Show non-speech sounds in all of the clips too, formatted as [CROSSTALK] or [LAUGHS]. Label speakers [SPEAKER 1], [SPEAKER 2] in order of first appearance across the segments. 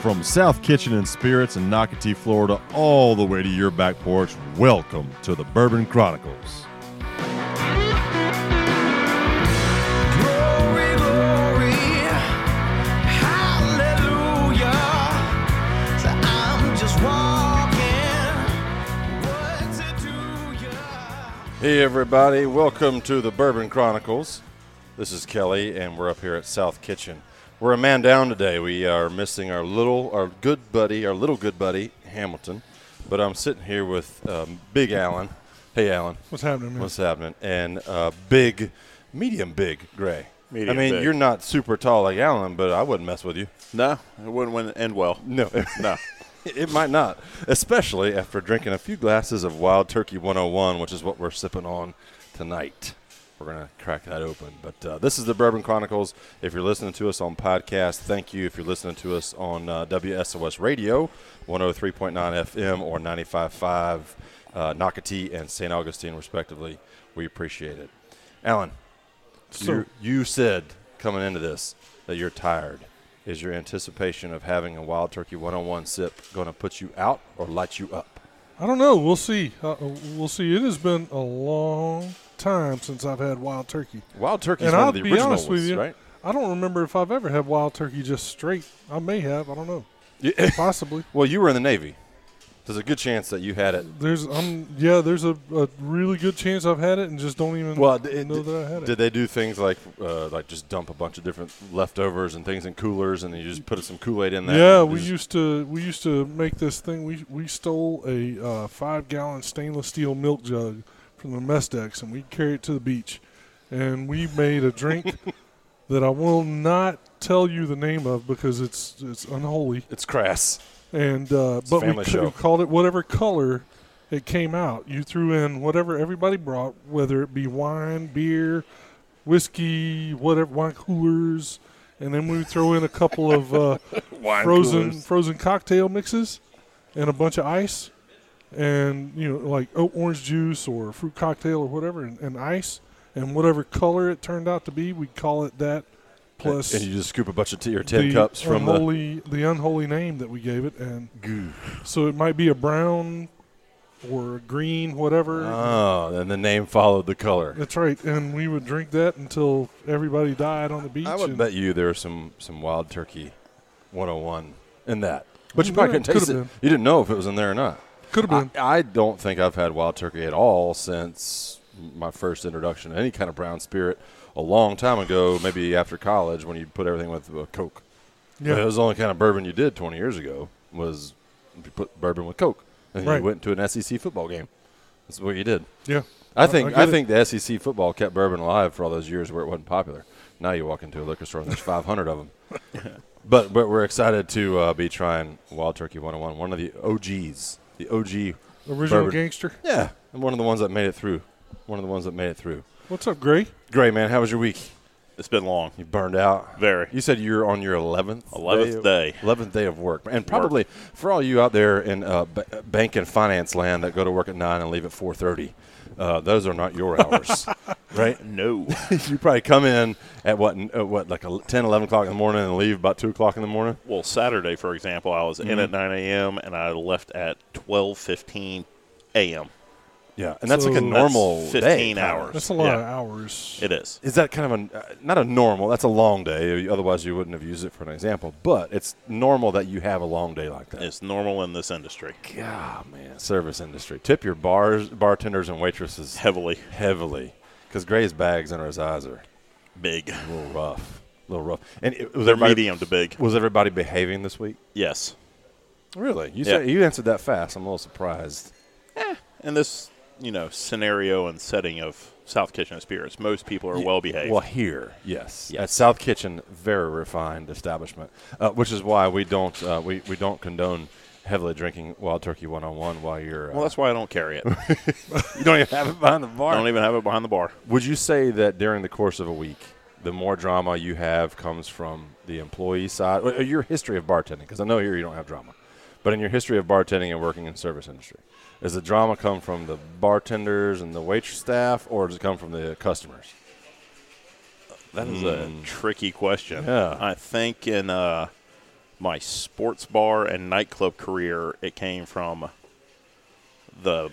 [SPEAKER 1] From South Kitchen and Spirits in Nocatee, Florida, all the way to your back porch, welcome to the Bourbon Chronicles.
[SPEAKER 2] Glory, glory, hallelujah. So I'm just walking. What's it to ya?
[SPEAKER 1] Hey, everybody, welcome to the Bourbon Chronicles. This is Kelly, and we're up here at South Kitchen. We're a man down today. We are missing our little, our good buddy, our little good buddy, Hamilton. But I'm sitting here with um, Big Allen. Hey, Allen.
[SPEAKER 3] What's happening, man?
[SPEAKER 1] What's happening? And uh, big, medium big gray.
[SPEAKER 4] Medium
[SPEAKER 1] I mean,
[SPEAKER 4] big.
[SPEAKER 1] you're not super tall like Allen, but I wouldn't mess with you.
[SPEAKER 4] No, it wouldn't win, end well.
[SPEAKER 1] No,
[SPEAKER 4] No.
[SPEAKER 1] [LAUGHS] it might not, especially after drinking a few glasses of Wild Turkey 101, which is what we're sipping on tonight. We're going to crack that open. But uh, this is the Bourbon Chronicles. If you're listening to us on podcast, thank you. If you're listening to us on uh, WSOS Radio, 103.9 FM or 95.5 uh, Nocatee and St. Augustine, respectively, we appreciate it. Alan,
[SPEAKER 3] So-
[SPEAKER 1] you, you said coming into this that you're tired. Is your anticipation of having a Wild Turkey 101 sip going to put you out or light you up?
[SPEAKER 3] I don't know. We'll see. Uh, we'll see. It has been a long time since I've had wild turkey.
[SPEAKER 1] Wild Turkey's
[SPEAKER 3] And
[SPEAKER 1] one
[SPEAKER 3] I'll
[SPEAKER 1] of the
[SPEAKER 3] be
[SPEAKER 1] original
[SPEAKER 3] honest with
[SPEAKER 1] ones,
[SPEAKER 3] you.
[SPEAKER 1] right?
[SPEAKER 3] I don't remember if I've ever had wild turkey just straight. I may have. I don't know.
[SPEAKER 1] Yeah. [LAUGHS]
[SPEAKER 3] Possibly.
[SPEAKER 1] Well, you were in the Navy. There's a good chance that you had it.
[SPEAKER 3] There's um yeah. There's a, a really good chance I've had it and just don't even
[SPEAKER 1] Well, d- it-
[SPEAKER 3] know that I had it.
[SPEAKER 1] Did they do things like uh, like just dump a bunch of different leftovers and things in coolers, and then you just put some Kool Aid in that?
[SPEAKER 3] yeah,
[SPEAKER 1] and
[SPEAKER 3] we
[SPEAKER 1] just-
[SPEAKER 3] used to we used to make this thing. We we stole a uh, five gallon stainless steel milk jug from the mess decks, and we carried it to the beach, and we made
[SPEAKER 1] [LAUGHS]
[SPEAKER 3] a drink that I will not tell you the name of because it's it's unholy.
[SPEAKER 1] It's crass.
[SPEAKER 3] And uh, but we
[SPEAKER 1] family
[SPEAKER 3] could
[SPEAKER 1] show.
[SPEAKER 3] have called it whatever color it came out. You threw in whatever everybody brought, whether it be wine, beer, whiskey, whatever wine coolers, and then we would throw in a couple
[SPEAKER 1] [LAUGHS]
[SPEAKER 3] of uh, frozen frozen cocktail mixes and a bunch of ice, and you know like o- orange juice or fruit cocktail or whatever, and, and ice, and whatever color it turned out to be, we'd call it that. Plus,
[SPEAKER 1] and you just scoop a bunch of t- your ten
[SPEAKER 3] the
[SPEAKER 1] cups from the
[SPEAKER 3] unholy, the unholy name that we gave it, and
[SPEAKER 1] goo.
[SPEAKER 3] so it might be a brown or a green, whatever.
[SPEAKER 1] Oh, and the name followed the color.
[SPEAKER 3] That's right, and we would drink that until everybody died on the beach.
[SPEAKER 1] I would
[SPEAKER 3] and-
[SPEAKER 1] bet you there's some some wild turkey 101 in that.
[SPEAKER 3] Well,
[SPEAKER 1] But you probably
[SPEAKER 3] yeah, it
[SPEAKER 1] couldn't taste it.
[SPEAKER 3] could've been.
[SPEAKER 1] You didn't know if it was in there or not.
[SPEAKER 3] Could have
[SPEAKER 1] I,
[SPEAKER 3] been.
[SPEAKER 1] I don't think I've had wild turkey at all since my first introduction to any kind of brown spirit a long time ago, maybe after college when you put everything with uh, Coke.
[SPEAKER 3] yeah.
[SPEAKER 1] But it was the only kind of bourbon you did 20 years ago was you put bourbon with Coke. And
[SPEAKER 3] Right.
[SPEAKER 1] you went to an SEC football game. That's what you did.
[SPEAKER 3] yeah.
[SPEAKER 1] I think
[SPEAKER 3] get
[SPEAKER 1] I,
[SPEAKER 3] it.
[SPEAKER 1] think the SEC football kept bourbon alive for all those years where it wasn't popular. Now you walk into a liquor store and there's 500 of them. But but we're excited to uh, be trying Wild Turkey 101, one of the OGs, the OG
[SPEAKER 3] Original
[SPEAKER 1] bourbon.
[SPEAKER 3] gangster.
[SPEAKER 1] Yeah, and one of the ones that made it through. One of the ones that made it through.
[SPEAKER 3] What's up, Gray?
[SPEAKER 1] Great man, how was your week?
[SPEAKER 4] It's been long.
[SPEAKER 1] You burned out.
[SPEAKER 4] Very.
[SPEAKER 1] You said you're on your 11th
[SPEAKER 4] 11th day.
[SPEAKER 1] 11th day of work. And probably for all you out there in uh, b- bank and finance land that go to work at 9 and leave at 4:30, uh, those are not your hours. right?
[SPEAKER 4] No.
[SPEAKER 1] [LAUGHS] you probably come in at what at what like a 10 11 o'clock in the morning and leave about 2 o'clock in the morning
[SPEAKER 4] well, Saturday, for example, I was in at 9 a.m. and I left at 12:15 a.m.
[SPEAKER 1] yeah and that's like
[SPEAKER 3] So-
[SPEAKER 1] a normal
[SPEAKER 4] That's
[SPEAKER 1] day,
[SPEAKER 4] 15
[SPEAKER 1] kinda.
[SPEAKER 4] hours.
[SPEAKER 3] That's a lot of
[SPEAKER 4] Yeah.
[SPEAKER 3] hours.
[SPEAKER 4] It is.
[SPEAKER 1] is that kind of a uh, not a normal that's a long day otherwise you wouldn't have used it for an example but it's normal that you have a long day like that
[SPEAKER 4] It's normal in this industry.
[SPEAKER 1] yeah man service industry tip your bars bartenders and waitresses
[SPEAKER 4] Heavily
[SPEAKER 1] heavily because gray's bags under his eyes are
[SPEAKER 4] big.
[SPEAKER 1] a little rough a little rough and it, was
[SPEAKER 4] They're
[SPEAKER 1] everybody
[SPEAKER 4] medium to big.
[SPEAKER 1] was everybody behaving this week
[SPEAKER 4] Yes.
[SPEAKER 1] really you
[SPEAKER 4] Yeah.
[SPEAKER 1] said you answered that fast i'm a little surprised
[SPEAKER 4] In this, you know, scenario and setting of South Kitchen and Spirits, most people are well behaved.
[SPEAKER 1] Well, here, yes.
[SPEAKER 4] Yes.
[SPEAKER 1] at South Kitchen, very refined establishment, uh, which is why we don't uh, we, we don't condone heavily drinking Wild Turkey one on one while you're. Uh,
[SPEAKER 4] Well, that's why I don't carry it. I
[SPEAKER 1] you don't even have it behind the bar.
[SPEAKER 4] don't even have it behind the bar.
[SPEAKER 1] e-, Would you say that during the course of a week, the more drama you have comes from the employee side, or or your history of bartending? Because I know here you don't have drama, but in your history of bartending and working in service industry, does the drama come from the bartenders and the waitress staff, or does it come from the customers?
[SPEAKER 3] Hmm.
[SPEAKER 4] That is a tricky question.
[SPEAKER 1] Yeah.
[SPEAKER 4] I think in uh, my sports bar and nightclub career, it came from the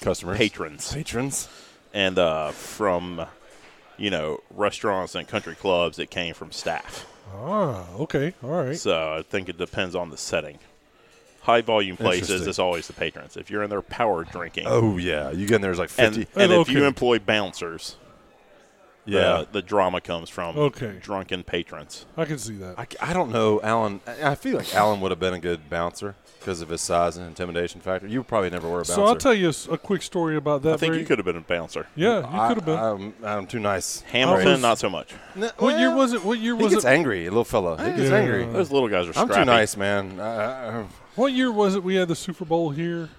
[SPEAKER 1] Customers.
[SPEAKER 4] patrons
[SPEAKER 1] Patrons.
[SPEAKER 4] and uh, from you know restaurants and country clubs. It came from staff.
[SPEAKER 3] Ah, okay, all right.
[SPEAKER 4] So I think it depends on the setting. High volume places,
[SPEAKER 1] Interesting.
[SPEAKER 4] it's always the patrons. If you're in there power drinking,
[SPEAKER 1] Oh yeah, you get in there is like
[SPEAKER 4] and,
[SPEAKER 1] fifty.
[SPEAKER 4] and if you
[SPEAKER 3] Okay.
[SPEAKER 4] employ bouncers, the-
[SPEAKER 1] yeah,
[SPEAKER 4] the, drama comes from
[SPEAKER 3] Okay.
[SPEAKER 4] drunken patrons.
[SPEAKER 3] I can see that.
[SPEAKER 1] I, I don't know, Alan. I I feel like Alan would have been a good bouncer because of his size and intimidation factor. You probably never were a bouncer.
[SPEAKER 3] So I'll tell you a s- a quick story about that.
[SPEAKER 4] I think
[SPEAKER 3] very-
[SPEAKER 4] you could have been a bouncer.
[SPEAKER 3] Yeah, you could have been.
[SPEAKER 1] I'm, I'm too nice.
[SPEAKER 4] Hamilton,
[SPEAKER 3] I was-
[SPEAKER 4] not so much.
[SPEAKER 3] what year was it? What year
[SPEAKER 1] He
[SPEAKER 3] was
[SPEAKER 1] gets
[SPEAKER 3] it?
[SPEAKER 1] angry, little fella. He gets
[SPEAKER 3] Yeah.
[SPEAKER 1] angry.
[SPEAKER 4] Those little guys are
[SPEAKER 1] I'm
[SPEAKER 4] scrappy.
[SPEAKER 1] too nice, man. I- I-
[SPEAKER 3] What year was it? We had the Super Bowl here.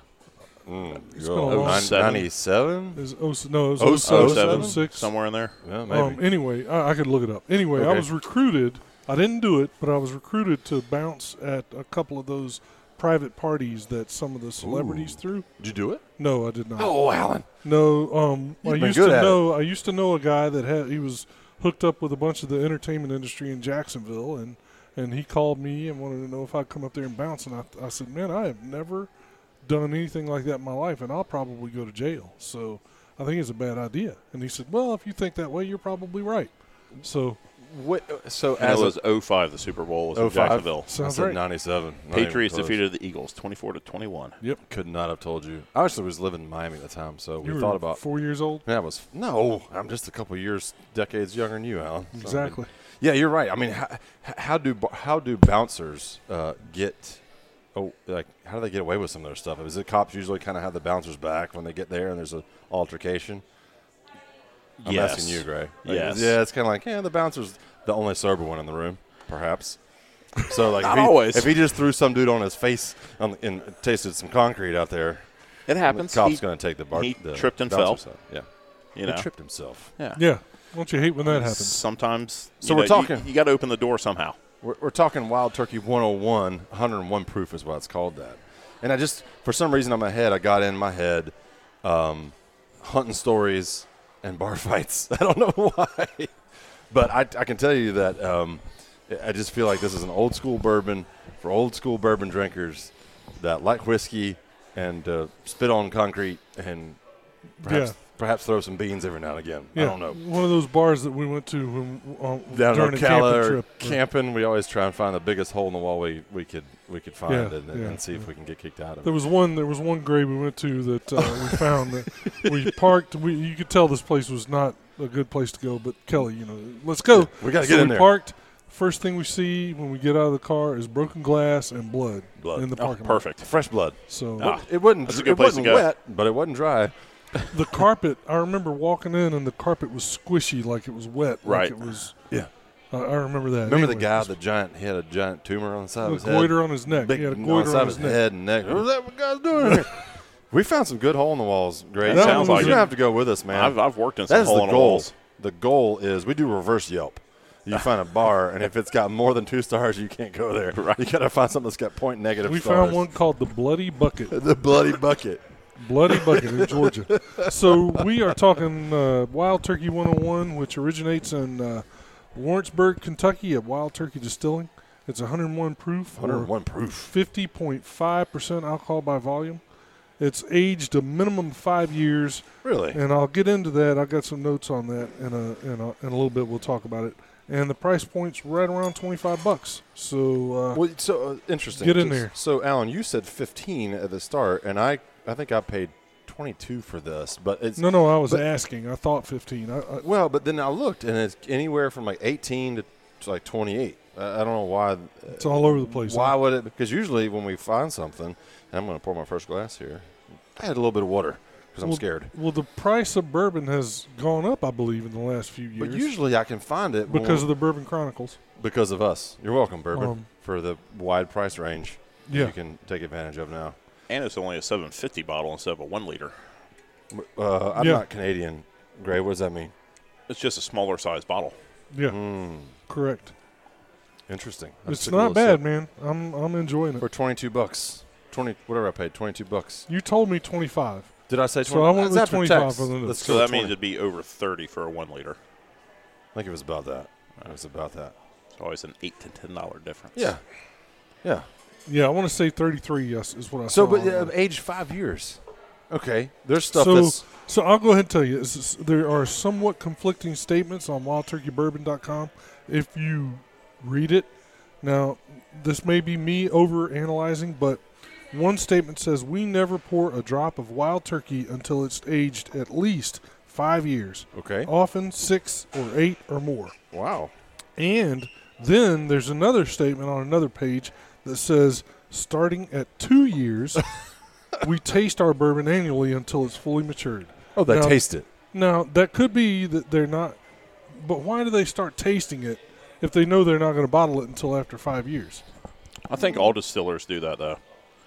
[SPEAKER 1] I- mm,
[SPEAKER 3] It's
[SPEAKER 1] yo,
[SPEAKER 3] going
[SPEAKER 1] nine-
[SPEAKER 3] on.
[SPEAKER 4] 07?
[SPEAKER 1] 97?
[SPEAKER 3] It was oh s- no, it was
[SPEAKER 4] Oh,
[SPEAKER 3] 07,
[SPEAKER 4] 07,
[SPEAKER 3] 06.
[SPEAKER 4] somewhere in there.
[SPEAKER 1] Yeah, maybe.
[SPEAKER 3] Um, anyway, I, I could look it up. Anyway, I
[SPEAKER 1] Okay.
[SPEAKER 3] was recruited. I didn't do it, but I was recruited to bounce at a couple of those private parties that some of the celebrities threw.
[SPEAKER 1] Did you do it?
[SPEAKER 3] No, I did not.
[SPEAKER 1] Oh, Alan.
[SPEAKER 3] No, um, I
[SPEAKER 1] You've been
[SPEAKER 3] used
[SPEAKER 1] good
[SPEAKER 3] to
[SPEAKER 1] at
[SPEAKER 3] know. I used to know a guy that had he was hooked up with a bunch of the entertainment industry in Jacksonville, and and he called me and wanted to know if I'd come up there and bounce, and I, I said, man, I have never done anything like that in my life, and I'll probably go to jail. So I think it's a bad idea. And he said, well, if you think that way, you're probably right. So
[SPEAKER 1] What, so
[SPEAKER 4] And
[SPEAKER 1] as
[SPEAKER 4] it
[SPEAKER 1] a-
[SPEAKER 4] was 05, the Super Bowl was in
[SPEAKER 1] 05?
[SPEAKER 4] Jacksonville.
[SPEAKER 1] I
[SPEAKER 3] sounds
[SPEAKER 1] said
[SPEAKER 3] right.
[SPEAKER 1] 97. Not even
[SPEAKER 4] Patriots
[SPEAKER 1] close.
[SPEAKER 4] defeated the Eagles 24 to 21.
[SPEAKER 3] Yep.
[SPEAKER 1] Could not have told you. I actually was living in Miami at the time, so
[SPEAKER 3] You
[SPEAKER 1] we
[SPEAKER 3] were
[SPEAKER 1] thought about.
[SPEAKER 3] four years old.
[SPEAKER 1] [LAUGHS] That was no. I'm just a couple years, decades younger than you, Alan. So, I mean,
[SPEAKER 3] Exactly.
[SPEAKER 1] yeah, you're right. I mean, how, how do bo- how do bouncers uh, get? Oh, like how do they get away with some of their stuff? Is it cops usually kind of have the bouncers back when they get there and there's an altercation? I'm
[SPEAKER 4] yes.
[SPEAKER 1] asking you, Gray. Like,
[SPEAKER 4] Yes.
[SPEAKER 1] Yeah, it's kind of like yeah, the bouncer's the only sober one in the room, perhaps. So like,
[SPEAKER 4] [LAUGHS] Not
[SPEAKER 1] if, he,
[SPEAKER 4] always.
[SPEAKER 1] if he just threw some dude on his face on the, and tasted some concrete out there,
[SPEAKER 4] It
[SPEAKER 1] the
[SPEAKER 4] happens.
[SPEAKER 1] cop's
[SPEAKER 4] He-
[SPEAKER 1] going to take the bar.
[SPEAKER 4] he
[SPEAKER 1] the
[SPEAKER 4] tripped and
[SPEAKER 1] bouncer's
[SPEAKER 4] fell.
[SPEAKER 1] side. Yeah,
[SPEAKER 4] you know,
[SPEAKER 1] he tripped himself.
[SPEAKER 4] yeah.
[SPEAKER 3] Yeah. Don't you hate when that happens?
[SPEAKER 4] Sometimes.
[SPEAKER 1] So
[SPEAKER 4] you
[SPEAKER 1] we're
[SPEAKER 4] know, you-
[SPEAKER 1] talking-
[SPEAKER 4] You, got to open the door somehow.
[SPEAKER 1] We're, we're talking Wild Turkey 101, 101 proof is why it's called that. And I just, for some reason, on my head, I got in my head um, hunting stories and bar [LAUGHS] fights. I don't know [LAUGHS] why, but I, I can tell you that um, I just feel like this is an old school bourbon for old school bourbon drinkers that like whiskey and uh, spit on concrete and perhaps,
[SPEAKER 3] Yeah.
[SPEAKER 1] perhaps throw some beans every now and again. I don't know.
[SPEAKER 3] One of those bars that we went to when um,
[SPEAKER 1] down in
[SPEAKER 3] during a
[SPEAKER 1] Ocala
[SPEAKER 3] camping
[SPEAKER 1] or
[SPEAKER 3] trip.
[SPEAKER 1] camping, we always try and find the biggest hole in the wall we, we could we could find
[SPEAKER 3] Yeah,
[SPEAKER 1] and,
[SPEAKER 3] yeah,
[SPEAKER 1] and see
[SPEAKER 3] yeah.
[SPEAKER 1] if we can get kicked out of
[SPEAKER 3] There
[SPEAKER 1] it.
[SPEAKER 3] was one. There was one grade we went to that uh, we found that we parked. We you could tell this place was not a good place to go. But Kelly, you know, let's go.
[SPEAKER 1] We got to
[SPEAKER 3] so
[SPEAKER 1] get in
[SPEAKER 3] we
[SPEAKER 1] there.
[SPEAKER 3] parked. First thing we see when we get out of the car is broken glass and blood,
[SPEAKER 1] Blood.
[SPEAKER 3] in the
[SPEAKER 1] Oh,
[SPEAKER 3] parking lot.
[SPEAKER 4] Perfect.
[SPEAKER 1] Fresh blood.
[SPEAKER 3] So
[SPEAKER 4] Ah,
[SPEAKER 1] It wasn't
[SPEAKER 4] That's a
[SPEAKER 1] it
[SPEAKER 4] good place to
[SPEAKER 1] wasn't
[SPEAKER 4] go.
[SPEAKER 1] wet, but it wasn't dry.
[SPEAKER 3] the carpet. I remember walking in and the carpet was squishy, like it was wet.
[SPEAKER 4] Right.
[SPEAKER 3] Like it was.
[SPEAKER 1] Yeah.
[SPEAKER 3] I, I remember that.
[SPEAKER 1] Remember the
[SPEAKER 3] Anyway,
[SPEAKER 1] guy,
[SPEAKER 3] it was
[SPEAKER 1] the giant, he had a giant tumor on the side of his
[SPEAKER 3] a
[SPEAKER 1] head.
[SPEAKER 3] goiter on his neck.
[SPEAKER 1] Big
[SPEAKER 3] he had a
[SPEAKER 1] on the
[SPEAKER 3] goiter
[SPEAKER 1] side
[SPEAKER 3] on
[SPEAKER 1] of
[SPEAKER 3] his
[SPEAKER 1] his
[SPEAKER 3] neck.
[SPEAKER 1] head and neck. What was that guys doing here? [LAUGHS] we found some good hole in the walls, Greg.
[SPEAKER 4] That That sounds
[SPEAKER 1] You're
[SPEAKER 4] like
[SPEAKER 1] gonna
[SPEAKER 4] it.
[SPEAKER 1] have to go with us, man.
[SPEAKER 4] I've, I've worked in some
[SPEAKER 1] That's
[SPEAKER 4] hole
[SPEAKER 1] the
[SPEAKER 4] in the
[SPEAKER 1] goal.
[SPEAKER 4] walls.
[SPEAKER 1] The goal is we do reverse Yelp. You find a bar, and if it's got more than two stars, you can't go there.
[SPEAKER 4] Right.
[SPEAKER 1] You gotta find something that's got point negative.
[SPEAKER 3] We
[SPEAKER 1] stars.
[SPEAKER 3] found one called the Bloody Bucket.
[SPEAKER 1] the bloody bucket.
[SPEAKER 3] Bloody Bucket in Georgia. So we are talking uh, Wild Turkey 101, which originates in uh, Lawrenceburg, Kentucky at Wild Turkey Distilling. It's 101 proof, or
[SPEAKER 1] 101 proof.
[SPEAKER 3] 50.5% alcohol by volume. It's aged a minimum of five years,
[SPEAKER 1] Really?
[SPEAKER 3] and I'll get into that. I've got some notes on that, and in a, in a little bit we'll talk about it. And the price point's right around 25 bucks. So uh,
[SPEAKER 1] Well, so uh, interesting.
[SPEAKER 3] Get in
[SPEAKER 1] Just-
[SPEAKER 3] there.
[SPEAKER 1] So, Alan, you said 15 at the start, and I, I think I paid 22 for this, but it's
[SPEAKER 3] no, no, I was
[SPEAKER 1] but-
[SPEAKER 3] asking. I thought 15. I, I,
[SPEAKER 1] well. But then I looked, and it's anywhere from like 18 to, to like 28. I, I don't know why.
[SPEAKER 3] it's all over the place.
[SPEAKER 1] Why would it? Because usually when we find something, and I'm going to pour my first glass here. I had a little bit of water because I'm
[SPEAKER 3] well,
[SPEAKER 1] scared.
[SPEAKER 3] Well, the price of bourbon has gone up, I believe, in the last few years.
[SPEAKER 1] But usually I can find it when
[SPEAKER 3] because
[SPEAKER 1] we're-
[SPEAKER 3] of the Bourbon Chronicles.
[SPEAKER 1] because of us. You're welcome, Bourbon,
[SPEAKER 3] Um,
[SPEAKER 1] for the wide price range. that
[SPEAKER 3] Yeah.
[SPEAKER 1] you can take advantage of now.
[SPEAKER 4] And it's only a 750 bottle instead of a one liter.
[SPEAKER 1] Uh, I'm
[SPEAKER 3] Yeah.
[SPEAKER 1] not Canadian, Gray. What does that mean?
[SPEAKER 4] It's just a smaller size bottle.
[SPEAKER 3] Yeah,
[SPEAKER 1] Mm,
[SPEAKER 3] correct.
[SPEAKER 1] interesting. I
[SPEAKER 3] It's
[SPEAKER 1] took a
[SPEAKER 3] not
[SPEAKER 1] little sip.
[SPEAKER 3] bad, man. I'm I'm enjoying it.
[SPEAKER 1] For 22 bucks. 20 whatever I paid, 22 bucks.
[SPEAKER 3] You told me 25.
[SPEAKER 1] Did I say
[SPEAKER 3] So
[SPEAKER 1] 20?
[SPEAKER 3] I went
[SPEAKER 1] It's
[SPEAKER 3] with
[SPEAKER 1] after
[SPEAKER 3] 25
[SPEAKER 1] tax.
[SPEAKER 3] for the noodles.
[SPEAKER 1] Let's
[SPEAKER 4] So
[SPEAKER 1] go
[SPEAKER 4] that
[SPEAKER 1] with
[SPEAKER 4] means
[SPEAKER 1] 20.
[SPEAKER 4] it'd be over 30 for a one liter.
[SPEAKER 1] I think it was about that. It was about that.
[SPEAKER 4] It's always an 8 to $10 difference.
[SPEAKER 1] Yeah. Yeah.
[SPEAKER 3] Yeah, I want to say 33. Yes, is what I
[SPEAKER 1] So,
[SPEAKER 3] saw.
[SPEAKER 1] but
[SPEAKER 3] on
[SPEAKER 1] uh,
[SPEAKER 3] there.
[SPEAKER 1] age five years. Okay. There's stuff
[SPEAKER 3] so,
[SPEAKER 1] that's
[SPEAKER 3] so I'll go ahead and tell you is this- there are somewhat conflicting statements on wildturkeybourbon.com if you read it. Now, this may be me over analyzing, but one statement says we never pour a drop of wild turkey until it's aged at least five years,
[SPEAKER 1] okay.
[SPEAKER 3] often six or eight or more.
[SPEAKER 1] Wow.
[SPEAKER 3] And then there's another statement on another page that says starting at two years, we taste our bourbon annually until it's fully matured.
[SPEAKER 1] Oh, they
[SPEAKER 3] Now-
[SPEAKER 1] taste it.
[SPEAKER 3] Now, that could be that they're not, but why do they start tasting it if they know they're not going to bottle it until after five years?
[SPEAKER 4] I think all distillers do that though.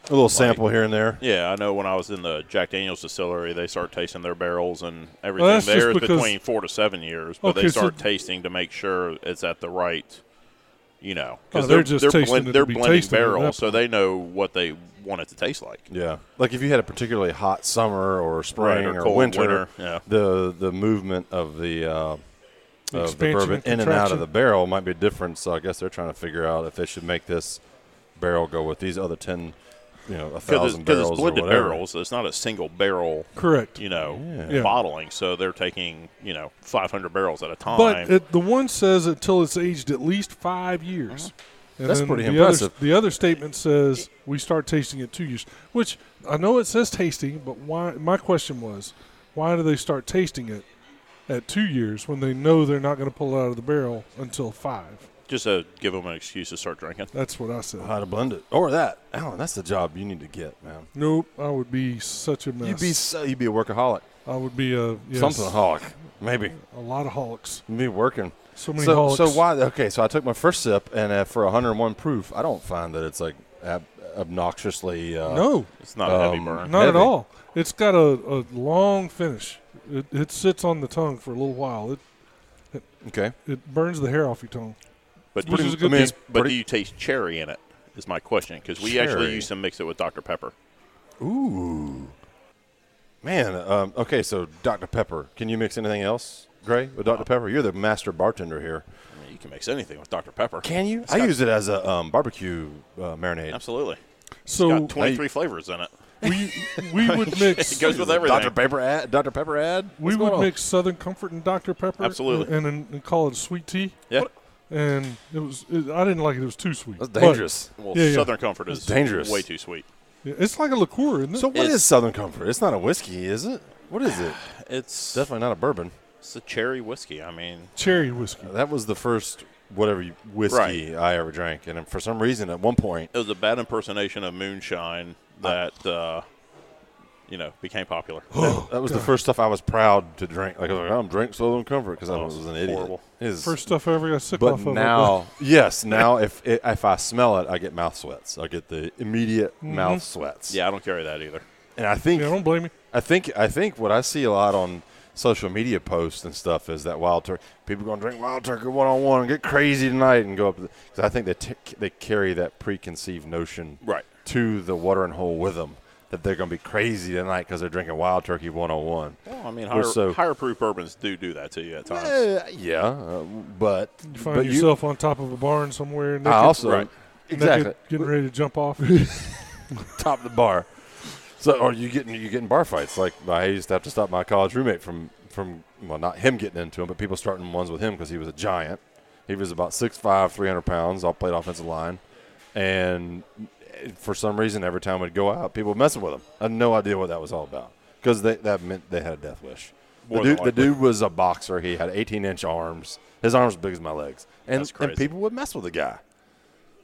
[SPEAKER 1] A little sample here and there.
[SPEAKER 4] Yeah, I know when I was in the Jack Daniels distillery, they start tasting their barrels and everything
[SPEAKER 3] Well, that's just
[SPEAKER 4] there is
[SPEAKER 3] because- Oh,
[SPEAKER 4] between four to seven years, but
[SPEAKER 3] Okay,
[SPEAKER 4] they
[SPEAKER 3] so-
[SPEAKER 4] start tasting to make sure it's at the right, you know,
[SPEAKER 3] Oh,
[SPEAKER 4] because
[SPEAKER 3] they're
[SPEAKER 4] they're,
[SPEAKER 3] just
[SPEAKER 4] they're,
[SPEAKER 3] tasting
[SPEAKER 4] blend-
[SPEAKER 3] it to
[SPEAKER 4] they're
[SPEAKER 3] be
[SPEAKER 4] blending
[SPEAKER 3] tasting it at that
[SPEAKER 4] barrels, so they know what they want it to taste like.
[SPEAKER 1] Yeah. Like if you had a particularly hot summer or spring
[SPEAKER 4] or
[SPEAKER 1] or,
[SPEAKER 4] cold
[SPEAKER 1] winter,
[SPEAKER 4] winter, yeah.
[SPEAKER 1] the the movement of the uh, of the
[SPEAKER 3] Expansion
[SPEAKER 1] bourbon
[SPEAKER 3] and
[SPEAKER 1] in and out
[SPEAKER 3] contraction.
[SPEAKER 1] of the barrel might be different. So I guess they're trying to figure out if they should make this barrel go with these other ten, you know, a
[SPEAKER 4] Because
[SPEAKER 1] thousand
[SPEAKER 4] it's, 'cause
[SPEAKER 1] barrels
[SPEAKER 4] it's blended
[SPEAKER 1] or whatever.
[SPEAKER 4] barrels, so it's not a single barrel,
[SPEAKER 3] Correct.
[SPEAKER 4] you know,
[SPEAKER 1] Yeah.
[SPEAKER 3] Yeah.
[SPEAKER 4] bottling. So they're taking, you know, 500 barrels at a time.
[SPEAKER 3] But it, the one says until it's aged at least five years. And
[SPEAKER 1] Uh-huh. That's
[SPEAKER 3] then
[SPEAKER 1] pretty
[SPEAKER 3] the
[SPEAKER 1] impressive.
[SPEAKER 3] Other, the other statement says we start tasting at two years, which I know it says tasting, but why? My question was, why do they start tasting it at two years when they know they're not going to pull it out of the barrel until five?
[SPEAKER 4] just to give them an excuse to start drinking.
[SPEAKER 3] That's what I said.
[SPEAKER 1] How to blend it or that, Alan? That's the job you need to get, man.
[SPEAKER 3] Nope, I would be such a mess.
[SPEAKER 1] You'd be so, you'd be a workaholic,
[SPEAKER 3] I would be a yes,
[SPEAKER 1] something holic, maybe.
[SPEAKER 3] A lot of holics.
[SPEAKER 1] You'd be working.
[SPEAKER 3] So many
[SPEAKER 1] so,
[SPEAKER 3] holics.
[SPEAKER 1] so why? Okay, so I took my first sip, and uh, for 101 proof, I don't find that it's like ab- obnoxiously. Uh,
[SPEAKER 3] No,
[SPEAKER 4] It's not a heavy
[SPEAKER 1] Um,
[SPEAKER 4] burn.
[SPEAKER 3] Not at
[SPEAKER 1] Heavy.
[SPEAKER 3] all. It's got a, a long finish. It, it sits on the tongue for a little while. It
[SPEAKER 1] Okay.
[SPEAKER 3] it burns the hair off your tongue.
[SPEAKER 4] But,
[SPEAKER 3] Which
[SPEAKER 4] do-
[SPEAKER 3] is a good
[SPEAKER 1] I mean,
[SPEAKER 3] thing.
[SPEAKER 1] it's
[SPEAKER 4] but do
[SPEAKER 1] pretty-
[SPEAKER 4] you taste cherry in it? Is my question because we actually
[SPEAKER 1] Cherry.
[SPEAKER 4] used to mix it with Dr Pepper.
[SPEAKER 1] Ooh. Man, um, okay, so Dr. Pepper. Can you mix anything else, Gray, with Dr. Pepper? You're the master bartender here.
[SPEAKER 4] I mean, you can mix anything with Dr Pepper.
[SPEAKER 1] Can you?
[SPEAKER 4] It's
[SPEAKER 1] I
[SPEAKER 4] got-
[SPEAKER 1] use it as a um, barbecue uh, marinade.
[SPEAKER 4] Absolutely. It's
[SPEAKER 3] So
[SPEAKER 4] got 23 flavors in it.
[SPEAKER 3] we we would mix
[SPEAKER 4] It goes with everything.
[SPEAKER 1] Dr. Pepper ad? Dr. Pepper ad?
[SPEAKER 3] we
[SPEAKER 1] What's going
[SPEAKER 3] would
[SPEAKER 1] on?
[SPEAKER 3] mix Southern Comfort and Dr Pepper
[SPEAKER 4] Absolutely.
[SPEAKER 3] and, and, and call it a sweet tea.
[SPEAKER 4] yeah.
[SPEAKER 3] And it was it, I didn't like it. It was too sweet.
[SPEAKER 1] That's
[SPEAKER 3] But
[SPEAKER 1] dangerous.
[SPEAKER 4] Well,
[SPEAKER 3] Yeah, yeah.
[SPEAKER 4] Southern Comfort is
[SPEAKER 1] dangerous.
[SPEAKER 4] way too sweet.
[SPEAKER 3] it's like a liqueur, isn't it?
[SPEAKER 1] so what
[SPEAKER 4] It's-
[SPEAKER 1] is Southern Comfort? It's not a whiskey, is it? What is
[SPEAKER 4] [SIGHS]
[SPEAKER 1] it?
[SPEAKER 4] It's
[SPEAKER 1] Definitely not a bourbon.
[SPEAKER 4] it's a cherry whiskey. I mean,
[SPEAKER 3] Cherry whiskey.
[SPEAKER 1] That was the first whatever you- whiskey I ever drank, and for some reason, at one
[SPEAKER 3] [GASPS]
[SPEAKER 1] point,
[SPEAKER 4] it was a bad impersonation of moonshine that uh, you know became
[SPEAKER 1] [GASPS]
[SPEAKER 4] popular.
[SPEAKER 3] Oh,
[SPEAKER 1] that was the first stuff I was proud to drink. Like I was like, I'm drink Southern Comfort because I
[SPEAKER 4] Oh,
[SPEAKER 1] was an
[SPEAKER 4] it's
[SPEAKER 1] idiot.
[SPEAKER 4] horrible.
[SPEAKER 1] It is-
[SPEAKER 3] First stuff I ever got sick
[SPEAKER 1] But
[SPEAKER 3] off of.
[SPEAKER 1] now, [LAUGHS] yes, now if it, if I smell it, I get mouth sweats. I get the immediate mouth sweats.
[SPEAKER 4] yeah, I don't carry that either.
[SPEAKER 1] and I think
[SPEAKER 3] Mm-hmm. yeah, don't blame me.
[SPEAKER 1] I think I think what I see a lot on social media posts and stuff is that wild turkey people going to drink wild turkey one on one, get crazy tonight, and go up. Because I think they t- they carry that preconceived notion
[SPEAKER 4] Right.
[SPEAKER 1] to the watering hole with them that they're going to be crazy tonight because they're drinking wild turkey one on one.
[SPEAKER 4] Well, I mean,
[SPEAKER 1] We're
[SPEAKER 4] higher,
[SPEAKER 1] so-
[SPEAKER 4] higher proof bourbons do do that to you at times.
[SPEAKER 1] Eh, yeah, uh, but
[SPEAKER 3] You find
[SPEAKER 1] but
[SPEAKER 3] yourself on top of a barn somewhere.
[SPEAKER 1] You,
[SPEAKER 3] Naked,
[SPEAKER 1] I also
[SPEAKER 4] Right.
[SPEAKER 3] naked,
[SPEAKER 1] exactly
[SPEAKER 3] getting ready to jump off.
[SPEAKER 1] top the bar. So are you getting you getting bar fights? Like I used to have to stop my college roommate from from well, not him getting into them, but people starting ones with him because he was a giant. He was about 6'5", 300 pounds. All played offensive line, and for some reason, every time we'd go out, people were messing with him. I had no idea what that was all about because that meant they had a death wish. The
[SPEAKER 4] More than
[SPEAKER 1] dude, the
[SPEAKER 4] likely.
[SPEAKER 1] dude was a boxer. He had 18 inch arms. His arms were big as my legs, and
[SPEAKER 4] That's
[SPEAKER 1] and
[SPEAKER 4] crazy.
[SPEAKER 1] people would mess with the guy.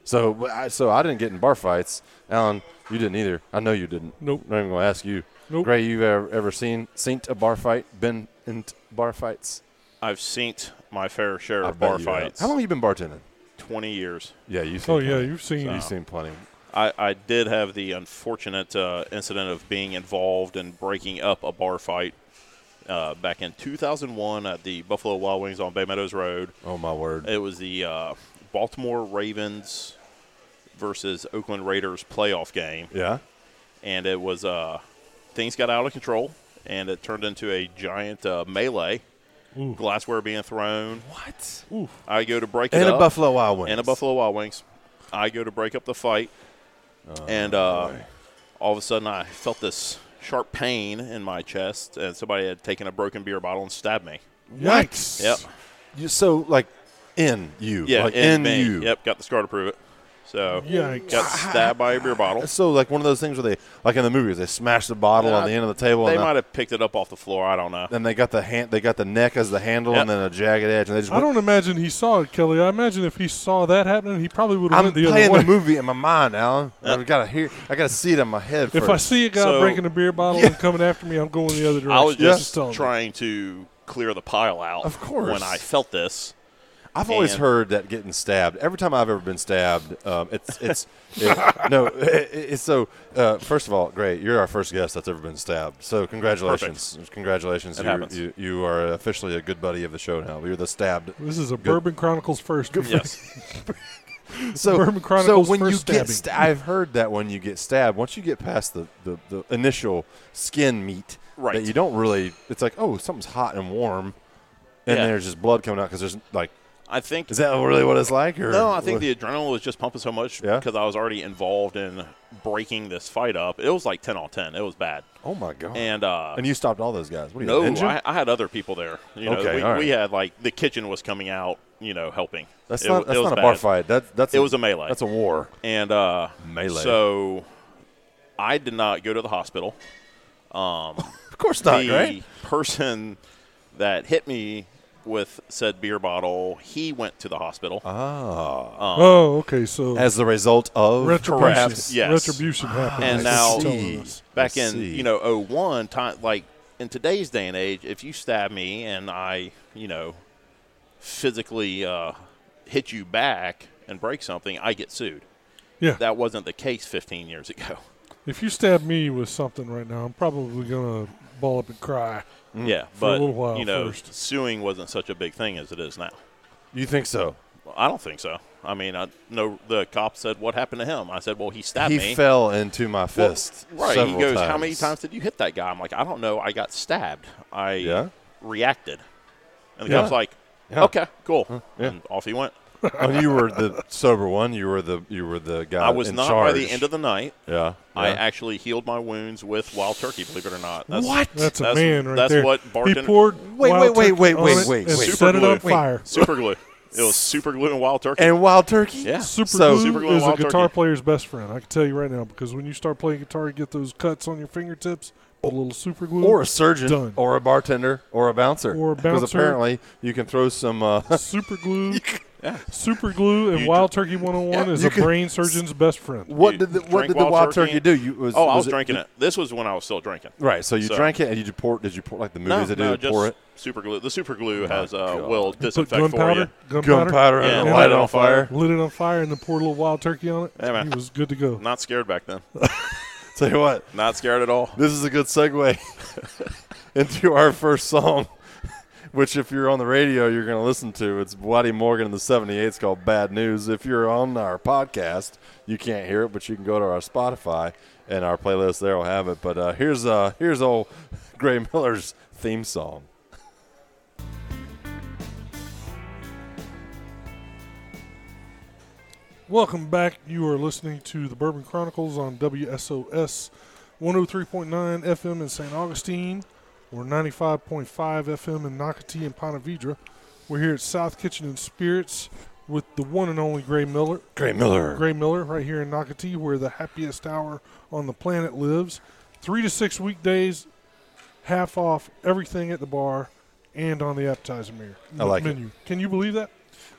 [SPEAKER 1] So I, so I didn't get in bar fights. Alan, you didn't either. I know you didn't.
[SPEAKER 3] Nope.
[SPEAKER 1] I'm not even gonna ask you.
[SPEAKER 3] Nope.
[SPEAKER 1] Gray, you ever, ever seen seen a bar fight? Been in t- bar fights?
[SPEAKER 4] I've seen my fair share
[SPEAKER 1] I
[SPEAKER 4] of
[SPEAKER 1] bet
[SPEAKER 4] bar
[SPEAKER 1] you have.
[SPEAKER 4] fights.
[SPEAKER 1] How long you been bartending?
[SPEAKER 4] 20 years.
[SPEAKER 1] Yeah, you. Seen
[SPEAKER 3] oh yeah,
[SPEAKER 1] plenty.
[SPEAKER 3] you've seen.
[SPEAKER 1] You've seen plenty.
[SPEAKER 4] I, I did have the unfortunate uh, incident of being involved in breaking up a bar fight uh, back in 2001 at the Buffalo Wild Wings on Bay Meadows Road.
[SPEAKER 1] Oh my word.
[SPEAKER 4] It was the uh, Baltimore Ravens versus Oakland Raiders playoff game,
[SPEAKER 1] yeah.
[SPEAKER 4] and it was uh, things got out of control, and it turned into a giant uh, melee.
[SPEAKER 3] Ooh.
[SPEAKER 4] Glassware being thrown.
[SPEAKER 1] What?
[SPEAKER 3] Oof.
[SPEAKER 4] I go to break it
[SPEAKER 1] And a
[SPEAKER 4] up.
[SPEAKER 1] Buffalo Wild Wings.
[SPEAKER 4] and a Buffalo Wild Wings. I go to break up the fight,
[SPEAKER 1] Oh,
[SPEAKER 4] and uh, all of a sudden I felt this sharp pain in my chest, and somebody had taken a broken beer bottle and stabbed me.
[SPEAKER 1] Yikes.
[SPEAKER 4] Yep.
[SPEAKER 1] You, so, like, in you.
[SPEAKER 4] Yeah,
[SPEAKER 1] Like,
[SPEAKER 4] in
[SPEAKER 1] in,
[SPEAKER 4] me.
[SPEAKER 1] you.
[SPEAKER 4] Yep, got the scar to prove it. So
[SPEAKER 3] Yikes.
[SPEAKER 4] got stabbed by a beer bottle.
[SPEAKER 1] So, like, one of those things where they, like in the movies, they smash the bottle
[SPEAKER 4] Yeah,
[SPEAKER 1] on the end of the table.
[SPEAKER 4] They
[SPEAKER 1] and the-
[SPEAKER 4] might have picked it up off the floor. I don't know.
[SPEAKER 1] then they got the hand, they got the neck as the handle,
[SPEAKER 4] Yep.
[SPEAKER 1] and then a jagged edge, and they just.
[SPEAKER 3] I
[SPEAKER 1] went-
[SPEAKER 3] don't imagine he saw it, Kelly. I imagine if he saw that happening, he probably would have
[SPEAKER 1] I'm
[SPEAKER 3] went the
[SPEAKER 1] playing
[SPEAKER 3] other way.
[SPEAKER 1] the movie in my mind, Alan.
[SPEAKER 4] Uh,
[SPEAKER 1] I've got to hear. I got to see it in my head.
[SPEAKER 3] If
[SPEAKER 1] first.
[SPEAKER 3] I see a guy
[SPEAKER 4] So-
[SPEAKER 3] breaking a beer bottle and coming after me, I'm going the other direction.
[SPEAKER 4] I was
[SPEAKER 3] That's
[SPEAKER 4] just
[SPEAKER 3] telling you.
[SPEAKER 4] trying to clear the pile out.
[SPEAKER 1] Of course.
[SPEAKER 4] When I
[SPEAKER 1] [LAUGHS]
[SPEAKER 4] felt this,
[SPEAKER 1] I've always
[SPEAKER 4] And-
[SPEAKER 1] heard that getting stabbed. Every time I've ever been stabbed, um, it's it's it- no. It, it's so. Uh, first of all, great. You're our first guest that's ever been stabbed. So congratulations, congratulations.
[SPEAKER 4] It
[SPEAKER 1] You-
[SPEAKER 4] happens.
[SPEAKER 1] You, you are officially a good buddy of the show now. You're the stabbed.
[SPEAKER 3] This is a Bourbon Chronicles first.
[SPEAKER 4] yes,
[SPEAKER 1] So
[SPEAKER 3] Bourbon
[SPEAKER 1] so
[SPEAKER 3] Chronicles
[SPEAKER 1] when you
[SPEAKER 3] first
[SPEAKER 1] get,
[SPEAKER 3] stabbing.
[SPEAKER 1] sta- I've heard that when you get stabbed, once you get past the the, the initial skin meat,
[SPEAKER 4] Right.
[SPEAKER 1] That you don't really. It's like oh, something's hot and warm, and
[SPEAKER 4] Yeah.
[SPEAKER 1] there's just blood coming out because there's like.
[SPEAKER 4] I think.
[SPEAKER 1] Is that really what it's like? Or
[SPEAKER 4] No, I think
[SPEAKER 1] what-
[SPEAKER 4] the adrenaline was just pumping so much
[SPEAKER 1] Yeah?
[SPEAKER 4] because I was already involved in breaking this fight up. It was like ten on ten. It was bad.
[SPEAKER 1] Oh my god!
[SPEAKER 4] And uh,
[SPEAKER 1] And you stopped all those guys. What are you?
[SPEAKER 4] no,
[SPEAKER 1] a ninja?
[SPEAKER 4] I, I had other people there. You know,
[SPEAKER 1] Okay,
[SPEAKER 4] we,
[SPEAKER 1] all right.
[SPEAKER 4] we had like the kitchen was coming out. You know, helping.
[SPEAKER 1] that's
[SPEAKER 4] It
[SPEAKER 1] not.
[SPEAKER 4] wa-
[SPEAKER 1] That's
[SPEAKER 4] it was
[SPEAKER 1] not a bar
[SPEAKER 4] bad.
[SPEAKER 1] fight. That, that's.
[SPEAKER 4] It was a melee.
[SPEAKER 1] That's a war.
[SPEAKER 4] and uh,
[SPEAKER 1] Melee.
[SPEAKER 4] So I did not go to the hospital.
[SPEAKER 1] Of course not.
[SPEAKER 4] the
[SPEAKER 1] Right.
[SPEAKER 4] person that hit me with said beer bottle, he went to the hospital. Ah.
[SPEAKER 3] Oh, okay. So
[SPEAKER 1] As the result of
[SPEAKER 3] retribution.
[SPEAKER 4] perhaps, yes.
[SPEAKER 3] Retribution happened.
[SPEAKER 4] And
[SPEAKER 1] I
[SPEAKER 4] now-
[SPEAKER 1] see.
[SPEAKER 4] Back
[SPEAKER 1] I
[SPEAKER 4] in
[SPEAKER 1] see.
[SPEAKER 4] you know 01, time, like in today's day and age, if you stab me and I you know physically uh, hit you back and break something, I get sued.
[SPEAKER 3] yeah.
[SPEAKER 4] That wasn't the case 15 years ago.
[SPEAKER 3] if you stab me with something right now, I'm probably gonna ball up and cry.
[SPEAKER 4] Yeah,
[SPEAKER 3] Mm. a
[SPEAKER 4] but
[SPEAKER 3] little while
[SPEAKER 4] you know
[SPEAKER 3] first.
[SPEAKER 4] suing wasn't such a big thing as it is now.
[SPEAKER 1] You think so?
[SPEAKER 4] Well, I don't think so. I mean, I no. The cop said, "What happened to him?" I said, "Well, he stabbed
[SPEAKER 1] He
[SPEAKER 4] me."
[SPEAKER 1] fell into my
[SPEAKER 4] Well,
[SPEAKER 1] fist.
[SPEAKER 4] right.
[SPEAKER 1] Several
[SPEAKER 4] he goes,
[SPEAKER 1] times.
[SPEAKER 4] How many times did you hit that guy? I'm like, I don't know. I got stabbed. I
[SPEAKER 1] Yeah.
[SPEAKER 4] reacted. And the
[SPEAKER 1] Yeah.
[SPEAKER 4] guy's like,
[SPEAKER 1] Yeah.
[SPEAKER 4] Okay, cool.
[SPEAKER 1] yeah.
[SPEAKER 4] And off he went.
[SPEAKER 1] [LAUGHS] Oh, you were the sober one. You were the. You were the guy.
[SPEAKER 4] I was
[SPEAKER 1] Uh, in
[SPEAKER 4] not
[SPEAKER 1] charge.
[SPEAKER 4] by the end of the night.
[SPEAKER 1] Yeah.
[SPEAKER 4] I
[SPEAKER 1] yeah.
[SPEAKER 4] actually healed my wounds with wild turkey, believe it or not. That's,
[SPEAKER 1] What?
[SPEAKER 3] That's a
[SPEAKER 4] That's-
[SPEAKER 3] man right
[SPEAKER 4] that's
[SPEAKER 3] there.
[SPEAKER 4] what bartender-
[SPEAKER 3] He poured
[SPEAKER 1] Wait,
[SPEAKER 3] wild
[SPEAKER 1] wait,
[SPEAKER 3] turkey
[SPEAKER 1] wait,
[SPEAKER 3] on
[SPEAKER 1] wait,
[SPEAKER 3] it
[SPEAKER 1] wait,
[SPEAKER 3] and
[SPEAKER 1] wait.
[SPEAKER 3] set it on
[SPEAKER 4] Wait.
[SPEAKER 3] fire.
[SPEAKER 4] Super glue. It was super glue and wild turkey.
[SPEAKER 1] and wild turkey.
[SPEAKER 4] yeah.
[SPEAKER 3] Super
[SPEAKER 1] So-
[SPEAKER 4] Super glue
[SPEAKER 3] glue
[SPEAKER 4] and
[SPEAKER 3] is a
[SPEAKER 4] wild
[SPEAKER 3] guitar
[SPEAKER 4] turkey.
[SPEAKER 3] player's best friend. I can tell you right now because when you start playing guitar, you get those cuts on your fingertips. A little super glue
[SPEAKER 1] Or a surgeon,
[SPEAKER 3] Done.
[SPEAKER 1] or a bartender, or a bouncer.
[SPEAKER 3] Or a
[SPEAKER 1] Because
[SPEAKER 3] bouncer.
[SPEAKER 1] apparently you can throw some.
[SPEAKER 4] [LAUGHS]
[SPEAKER 1] Uh,
[SPEAKER 3] [LAUGHS] super
[SPEAKER 1] [LAUGHS]
[SPEAKER 3] glue. Super glue and
[SPEAKER 4] You
[SPEAKER 3] Wild Turkey 101 is
[SPEAKER 1] you
[SPEAKER 3] a
[SPEAKER 1] can-
[SPEAKER 3] brain surgeon's best friend.
[SPEAKER 1] what
[SPEAKER 4] You
[SPEAKER 1] did the, what
[SPEAKER 4] drink
[SPEAKER 1] did the
[SPEAKER 4] wild
[SPEAKER 1] wild turkey,
[SPEAKER 4] turkey?
[SPEAKER 1] do? You was,
[SPEAKER 4] Oh, I was
[SPEAKER 1] it-
[SPEAKER 4] drinking it. This was when I was still drinking.
[SPEAKER 1] Right. So you
[SPEAKER 4] So-
[SPEAKER 1] drank it, and did you pour? Did you pour like the movies?
[SPEAKER 4] No,
[SPEAKER 1] they do
[SPEAKER 4] no,
[SPEAKER 1] they pour it.
[SPEAKER 4] just super glue. The super glue has uh,
[SPEAKER 1] God.
[SPEAKER 4] will
[SPEAKER 3] Put
[SPEAKER 4] disinfect for you.
[SPEAKER 3] gunpowder, gunpowder,
[SPEAKER 4] and Yeah.
[SPEAKER 1] and
[SPEAKER 3] light
[SPEAKER 1] light
[SPEAKER 3] it
[SPEAKER 1] on
[SPEAKER 4] on
[SPEAKER 1] fire.
[SPEAKER 4] fire.
[SPEAKER 3] lit it on fire, and then poured a little Wild Turkey on it.
[SPEAKER 4] Yeah, man.
[SPEAKER 3] He was good to go.
[SPEAKER 4] Not scared back then.
[SPEAKER 1] Tell you what,
[SPEAKER 4] Not scared at all.
[SPEAKER 1] this is a good segue [LAUGHS] into our first song, which if you're on the radio, you're going to listen to. It's Waddy Morgan and the 78s called Bad News. If you're on our podcast, you can't hear it, but you can go to our Spotify and our playlist there will have it. But uh, here's uh, here's old Gray Miller's theme song.
[SPEAKER 3] Welcome back. You are listening to the Bourbon Chronicles on WSOS 103.9 FM in St. Augustine or 95.5 FM in Nocatee and Ponte Vedra. We're here at South Kitchen and Spirits with the one and only Gray Miller.
[SPEAKER 1] Gray Miller.
[SPEAKER 3] Gray Miller right here in Nocatee where the happiest hour on the planet lives. Three to six weekdays, half off everything at the bar and on the appetizer menu.
[SPEAKER 1] I like it.
[SPEAKER 3] menu. Can you believe that?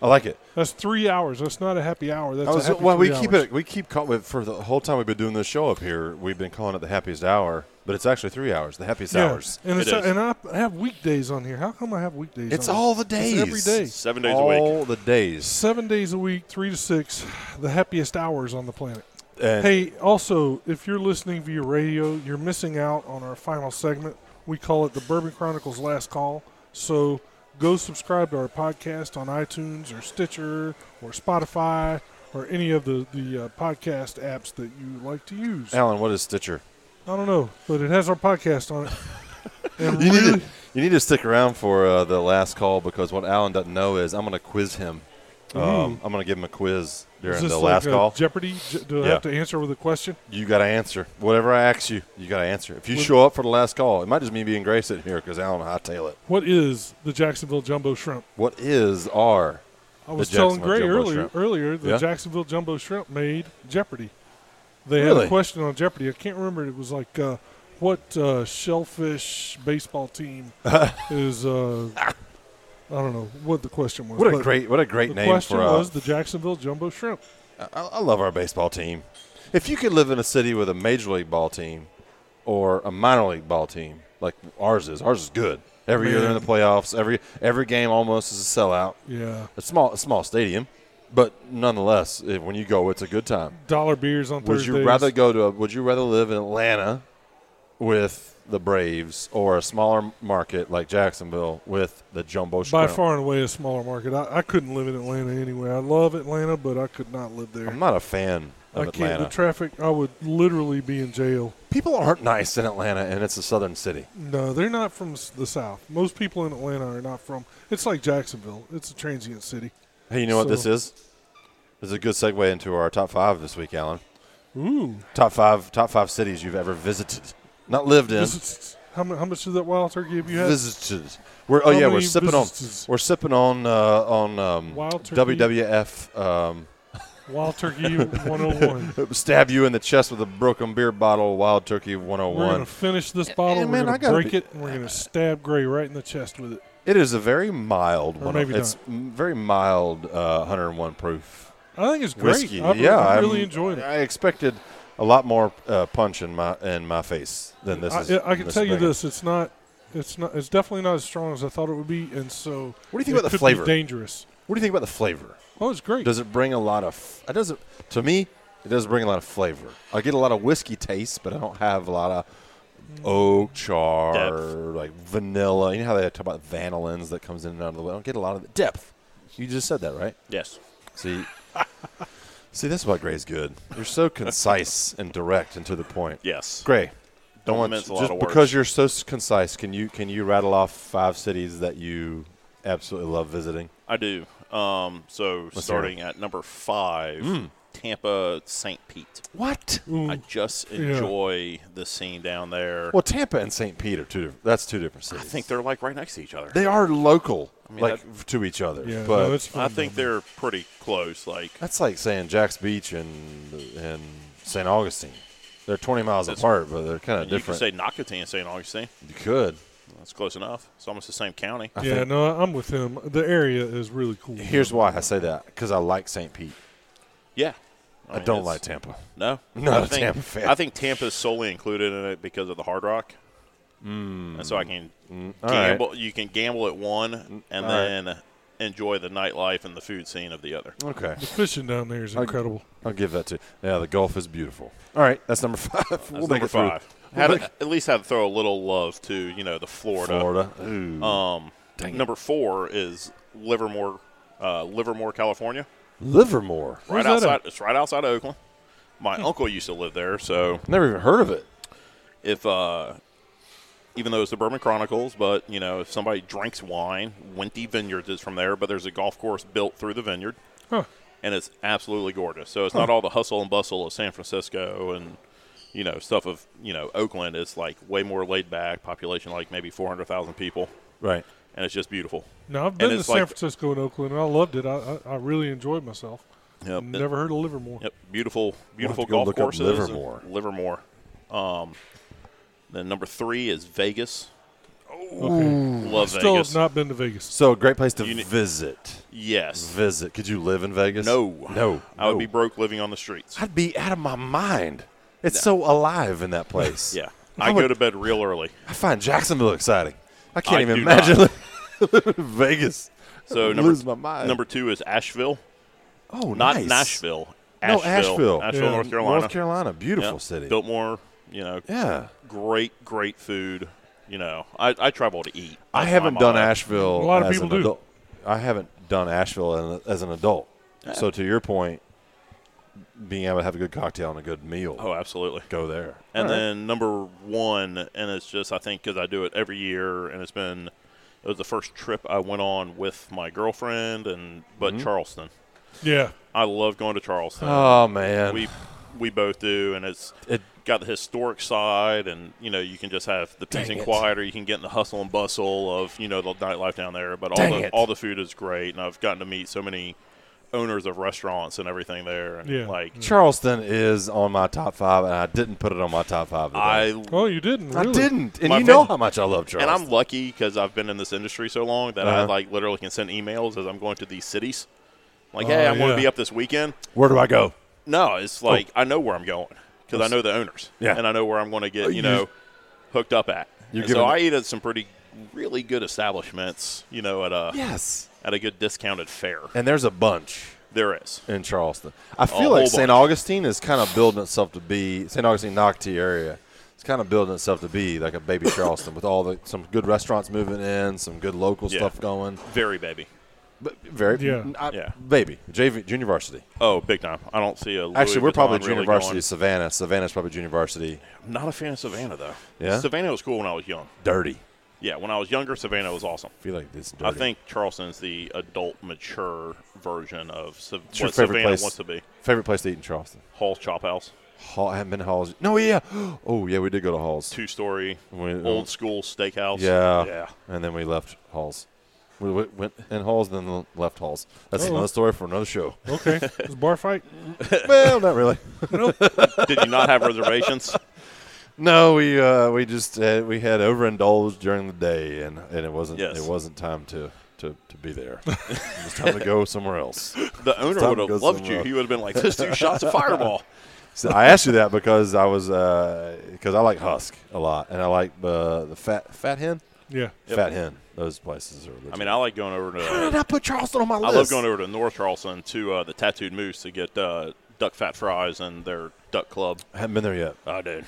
[SPEAKER 1] I like it.
[SPEAKER 3] That's three hours. That's not a happy hour. That's
[SPEAKER 1] I
[SPEAKER 3] a
[SPEAKER 1] was,
[SPEAKER 3] happy
[SPEAKER 1] well, we
[SPEAKER 3] three
[SPEAKER 1] keep
[SPEAKER 3] hours.
[SPEAKER 1] it. We keep call, we- for the whole time we've been doing this show up here. We've been calling it the happiest hour, but it's actually three hours. The happiest hours.
[SPEAKER 3] And,
[SPEAKER 4] It
[SPEAKER 3] it's,
[SPEAKER 4] is.
[SPEAKER 3] and I have weekdays on here. How come I have weekdays?
[SPEAKER 1] It's
[SPEAKER 3] on
[SPEAKER 1] all the
[SPEAKER 3] It's
[SPEAKER 1] days.
[SPEAKER 3] every day.
[SPEAKER 4] Seven days
[SPEAKER 1] all
[SPEAKER 4] a week.
[SPEAKER 1] the days.
[SPEAKER 3] Seven days a week, three to six, the happiest hours on the planet.
[SPEAKER 1] And
[SPEAKER 3] Hey, also, if you're listening via radio, you're missing out on our final segment. We call it the Bourbon Chronicles Last Call. So go subscribe to our podcast on iTunes or Stitcher or Spotify or any of the, the uh, podcast apps that you like to use.
[SPEAKER 1] Alan, what is Stitcher?
[SPEAKER 3] I don't know, but it has our
[SPEAKER 1] [LAUGHS]
[SPEAKER 3] podcast on it. And
[SPEAKER 1] You
[SPEAKER 3] really,
[SPEAKER 1] need to, you need to stick around for uh, the last call because what Alan doesn't know is I'm going to quiz him Um, I'm going to give him a quiz during
[SPEAKER 3] Mm. Is this
[SPEAKER 1] the
[SPEAKER 3] like
[SPEAKER 1] last
[SPEAKER 3] a
[SPEAKER 1] call.
[SPEAKER 3] Jeopardy? Je- do I
[SPEAKER 1] Yeah.
[SPEAKER 3] have to answer with a question?
[SPEAKER 1] you got to answer whatever I ask you. You got to answer. If you
[SPEAKER 3] Would-
[SPEAKER 1] show up for the last call, it might just mean being Gray sitting here because Alan hightail it.
[SPEAKER 3] What is the Jacksonville Jumbo Shrimp?
[SPEAKER 1] What is our?
[SPEAKER 3] I was
[SPEAKER 1] The
[SPEAKER 3] telling
[SPEAKER 1] Jacksonville
[SPEAKER 3] Gray
[SPEAKER 1] Jumbo
[SPEAKER 3] earlier
[SPEAKER 1] Shrimp.
[SPEAKER 3] earlier the
[SPEAKER 1] Yeah.
[SPEAKER 3] Jacksonville Jumbo Shrimp made Jeopardy. They had
[SPEAKER 1] Really?
[SPEAKER 3] a question on Jeopardy. I can't remember. It was like, uh, what uh, shellfish baseball team
[SPEAKER 1] [LAUGHS]
[SPEAKER 3] is? Uh, I don't know what the question was.
[SPEAKER 1] What a
[SPEAKER 3] but
[SPEAKER 1] great what a great
[SPEAKER 3] The
[SPEAKER 1] name
[SPEAKER 3] question
[SPEAKER 1] for uh, us.
[SPEAKER 3] was the Jacksonville Jumbo Shrimp.
[SPEAKER 1] I, I love our baseball team. If you could live in a city with a major league ball team or a minor league ball team, like ours is, ours is good. Every year they're in the playoffs. Every every game almost is a sellout.
[SPEAKER 3] Yeah,
[SPEAKER 1] A small a small stadium, but nonetheless, if, when you go, it's a good time.
[SPEAKER 3] dollar beers on
[SPEAKER 1] Would
[SPEAKER 3] Thursdays.
[SPEAKER 1] you rather go to? A, would you rather live in Atlanta with the Braves or a smaller market like Jacksonville with the Jumbo
[SPEAKER 3] By
[SPEAKER 1] Shrimp?
[SPEAKER 3] far and away a smaller market. I, I couldn't live in Atlanta anyway. I love Atlanta, but I could not live there.
[SPEAKER 1] I'm not a fan
[SPEAKER 3] I
[SPEAKER 1] of
[SPEAKER 3] can't.
[SPEAKER 1] Mm-hmm. Atlanta.
[SPEAKER 3] The traffic. I would literally be in jail.
[SPEAKER 1] People aren't nice in Atlanta, and it's a southern city.
[SPEAKER 3] No, they're not from s- the South. Most people in Atlanta are not from. It's like Jacksonville. It's a transient city.
[SPEAKER 1] Hey, you know what this
[SPEAKER 3] So-
[SPEAKER 1] is? This is a good segue into our top five this week, Alan.
[SPEAKER 3] Ooh.
[SPEAKER 1] Top five, top five cities you've ever visited, not lived in.
[SPEAKER 3] This is- how, mu- how much of that wild turkey have you had?
[SPEAKER 1] Visited. We're, oh
[SPEAKER 3] How
[SPEAKER 1] yeah, we're
[SPEAKER 3] many
[SPEAKER 1] sipping
[SPEAKER 3] visitors?
[SPEAKER 1] on. We're sipping on uh, on um,
[SPEAKER 3] Wild turkey?
[SPEAKER 1] WWF. Um, [LAUGHS]
[SPEAKER 3] Wild turkey 101.
[SPEAKER 1] stab you in the chest with a broken beer bottle. Wild Turkey
[SPEAKER 3] We're going
[SPEAKER 1] 101.
[SPEAKER 3] to finish this bottle.
[SPEAKER 1] and
[SPEAKER 3] we're
[SPEAKER 1] man, I
[SPEAKER 3] going to
[SPEAKER 1] gotta
[SPEAKER 3] break
[SPEAKER 1] be-
[SPEAKER 3] it, and we're going to stab Gray right in the chest with it.
[SPEAKER 1] It is a very mild
[SPEAKER 3] Or
[SPEAKER 1] one. oh,
[SPEAKER 3] maybe
[SPEAKER 1] it's m- very mild. Uh, 101 proof
[SPEAKER 3] I think it's great.
[SPEAKER 1] whiskey.
[SPEAKER 3] I, re-
[SPEAKER 1] yeah,
[SPEAKER 3] I
[SPEAKER 1] I'm-
[SPEAKER 3] really enjoyed it.
[SPEAKER 1] I expected a lot more uh, punch in my in my face than this
[SPEAKER 3] I,
[SPEAKER 1] is.
[SPEAKER 3] I can
[SPEAKER 1] this
[SPEAKER 3] tell you
[SPEAKER 1] bringing.
[SPEAKER 3] this: it's not, it's not, it's definitely not as strong as I thought it would be, and so
[SPEAKER 1] What do you think
[SPEAKER 3] it
[SPEAKER 1] about the
[SPEAKER 3] could be
[SPEAKER 1] flavor?
[SPEAKER 3] dangerous.
[SPEAKER 1] What do you think about the flavor?
[SPEAKER 3] Oh, it's great.
[SPEAKER 1] Does it bring a lot of? F- it doesn't. To me, it does bring a lot of flavor. I get a lot of whiskey taste, but I don't have a lot of oak char,
[SPEAKER 4] Depth.
[SPEAKER 1] like vanilla. You know how they talk about vanillins that comes in and out of the way. I don't get a lot of the depth. You just said that, right?
[SPEAKER 4] Yes. [LAUGHS]
[SPEAKER 1] See, see, this is why Gray's good. You're so concise and direct and to the point.
[SPEAKER 4] Yes.
[SPEAKER 1] Gray,
[SPEAKER 4] Don't
[SPEAKER 1] don't want
[SPEAKER 4] mince a lot
[SPEAKER 1] just
[SPEAKER 4] of words.
[SPEAKER 1] because you're so s- concise. Can you can you rattle off five cities that you absolutely love visiting?
[SPEAKER 4] I do. Um, so starting at number five,
[SPEAKER 1] Mm.
[SPEAKER 4] Tampa St. Pete.
[SPEAKER 1] What?
[SPEAKER 3] Ooh.
[SPEAKER 4] I just enjoy the scene down there.
[SPEAKER 1] Well, Tampa and St. Pete are two. Different, that's two different
[SPEAKER 4] I
[SPEAKER 1] cities.
[SPEAKER 4] think they're like right next to each other.
[SPEAKER 1] they are local,
[SPEAKER 4] mean,
[SPEAKER 1] like
[SPEAKER 4] that-
[SPEAKER 1] f- to each other.
[SPEAKER 3] yeah,
[SPEAKER 1] but
[SPEAKER 3] no, it's fun
[SPEAKER 4] I think
[SPEAKER 3] down there.
[SPEAKER 4] they're pretty close. Like
[SPEAKER 1] that's like saying Jacks Beach and and St. Augustine. They're 20 miles
[SPEAKER 4] That's-
[SPEAKER 1] apart, but they're kind of
[SPEAKER 4] you could
[SPEAKER 1] different.
[SPEAKER 4] say Nocatee and St. Augustine.
[SPEAKER 1] you could.
[SPEAKER 4] That's close enough. It's almost the same county.
[SPEAKER 1] I
[SPEAKER 3] yeah,
[SPEAKER 1] think-
[SPEAKER 3] no, I'm with him. The area is really cool.
[SPEAKER 1] Here's why I say that because I like St. Pete.
[SPEAKER 4] Yeah.
[SPEAKER 1] I,
[SPEAKER 4] mean,
[SPEAKER 1] don't
[SPEAKER 4] it's-
[SPEAKER 1] like Tampa.
[SPEAKER 4] No,
[SPEAKER 1] Not
[SPEAKER 4] I
[SPEAKER 1] a
[SPEAKER 4] think,
[SPEAKER 1] Tampa fan.
[SPEAKER 4] I think Tampa is solely included in it because of the Hard Rock. Mm. And so I can
[SPEAKER 1] Hmm. all Mm,
[SPEAKER 4] gamble. You can gamble at one, and
[SPEAKER 1] all right.
[SPEAKER 4] then enjoy the nightlife and the food scene of the other.
[SPEAKER 1] Okay,
[SPEAKER 3] The fishing down there is
[SPEAKER 1] I-
[SPEAKER 3] incredible.
[SPEAKER 1] I'll give that to. you. Yeah, the Gulf is beautiful. All right, that's number [LAUGHS] five. we'll make
[SPEAKER 4] That's number
[SPEAKER 1] it through.
[SPEAKER 4] five.
[SPEAKER 1] We'll
[SPEAKER 4] Had
[SPEAKER 1] make
[SPEAKER 4] to- at least had to throw a little love to you know the Florida.
[SPEAKER 1] Florida. Ooh.
[SPEAKER 4] Um,
[SPEAKER 1] Dang it.
[SPEAKER 4] number four is Livermore, uh, Livermore, California.
[SPEAKER 1] Livermore.
[SPEAKER 4] right
[SPEAKER 3] Where's that
[SPEAKER 4] outside.
[SPEAKER 3] at?
[SPEAKER 4] It's right outside of Oakland. My
[SPEAKER 1] Hmm.
[SPEAKER 4] uncle used to live there, so
[SPEAKER 1] Never even heard of it.
[SPEAKER 4] if uh, even though it's the Bourbon Chronicles, but you know if somebody drinks wine, Winty Vineyards is from there. But there's a golf course built through the vineyard,
[SPEAKER 3] Huh.
[SPEAKER 4] and it's absolutely gorgeous. So it's not all the hustle and bustle of San Francisco and you know stuff of you know Oakland. It's like way more laid back, population like maybe four hundred thousand people,
[SPEAKER 1] Right.
[SPEAKER 4] and it's just beautiful.
[SPEAKER 3] No, I've been to
[SPEAKER 4] it's
[SPEAKER 3] San
[SPEAKER 4] like-
[SPEAKER 3] Francisco and Oakland, and I loved it. I, I, I really enjoyed myself.
[SPEAKER 4] Yep.
[SPEAKER 3] Never heard of Livermore.
[SPEAKER 4] Yep, beautiful, beautiful
[SPEAKER 1] to go
[SPEAKER 4] golf
[SPEAKER 1] look up
[SPEAKER 4] courses.
[SPEAKER 1] Livermore.
[SPEAKER 4] Livermore. Um, then number three is Vegas. Love
[SPEAKER 3] Still
[SPEAKER 4] Vegas.
[SPEAKER 3] have not been to Vegas.
[SPEAKER 1] So a great place to
[SPEAKER 4] You need-
[SPEAKER 1] visit.
[SPEAKER 4] yes.
[SPEAKER 1] Visit. Could you live in Vegas?
[SPEAKER 4] No.
[SPEAKER 1] No.
[SPEAKER 4] I would
[SPEAKER 1] no.
[SPEAKER 4] be broke living on the streets.
[SPEAKER 1] I'd be out of my mind. It's so alive in
[SPEAKER 4] [LAUGHS]
[SPEAKER 1] that place.
[SPEAKER 4] Yeah.
[SPEAKER 1] I
[SPEAKER 4] I, go
[SPEAKER 1] would-
[SPEAKER 4] to bed real early.
[SPEAKER 1] I find Jacksonville exciting. I can't
[SPEAKER 4] I
[SPEAKER 1] even
[SPEAKER 4] do
[SPEAKER 1] imagine [LAUGHS]
[SPEAKER 4] not.
[SPEAKER 1] living in Vegas. [LAUGHS]
[SPEAKER 4] So
[SPEAKER 1] I'd
[SPEAKER 4] number
[SPEAKER 1] lose my mind.
[SPEAKER 4] number two is Asheville.
[SPEAKER 1] oh,
[SPEAKER 4] Not
[SPEAKER 1] nice.
[SPEAKER 4] Nashville.
[SPEAKER 1] No,
[SPEAKER 4] Asheville.
[SPEAKER 1] Asheville.
[SPEAKER 3] Yeah,
[SPEAKER 4] North Carolina.
[SPEAKER 1] North Carolina, beautiful
[SPEAKER 4] Yeah.
[SPEAKER 1] city.
[SPEAKER 4] Biltmore, you know,
[SPEAKER 1] Yeah,
[SPEAKER 4] great, great food. You know, I, I travel to eat.
[SPEAKER 1] I
[SPEAKER 4] That's
[SPEAKER 1] haven't
[SPEAKER 4] my
[SPEAKER 1] done
[SPEAKER 4] motto.
[SPEAKER 1] Asheville.
[SPEAKER 3] A lot of
[SPEAKER 1] as
[SPEAKER 3] people
[SPEAKER 1] an
[SPEAKER 3] do.
[SPEAKER 1] adult. I haven't done Asheville as- as an adult. So to your point, being able to have a good cocktail and a good meal,
[SPEAKER 4] Oh, absolutely.
[SPEAKER 1] go there.
[SPEAKER 4] And
[SPEAKER 1] All right.
[SPEAKER 4] then number one, and it's just I think because I do it every year, and it's
[SPEAKER 1] Mm-hmm.
[SPEAKER 4] been it was the first trip I went on with my girlfriend, and but Charleston.
[SPEAKER 3] Yeah.
[SPEAKER 4] I love going to Charleston.
[SPEAKER 5] Oh man,
[SPEAKER 4] we we both do, and it's
[SPEAKER 5] It-
[SPEAKER 4] got the historic side, and you know you can just have the peace
[SPEAKER 5] Dang
[SPEAKER 4] and
[SPEAKER 5] it.
[SPEAKER 4] quiet, or you can get in the hustle and bustle of you know the nightlife down there. But all
[SPEAKER 5] Dang
[SPEAKER 4] the
[SPEAKER 5] it.
[SPEAKER 4] all the food is great, and I've gotten to meet so many owners of restaurants and everything there, and
[SPEAKER 3] Yeah.
[SPEAKER 4] like
[SPEAKER 1] Charleston is on my top five, and I didn't put it on my top five. Today.
[SPEAKER 4] I.
[SPEAKER 3] Oh, you didn't. Really?
[SPEAKER 1] I didn't, and
[SPEAKER 4] My
[SPEAKER 1] you know
[SPEAKER 4] friend-
[SPEAKER 1] how much I love Charleston.
[SPEAKER 4] And I'm lucky because I've been in this industry so long that I
[SPEAKER 1] Uh-huh.
[SPEAKER 4] like literally can send emails as I'm going to these cities. Like, hey, I'm going
[SPEAKER 3] Oh, yeah.
[SPEAKER 4] to be up this weekend.
[SPEAKER 1] Where do I go?
[SPEAKER 4] No, it's like I know where I'm going because I know the owners.
[SPEAKER 1] Oh. Yeah. Uh,
[SPEAKER 4] And I know where I'm going to get,
[SPEAKER 1] you-
[SPEAKER 4] you know, hooked up at.
[SPEAKER 1] You're
[SPEAKER 4] And so
[SPEAKER 1] giving-
[SPEAKER 4] I eat at some pretty, really good establishments, you know, at a
[SPEAKER 1] Yes,
[SPEAKER 4] at a good discounted fare.
[SPEAKER 1] and there's a bunch
[SPEAKER 4] There is.
[SPEAKER 1] in Charleston. I feel
[SPEAKER 4] whole
[SPEAKER 1] like
[SPEAKER 4] bunch.
[SPEAKER 1] St. Augustine is kind of building itself to be St. Augustine Nocte area. It's kind of building itself to be like a baby Charleston with all the some good restaurants moving in, some good local
[SPEAKER 4] Yeah.
[SPEAKER 1] stuff going.
[SPEAKER 4] Very, baby.
[SPEAKER 1] But very
[SPEAKER 3] Yeah.
[SPEAKER 1] I-
[SPEAKER 4] Yeah.
[SPEAKER 1] baby JV, junior varsity.
[SPEAKER 4] Oh, big time. I don't see a. Louis
[SPEAKER 1] Actually, we're
[SPEAKER 4] Vuitton
[SPEAKER 1] probably
[SPEAKER 4] really
[SPEAKER 1] junior
[SPEAKER 4] going-
[SPEAKER 1] varsity. Savannah, Savannah's probably junior varsity.
[SPEAKER 4] I'm not a fan of Savannah, though.
[SPEAKER 1] Yeah?
[SPEAKER 4] Savannah was cool when I was young.
[SPEAKER 1] Dirty.
[SPEAKER 4] Yeah, when I was younger, Savannah was awesome.
[SPEAKER 1] I feel like it's dirty.
[SPEAKER 4] I think Charleston's the adult, mature version of Sav-
[SPEAKER 1] What's your
[SPEAKER 4] what
[SPEAKER 1] favorite
[SPEAKER 4] Savannah
[SPEAKER 1] place?
[SPEAKER 4] wants to be.
[SPEAKER 1] favorite place to eat in Charleston.
[SPEAKER 4] Hall Chop House,
[SPEAKER 1] Hall, I haven't been to Halls. No, yeah. [GASPS] Oh, yeah, we did go to Halls.
[SPEAKER 4] two story,
[SPEAKER 1] We- um,
[SPEAKER 4] old school steakhouse.
[SPEAKER 1] Yeah.
[SPEAKER 4] yeah.
[SPEAKER 1] And then we left Halls. We w- went in Halls, then left Halls. That's
[SPEAKER 3] Oh.
[SPEAKER 1] another story for another
[SPEAKER 4] [LAUGHS]
[SPEAKER 1] show.
[SPEAKER 3] Okay. It was a bar fight.
[SPEAKER 1] well, not really.
[SPEAKER 4] Did you not have reservations?
[SPEAKER 1] [LAUGHS] No, we uh, we just uh, we had overindulged during the day, and, and it wasn't
[SPEAKER 4] Yes.
[SPEAKER 1] it wasn't time to, to, to be
[SPEAKER 4] [LAUGHS]
[SPEAKER 1] there. it was time to go somewhere else.
[SPEAKER 4] The owner
[SPEAKER 1] time
[SPEAKER 4] would
[SPEAKER 1] to go
[SPEAKER 4] have loved you.
[SPEAKER 1] somewhere.
[SPEAKER 4] He would have been like, "This two shots of Fireball."
[SPEAKER 1] So I asked you that because I was because I like Husk a lot, and I like uh, the Fat Fat Hen,
[SPEAKER 3] Yeah.
[SPEAKER 4] Yep.
[SPEAKER 1] Fat Hen. Those places are. Legit.
[SPEAKER 4] I mean, I like going over
[SPEAKER 1] How did
[SPEAKER 4] to. uh,
[SPEAKER 1] I put Charleston on my
[SPEAKER 4] I
[SPEAKER 1] list?
[SPEAKER 4] love going over to North Charleston to uh, the Tattooed Moose to get uh, duck fat fries and their duck club.
[SPEAKER 1] I haven't been there yet.
[SPEAKER 4] Oh, dude,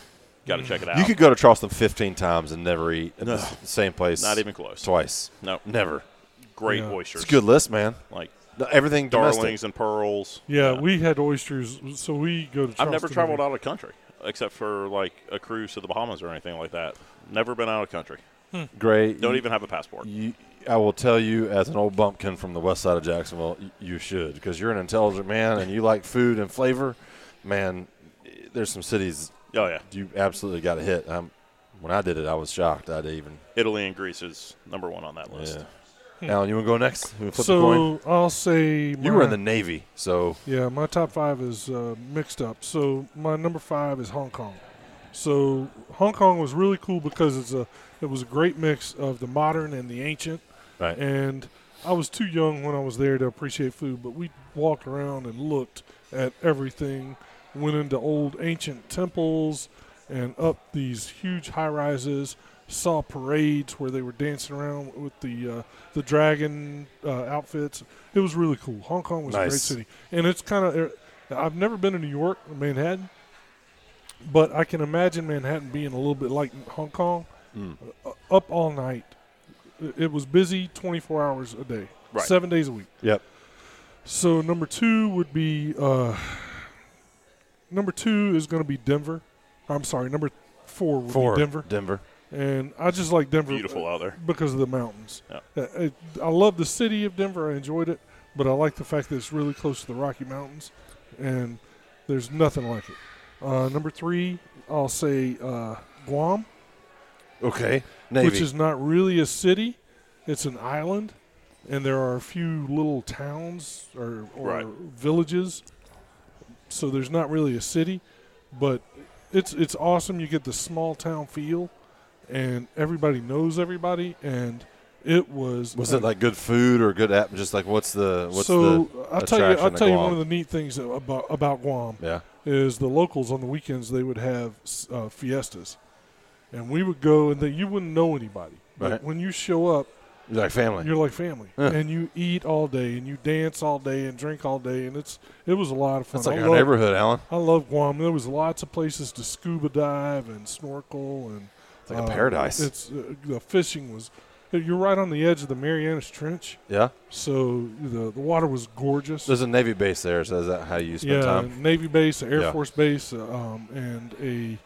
[SPEAKER 4] got to check it out.
[SPEAKER 1] You could go to Charleston 15 times and never eat at the s- same place.
[SPEAKER 4] Not even close.
[SPEAKER 1] Twice.
[SPEAKER 4] no,
[SPEAKER 1] Never.
[SPEAKER 4] great
[SPEAKER 3] Yeah.
[SPEAKER 4] oysters.
[SPEAKER 1] It's a good list, man.
[SPEAKER 4] Like
[SPEAKER 1] No, Everything
[SPEAKER 4] darlings
[SPEAKER 1] domestic.
[SPEAKER 4] and pearls.
[SPEAKER 3] Yeah, we had oysters, so we go to. Charleston
[SPEAKER 4] I've never traveled
[SPEAKER 3] every-
[SPEAKER 4] out of country except for like a cruise to the Bahamas or anything like that. Never been out of country.
[SPEAKER 1] Great.
[SPEAKER 4] Don't even have a passport.
[SPEAKER 1] You, I will tell you, as an old bumpkin from the west side of Jacksonville, y- you should because you're an intelligent man and you like food and flavor. Man, i- there's some cities
[SPEAKER 4] Oh yeah,
[SPEAKER 1] you absolutely got to hit. i when I did it, I was shocked. I'd even.
[SPEAKER 4] Italy and Greece is number one on that list.
[SPEAKER 1] Yeah.
[SPEAKER 4] Hmm.
[SPEAKER 1] Alan, you want to go next? You wanna flip the coin?
[SPEAKER 3] So I'll say
[SPEAKER 1] You were in
[SPEAKER 3] my-
[SPEAKER 1] the Navy, so
[SPEAKER 3] Yeah, my top five is uh, mixed up. So my number five is Hong Kong. So Hong Kong was really cool because it's a it was a great mix of the modern and the ancient.
[SPEAKER 1] Right.
[SPEAKER 3] And I was too young when I was there to appreciate food, but we walked around and looked at everything. Went into old ancient temples and up these huge high rises. Saw parades where they were dancing around with the uh, the dragon uh, outfits. It was really cool. Hong Kong was a great
[SPEAKER 1] Nice.
[SPEAKER 3] city, and it's kind of. I've never been to New York, or Manhattan, but I can imagine Manhattan being a little bit like Hong Kong,
[SPEAKER 1] Mm.
[SPEAKER 3] uh, up all night. It- It was busy 24 hours a day,
[SPEAKER 4] Right.
[SPEAKER 3] seven days a week.
[SPEAKER 1] Yep.
[SPEAKER 3] So number two would be uh, number two is going to be Denver. I'm sorry, number four would
[SPEAKER 1] four
[SPEAKER 3] be Denver,
[SPEAKER 1] Denver.
[SPEAKER 3] and I just like Denver
[SPEAKER 4] Beautiful out there.
[SPEAKER 3] because of the mountains.
[SPEAKER 4] Yeah.
[SPEAKER 3] Uh, it- I love the city of Denver. I enjoyed it, but I like the fact that it's really close to the Rocky Mountains, and there's nothing like it. Uh, number three, I'll say uh, Guam,
[SPEAKER 1] Okay, Navy.
[SPEAKER 3] which is not really a city; it's an island, and there are a few little towns or, or
[SPEAKER 4] Right.
[SPEAKER 3] villages. So there's not really a city, but it's it's awesome. You get the small town feel, and everybody knows everybody, and it was
[SPEAKER 1] Was
[SPEAKER 3] a
[SPEAKER 1] it like good food or good app? Just like what's the what's
[SPEAKER 3] so I'll tell you,
[SPEAKER 1] attraction
[SPEAKER 3] I'll
[SPEAKER 1] to
[SPEAKER 3] tell you
[SPEAKER 1] Guam?
[SPEAKER 3] one of the neat things about about Guam
[SPEAKER 1] the yeah
[SPEAKER 3] is the locals on the weekends they would have uh, fiestas, and we would go and they, you wouldn't know anybody. But
[SPEAKER 1] Right.
[SPEAKER 3] when you show up,
[SPEAKER 1] You're like family?
[SPEAKER 3] you're like family,
[SPEAKER 1] Yeah.
[SPEAKER 3] and you eat all day and you dance all day and drink all day, and it's it was a lot of fun.
[SPEAKER 1] That's like
[SPEAKER 3] I
[SPEAKER 1] our
[SPEAKER 3] love-
[SPEAKER 1] neighborhood, Alan.
[SPEAKER 3] I love Guam. There was lots of places to scuba dive and snorkel and um,
[SPEAKER 1] It's like a paradise.
[SPEAKER 3] It's uh, the fishing was. You're right on the edge of the Marianas Trench,
[SPEAKER 1] yeah,
[SPEAKER 3] so the the water was gorgeous.
[SPEAKER 1] there's a Navy base there. So is that how you spend
[SPEAKER 3] yeah,
[SPEAKER 1] time?
[SPEAKER 3] Navy base, an Air
[SPEAKER 1] Yeah.
[SPEAKER 3] Force base, uh, um, and a.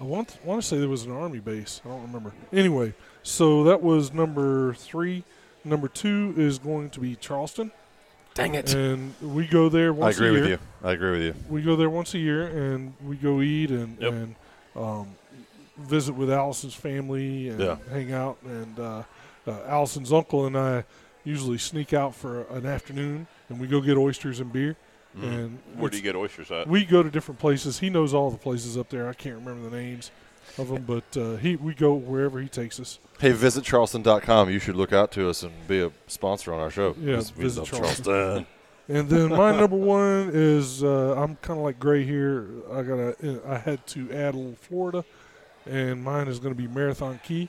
[SPEAKER 3] I want want to say there was an Army base. I don't remember. Anyway, so that was number three. Number two is going to be Charleston,
[SPEAKER 1] Dang it.
[SPEAKER 3] and we go there
[SPEAKER 1] I
[SPEAKER 3] once
[SPEAKER 1] agree
[SPEAKER 3] a year.
[SPEAKER 1] with you. I agree with you.
[SPEAKER 3] We go there once a year, and we go eat and
[SPEAKER 4] Yep.
[SPEAKER 3] and um, visit with Allison's family and
[SPEAKER 1] Yeah.
[SPEAKER 3] hang out. And uh, uh, Allison's uncle and I usually sneak out for an afternoon, and we go get oysters and beer.
[SPEAKER 1] Mm-hmm.
[SPEAKER 3] And
[SPEAKER 4] Where do you get oysters at?
[SPEAKER 3] we go to different places. He knows all the places up there. I can't remember the names of them, but uh, he we go wherever he takes us.
[SPEAKER 1] Hey, visit charleston.com. You should look out to us and be a sponsor on our show.
[SPEAKER 3] Yeah,
[SPEAKER 1] 'cause Oh, we
[SPEAKER 3] visit
[SPEAKER 1] love
[SPEAKER 3] Charleston.
[SPEAKER 1] Charleston.
[SPEAKER 3] And then my
[SPEAKER 1] [LAUGHS]
[SPEAKER 3] number one is uh, I'm kind of like Gray here. I got to I had to add a little Florida, and mine is going to be Marathon Key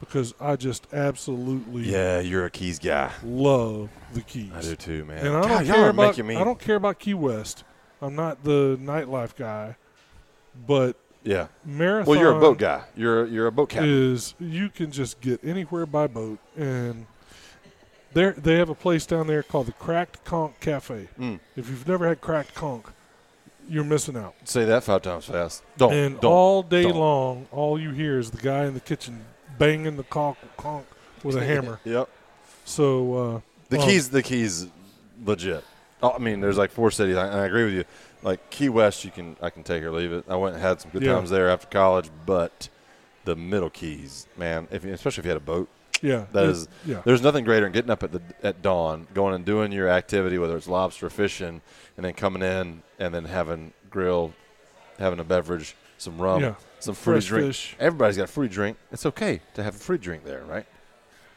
[SPEAKER 3] because I just absolutely
[SPEAKER 1] Yeah, you're a Keys guy.
[SPEAKER 3] love the Keys.
[SPEAKER 1] I do too, man.
[SPEAKER 3] And I
[SPEAKER 1] God,
[SPEAKER 3] don't
[SPEAKER 1] y'all
[SPEAKER 3] care
[SPEAKER 1] are
[SPEAKER 3] about
[SPEAKER 1] making me-
[SPEAKER 3] I don't care about Key West. I'm not the nightlife guy, but
[SPEAKER 1] Yeah.
[SPEAKER 3] Marathon.
[SPEAKER 1] Well, you're a boat guy. You're you're a boat captain.
[SPEAKER 3] is you can just get anywhere by boat, and there they have a place down there called the Cracked Conch Cafe.
[SPEAKER 1] Mm.
[SPEAKER 3] If you've never had cracked conch, you're missing out.
[SPEAKER 1] Say that five times fast. Don't.
[SPEAKER 3] and
[SPEAKER 1] don't.
[SPEAKER 3] all day
[SPEAKER 1] don't.
[SPEAKER 3] long, all you hear is the guy in the kitchen banging the conch, conch with a hammer.
[SPEAKER 1] yep.
[SPEAKER 3] So uh,
[SPEAKER 1] The
[SPEAKER 3] um,
[SPEAKER 1] keys, the keys, legit. Oh, I mean, there's like four cities. I, I agree with you. Like Key West, you can I can take or leave it. I went and had some good
[SPEAKER 3] Yeah.
[SPEAKER 1] times there after college, but the Middle Keys, man, if, you- especially if you had a boat,
[SPEAKER 3] Yeah,
[SPEAKER 1] that
[SPEAKER 3] it-
[SPEAKER 1] is.
[SPEAKER 3] yeah.
[SPEAKER 1] There's nothing greater than getting up at the at dawn, going and doing your activity, whether it's lobster fishing, and then coming in and then having grill, having a beverage, some rum,
[SPEAKER 3] Yeah.
[SPEAKER 1] some um, fruity
[SPEAKER 3] Fresh
[SPEAKER 1] drink.
[SPEAKER 3] fish.
[SPEAKER 1] Everybody's got a fruity drink. It's okay to have a fruity drink there, right?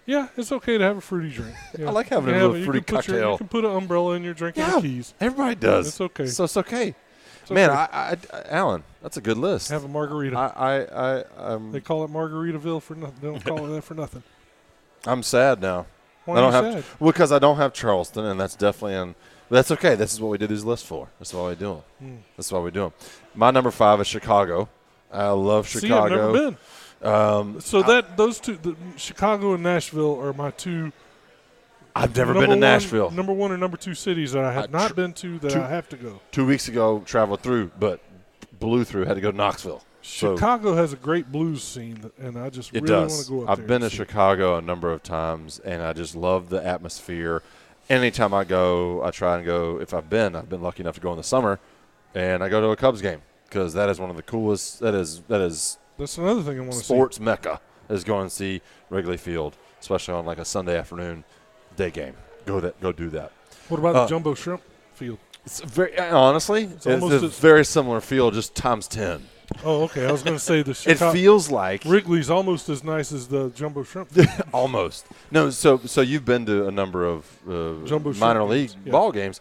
[SPEAKER 3] Yeah, it's okay to have a fruity
[SPEAKER 1] [LAUGHS]
[SPEAKER 3] drink. Yeah.
[SPEAKER 1] like having a
[SPEAKER 3] Yeah,
[SPEAKER 1] little
[SPEAKER 3] but you
[SPEAKER 1] fruity
[SPEAKER 3] can put your-
[SPEAKER 1] cocktail.
[SPEAKER 3] you can put an umbrella in your drink and
[SPEAKER 1] Yeah.
[SPEAKER 3] the keys.
[SPEAKER 1] Everybody does.
[SPEAKER 3] It's okay.
[SPEAKER 1] So it's okay.
[SPEAKER 3] It's
[SPEAKER 1] Man,
[SPEAKER 3] okay.
[SPEAKER 1] I, I, I- Alan, that's a good list.
[SPEAKER 3] have a margarita.
[SPEAKER 1] I, I, I,
[SPEAKER 3] they
[SPEAKER 1] I'm,
[SPEAKER 3] call it Margaritaville for nothing. They don't call it that for nothing.
[SPEAKER 1] I'm sad now.
[SPEAKER 3] Why
[SPEAKER 1] I don't
[SPEAKER 3] are you
[SPEAKER 1] have
[SPEAKER 3] sad?
[SPEAKER 1] well, because I don't have Charleston, and that's definitely in. That's okay. This is what we do these lists for. That's why we do them.
[SPEAKER 3] Mm.
[SPEAKER 1] That's why we do them. My number five is Chicago. I love
[SPEAKER 3] See, I've never
[SPEAKER 1] Chicago.
[SPEAKER 3] been.
[SPEAKER 1] Um,
[SPEAKER 3] So that those two, the, Chicago and Nashville, are my two
[SPEAKER 1] I've never
[SPEAKER 3] Number
[SPEAKER 1] been to
[SPEAKER 3] one-
[SPEAKER 1] Nashville.
[SPEAKER 3] number one or number two cities that I have
[SPEAKER 1] Uh,
[SPEAKER 3] not
[SPEAKER 1] tr-
[SPEAKER 3] been to that
[SPEAKER 1] two-
[SPEAKER 3] I have to go.
[SPEAKER 1] Two weeks ago, traveled through, but blew through. Had to go to Knoxville. So-
[SPEAKER 3] Chicago has a great blues scene, that- and I just
[SPEAKER 1] It
[SPEAKER 3] really want
[SPEAKER 1] does.
[SPEAKER 3] to go up
[SPEAKER 1] I've
[SPEAKER 3] there.
[SPEAKER 1] been
[SPEAKER 3] and
[SPEAKER 1] to
[SPEAKER 3] see it.
[SPEAKER 1] Chicago a number of times, and I just love the atmosphere. Anytime I go, I try and go. If I've been, I've been lucky enough to go in the summer, and I go to a Cubs game because that is one of the coolest. That is that is
[SPEAKER 3] That's another thing I want to see.
[SPEAKER 1] sports mecca. Is going and see Wrigley Field, especially on like a Sunday afternoon day game. Go that go do that.
[SPEAKER 3] What about
[SPEAKER 1] uh,
[SPEAKER 3] the jumbo shrimp field?
[SPEAKER 1] It's very honestly, it's,
[SPEAKER 3] almost
[SPEAKER 1] a
[SPEAKER 3] as-
[SPEAKER 1] very similar feel, just times ten.
[SPEAKER 3] Oh, okay. I was going to say
[SPEAKER 1] [LAUGHS]
[SPEAKER 3] the
[SPEAKER 1] It
[SPEAKER 3] Chicago
[SPEAKER 1] feels like
[SPEAKER 3] Wrigley's almost as nice as the
[SPEAKER 1] [LAUGHS]
[SPEAKER 3] jumbo shrimp. Field.
[SPEAKER 1] Almost. No, so so you've been to a number of uh,
[SPEAKER 3] Jumbo
[SPEAKER 1] minor
[SPEAKER 3] shrimp
[SPEAKER 1] league
[SPEAKER 3] games, yeah.
[SPEAKER 1] ball games.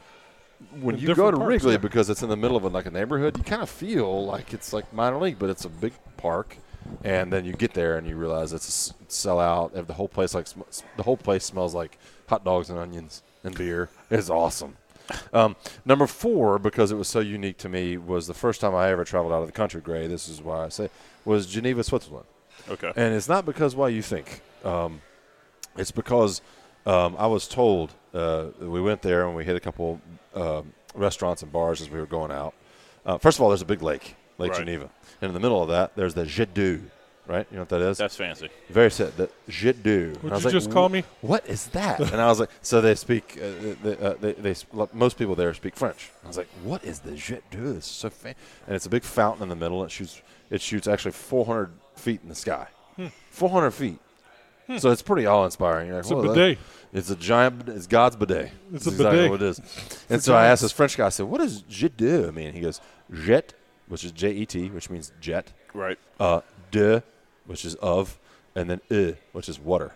[SPEAKER 1] When
[SPEAKER 3] In
[SPEAKER 1] you go
[SPEAKER 3] different
[SPEAKER 1] to
[SPEAKER 3] parks,
[SPEAKER 1] Wrigley
[SPEAKER 3] yeah.
[SPEAKER 1] because it's in the middle of like a neighborhood, you kind of feel like it's like minor league, but it's a big park. And then you get there and you realize it's a s- sellout. and The whole place like sm- the whole place smells like hot dogs and onions and beer. It's awesome. Um, number four, because it was so unique to me, was the first time I ever traveled out of the country. Gray, this is why I say, was Geneva, Switzerland.
[SPEAKER 4] [LAUGHS] Okay.
[SPEAKER 1] And it's not because why you think. Um, it's because um, I was told uh, that we went there and we hit a couple um restaurants and bars as we were going out. Uh, first of all, there's a big lake, Lake
[SPEAKER 4] Right.
[SPEAKER 1] Geneva, and in the middle of that, there's the Jet d'eau, right? You know what that is?
[SPEAKER 4] That's fancy.
[SPEAKER 1] Very sad. The Jet d'eau. And I
[SPEAKER 3] Would
[SPEAKER 1] was
[SPEAKER 3] you
[SPEAKER 1] like,
[SPEAKER 3] just call me?
[SPEAKER 1] What is that? and I was like, so they speak. Uh, they, uh, they, they sp- like, most people there speak French. I was like, what is the Jet d'eau? This is so fa-. And it's a big fountain in the middle. It shoots. It shoots actually 400 feet in the sky.
[SPEAKER 3] Hmm.
[SPEAKER 1] 400 feet. So it's pretty awe-inspiring. You're like,
[SPEAKER 3] It's a
[SPEAKER 1] "Whoa, that-
[SPEAKER 3] bidet.
[SPEAKER 1] it's a giant. bidet. It's God's bidet.
[SPEAKER 3] It's
[SPEAKER 1] That's
[SPEAKER 3] a
[SPEAKER 1] exactly
[SPEAKER 3] bidet.
[SPEAKER 1] what it is. and
[SPEAKER 3] for
[SPEAKER 1] so I asked
[SPEAKER 3] giants.
[SPEAKER 1] this French guy. I said, "What does jet d'eau mean?" He goes, "Jet," which is J-E-T, which means jet
[SPEAKER 4] Right.
[SPEAKER 1] uh, de, which is of, and then e, which is water.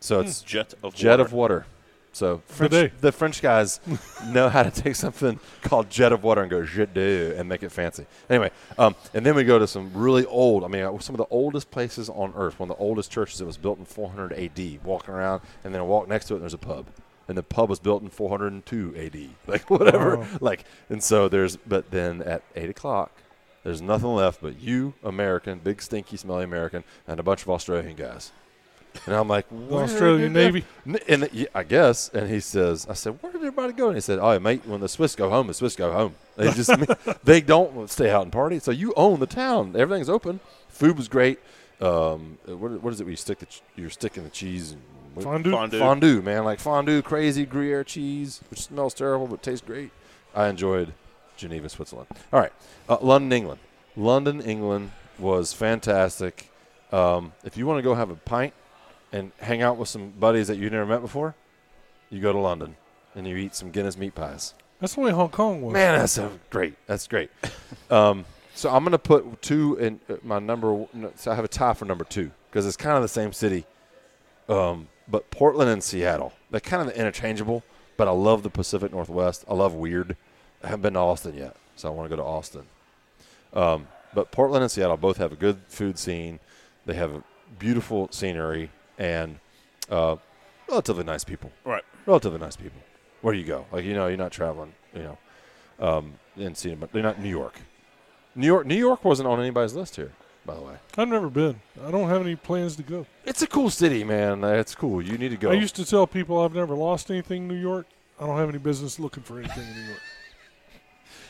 [SPEAKER 1] So it's
[SPEAKER 4] Jet of
[SPEAKER 1] jet
[SPEAKER 4] water.
[SPEAKER 1] of water. So
[SPEAKER 3] Bidet.
[SPEAKER 1] French, the French
[SPEAKER 3] [LAUGHS]
[SPEAKER 1] guys know how to take something called jet of water and go jet d'eau and make it fancy. Anyway, um, and then we go to some really old. I mean, uh, some of the oldest places on earth. One of the oldest churches that was built in 400 A.D. Walking around, and then I walk next to it, and there's a pub. And the pub was built in 402 A.D. [LAUGHS] Like whatever.
[SPEAKER 3] Wow.
[SPEAKER 1] Like, and so there's. But then at eight o'clock, there's nothing left but you, American, big stinky, smelly American, and a bunch of Australian guys. And I'm like,
[SPEAKER 3] The
[SPEAKER 1] "Where
[SPEAKER 3] Australian
[SPEAKER 1] did that
[SPEAKER 3] Navy.
[SPEAKER 1] N- And yeah, I guess, and he says, I said, where did everybody go? And he said, oh, mate, when the Swiss go home, the Swiss go home. They just they don't stay out and party. So you own the town. Everything's open. Food was great. Um, uh, what, what is it? Where you stick the ch- you're sticking the cheese and We-
[SPEAKER 3] Fondue?
[SPEAKER 4] Fondue.
[SPEAKER 1] Fondue, man. Like fondue, crazy Gruyere cheese, which smells terrible but tastes great. I enjoyed Geneva, Switzerland. All right. Uh, London, England. London, England was fantastic. Um, if you want to go have a pint and hang out with some buddies that you've never met before, you go to London and you eat some Guinness meat pies.
[SPEAKER 3] That's the way Hong Kong was.
[SPEAKER 1] Man, that's so great. That's great. um, so I'm going to put two in uh, my number. w- no, So I have a tie for number two because it's kind of the same city, um, but Portland and Seattle they're kind of interchangeable. But I love the Pacific Northwest. I love weird. I haven't been to Austin yet, so I want to go to Austin. Um, but Portland and Seattle both have a good food scene. They have a beautiful scenery and uh, relatively nice people
[SPEAKER 4] Right.
[SPEAKER 1] relatively nice people. Where do you go? Like you know, you're not traveling. You know, um, and seeing, but they're not New York. New York, New York wasn't on anybody's list here, by the way.
[SPEAKER 3] I've never been. I don't have any plans to go.
[SPEAKER 1] It's a cool city, man. It's cool. You need to go.
[SPEAKER 3] I used to tell people I've never lost anything in New York. I don't have any business looking for anything in New York.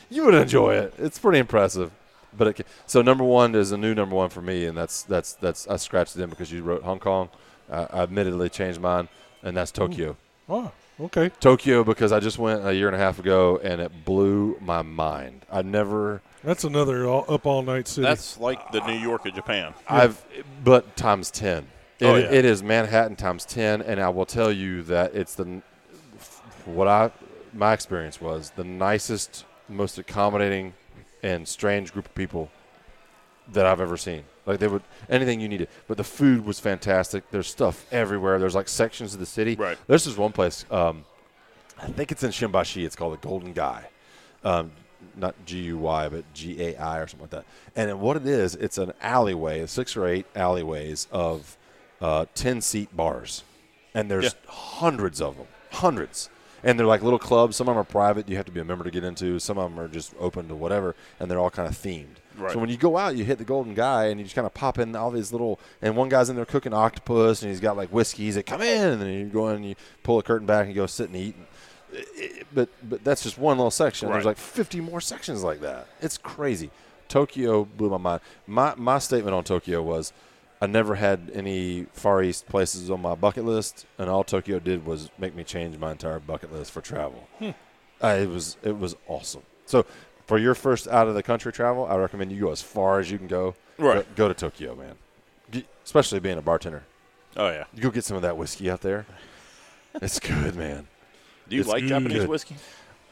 [SPEAKER 1] you would enjoy it. It's pretty impressive. But it, ca- so number one is a new number one for me, and that's that's that's I scratched it in because you wrote Hong Kong. I, I admittedly changed mine, and that's Tokyo.
[SPEAKER 3] Ah, okay.
[SPEAKER 1] Tokyo because I just went a year and a half ago, and it blew my mind. I never
[SPEAKER 3] That's another all, up all night city.
[SPEAKER 4] That's like the New York of Japan.
[SPEAKER 1] I've but times ten. It,
[SPEAKER 4] Oh, yeah.
[SPEAKER 1] it is Manhattan times ten, and I will tell you that it's the what I my experience was the nicest, most accommodating, and strange group of people that I've ever seen. Like they would anything you needed, but the food was fantastic. There's stuff everywhere. There's like sections of the city.
[SPEAKER 4] Right.
[SPEAKER 1] There's this one place. Um, I think it's in Shimbashi. It's called the Golden Guy. Um, not G U Y, but G A I or something like that. And then what it is, it's an alleyway, six or eight alleyways of uh, 10 seat bars. And there's
[SPEAKER 4] Yeah.
[SPEAKER 1] hundreds of them, hundreds. And they're like little clubs. Some of them are private. You have to be a member to get into. Some of them are just open to whatever. And they're all kind of themed.
[SPEAKER 4] Right.
[SPEAKER 1] So when you go out, you hit the golden guy and you just kind of pop in all these little. And one guy's in there cooking octopus and he's got like whiskey. He's like, come in. And then you go in and you pull a curtain back and you go sit and eat. It- but but that's just one little section. There's
[SPEAKER 4] Right.
[SPEAKER 1] like 50 more sections like that. It's crazy. Tokyo blew my mind. My my statement on Tokyo was, I never had any Far East places on my bucket list, and all Tokyo did was make me change my entire bucket list for travel.
[SPEAKER 4] Hmm.
[SPEAKER 1] Uh, it was it was awesome. So for your first out of the country travel, I recommend you go as far as you can go.
[SPEAKER 4] Right.
[SPEAKER 1] Go, go to Tokyo, man. G- Especially being a bartender,
[SPEAKER 4] Oh yeah.
[SPEAKER 1] you go get some of that whiskey out there. It's good, man.
[SPEAKER 4] Do you
[SPEAKER 1] It's
[SPEAKER 4] like Japanese
[SPEAKER 1] good.
[SPEAKER 4] whiskey?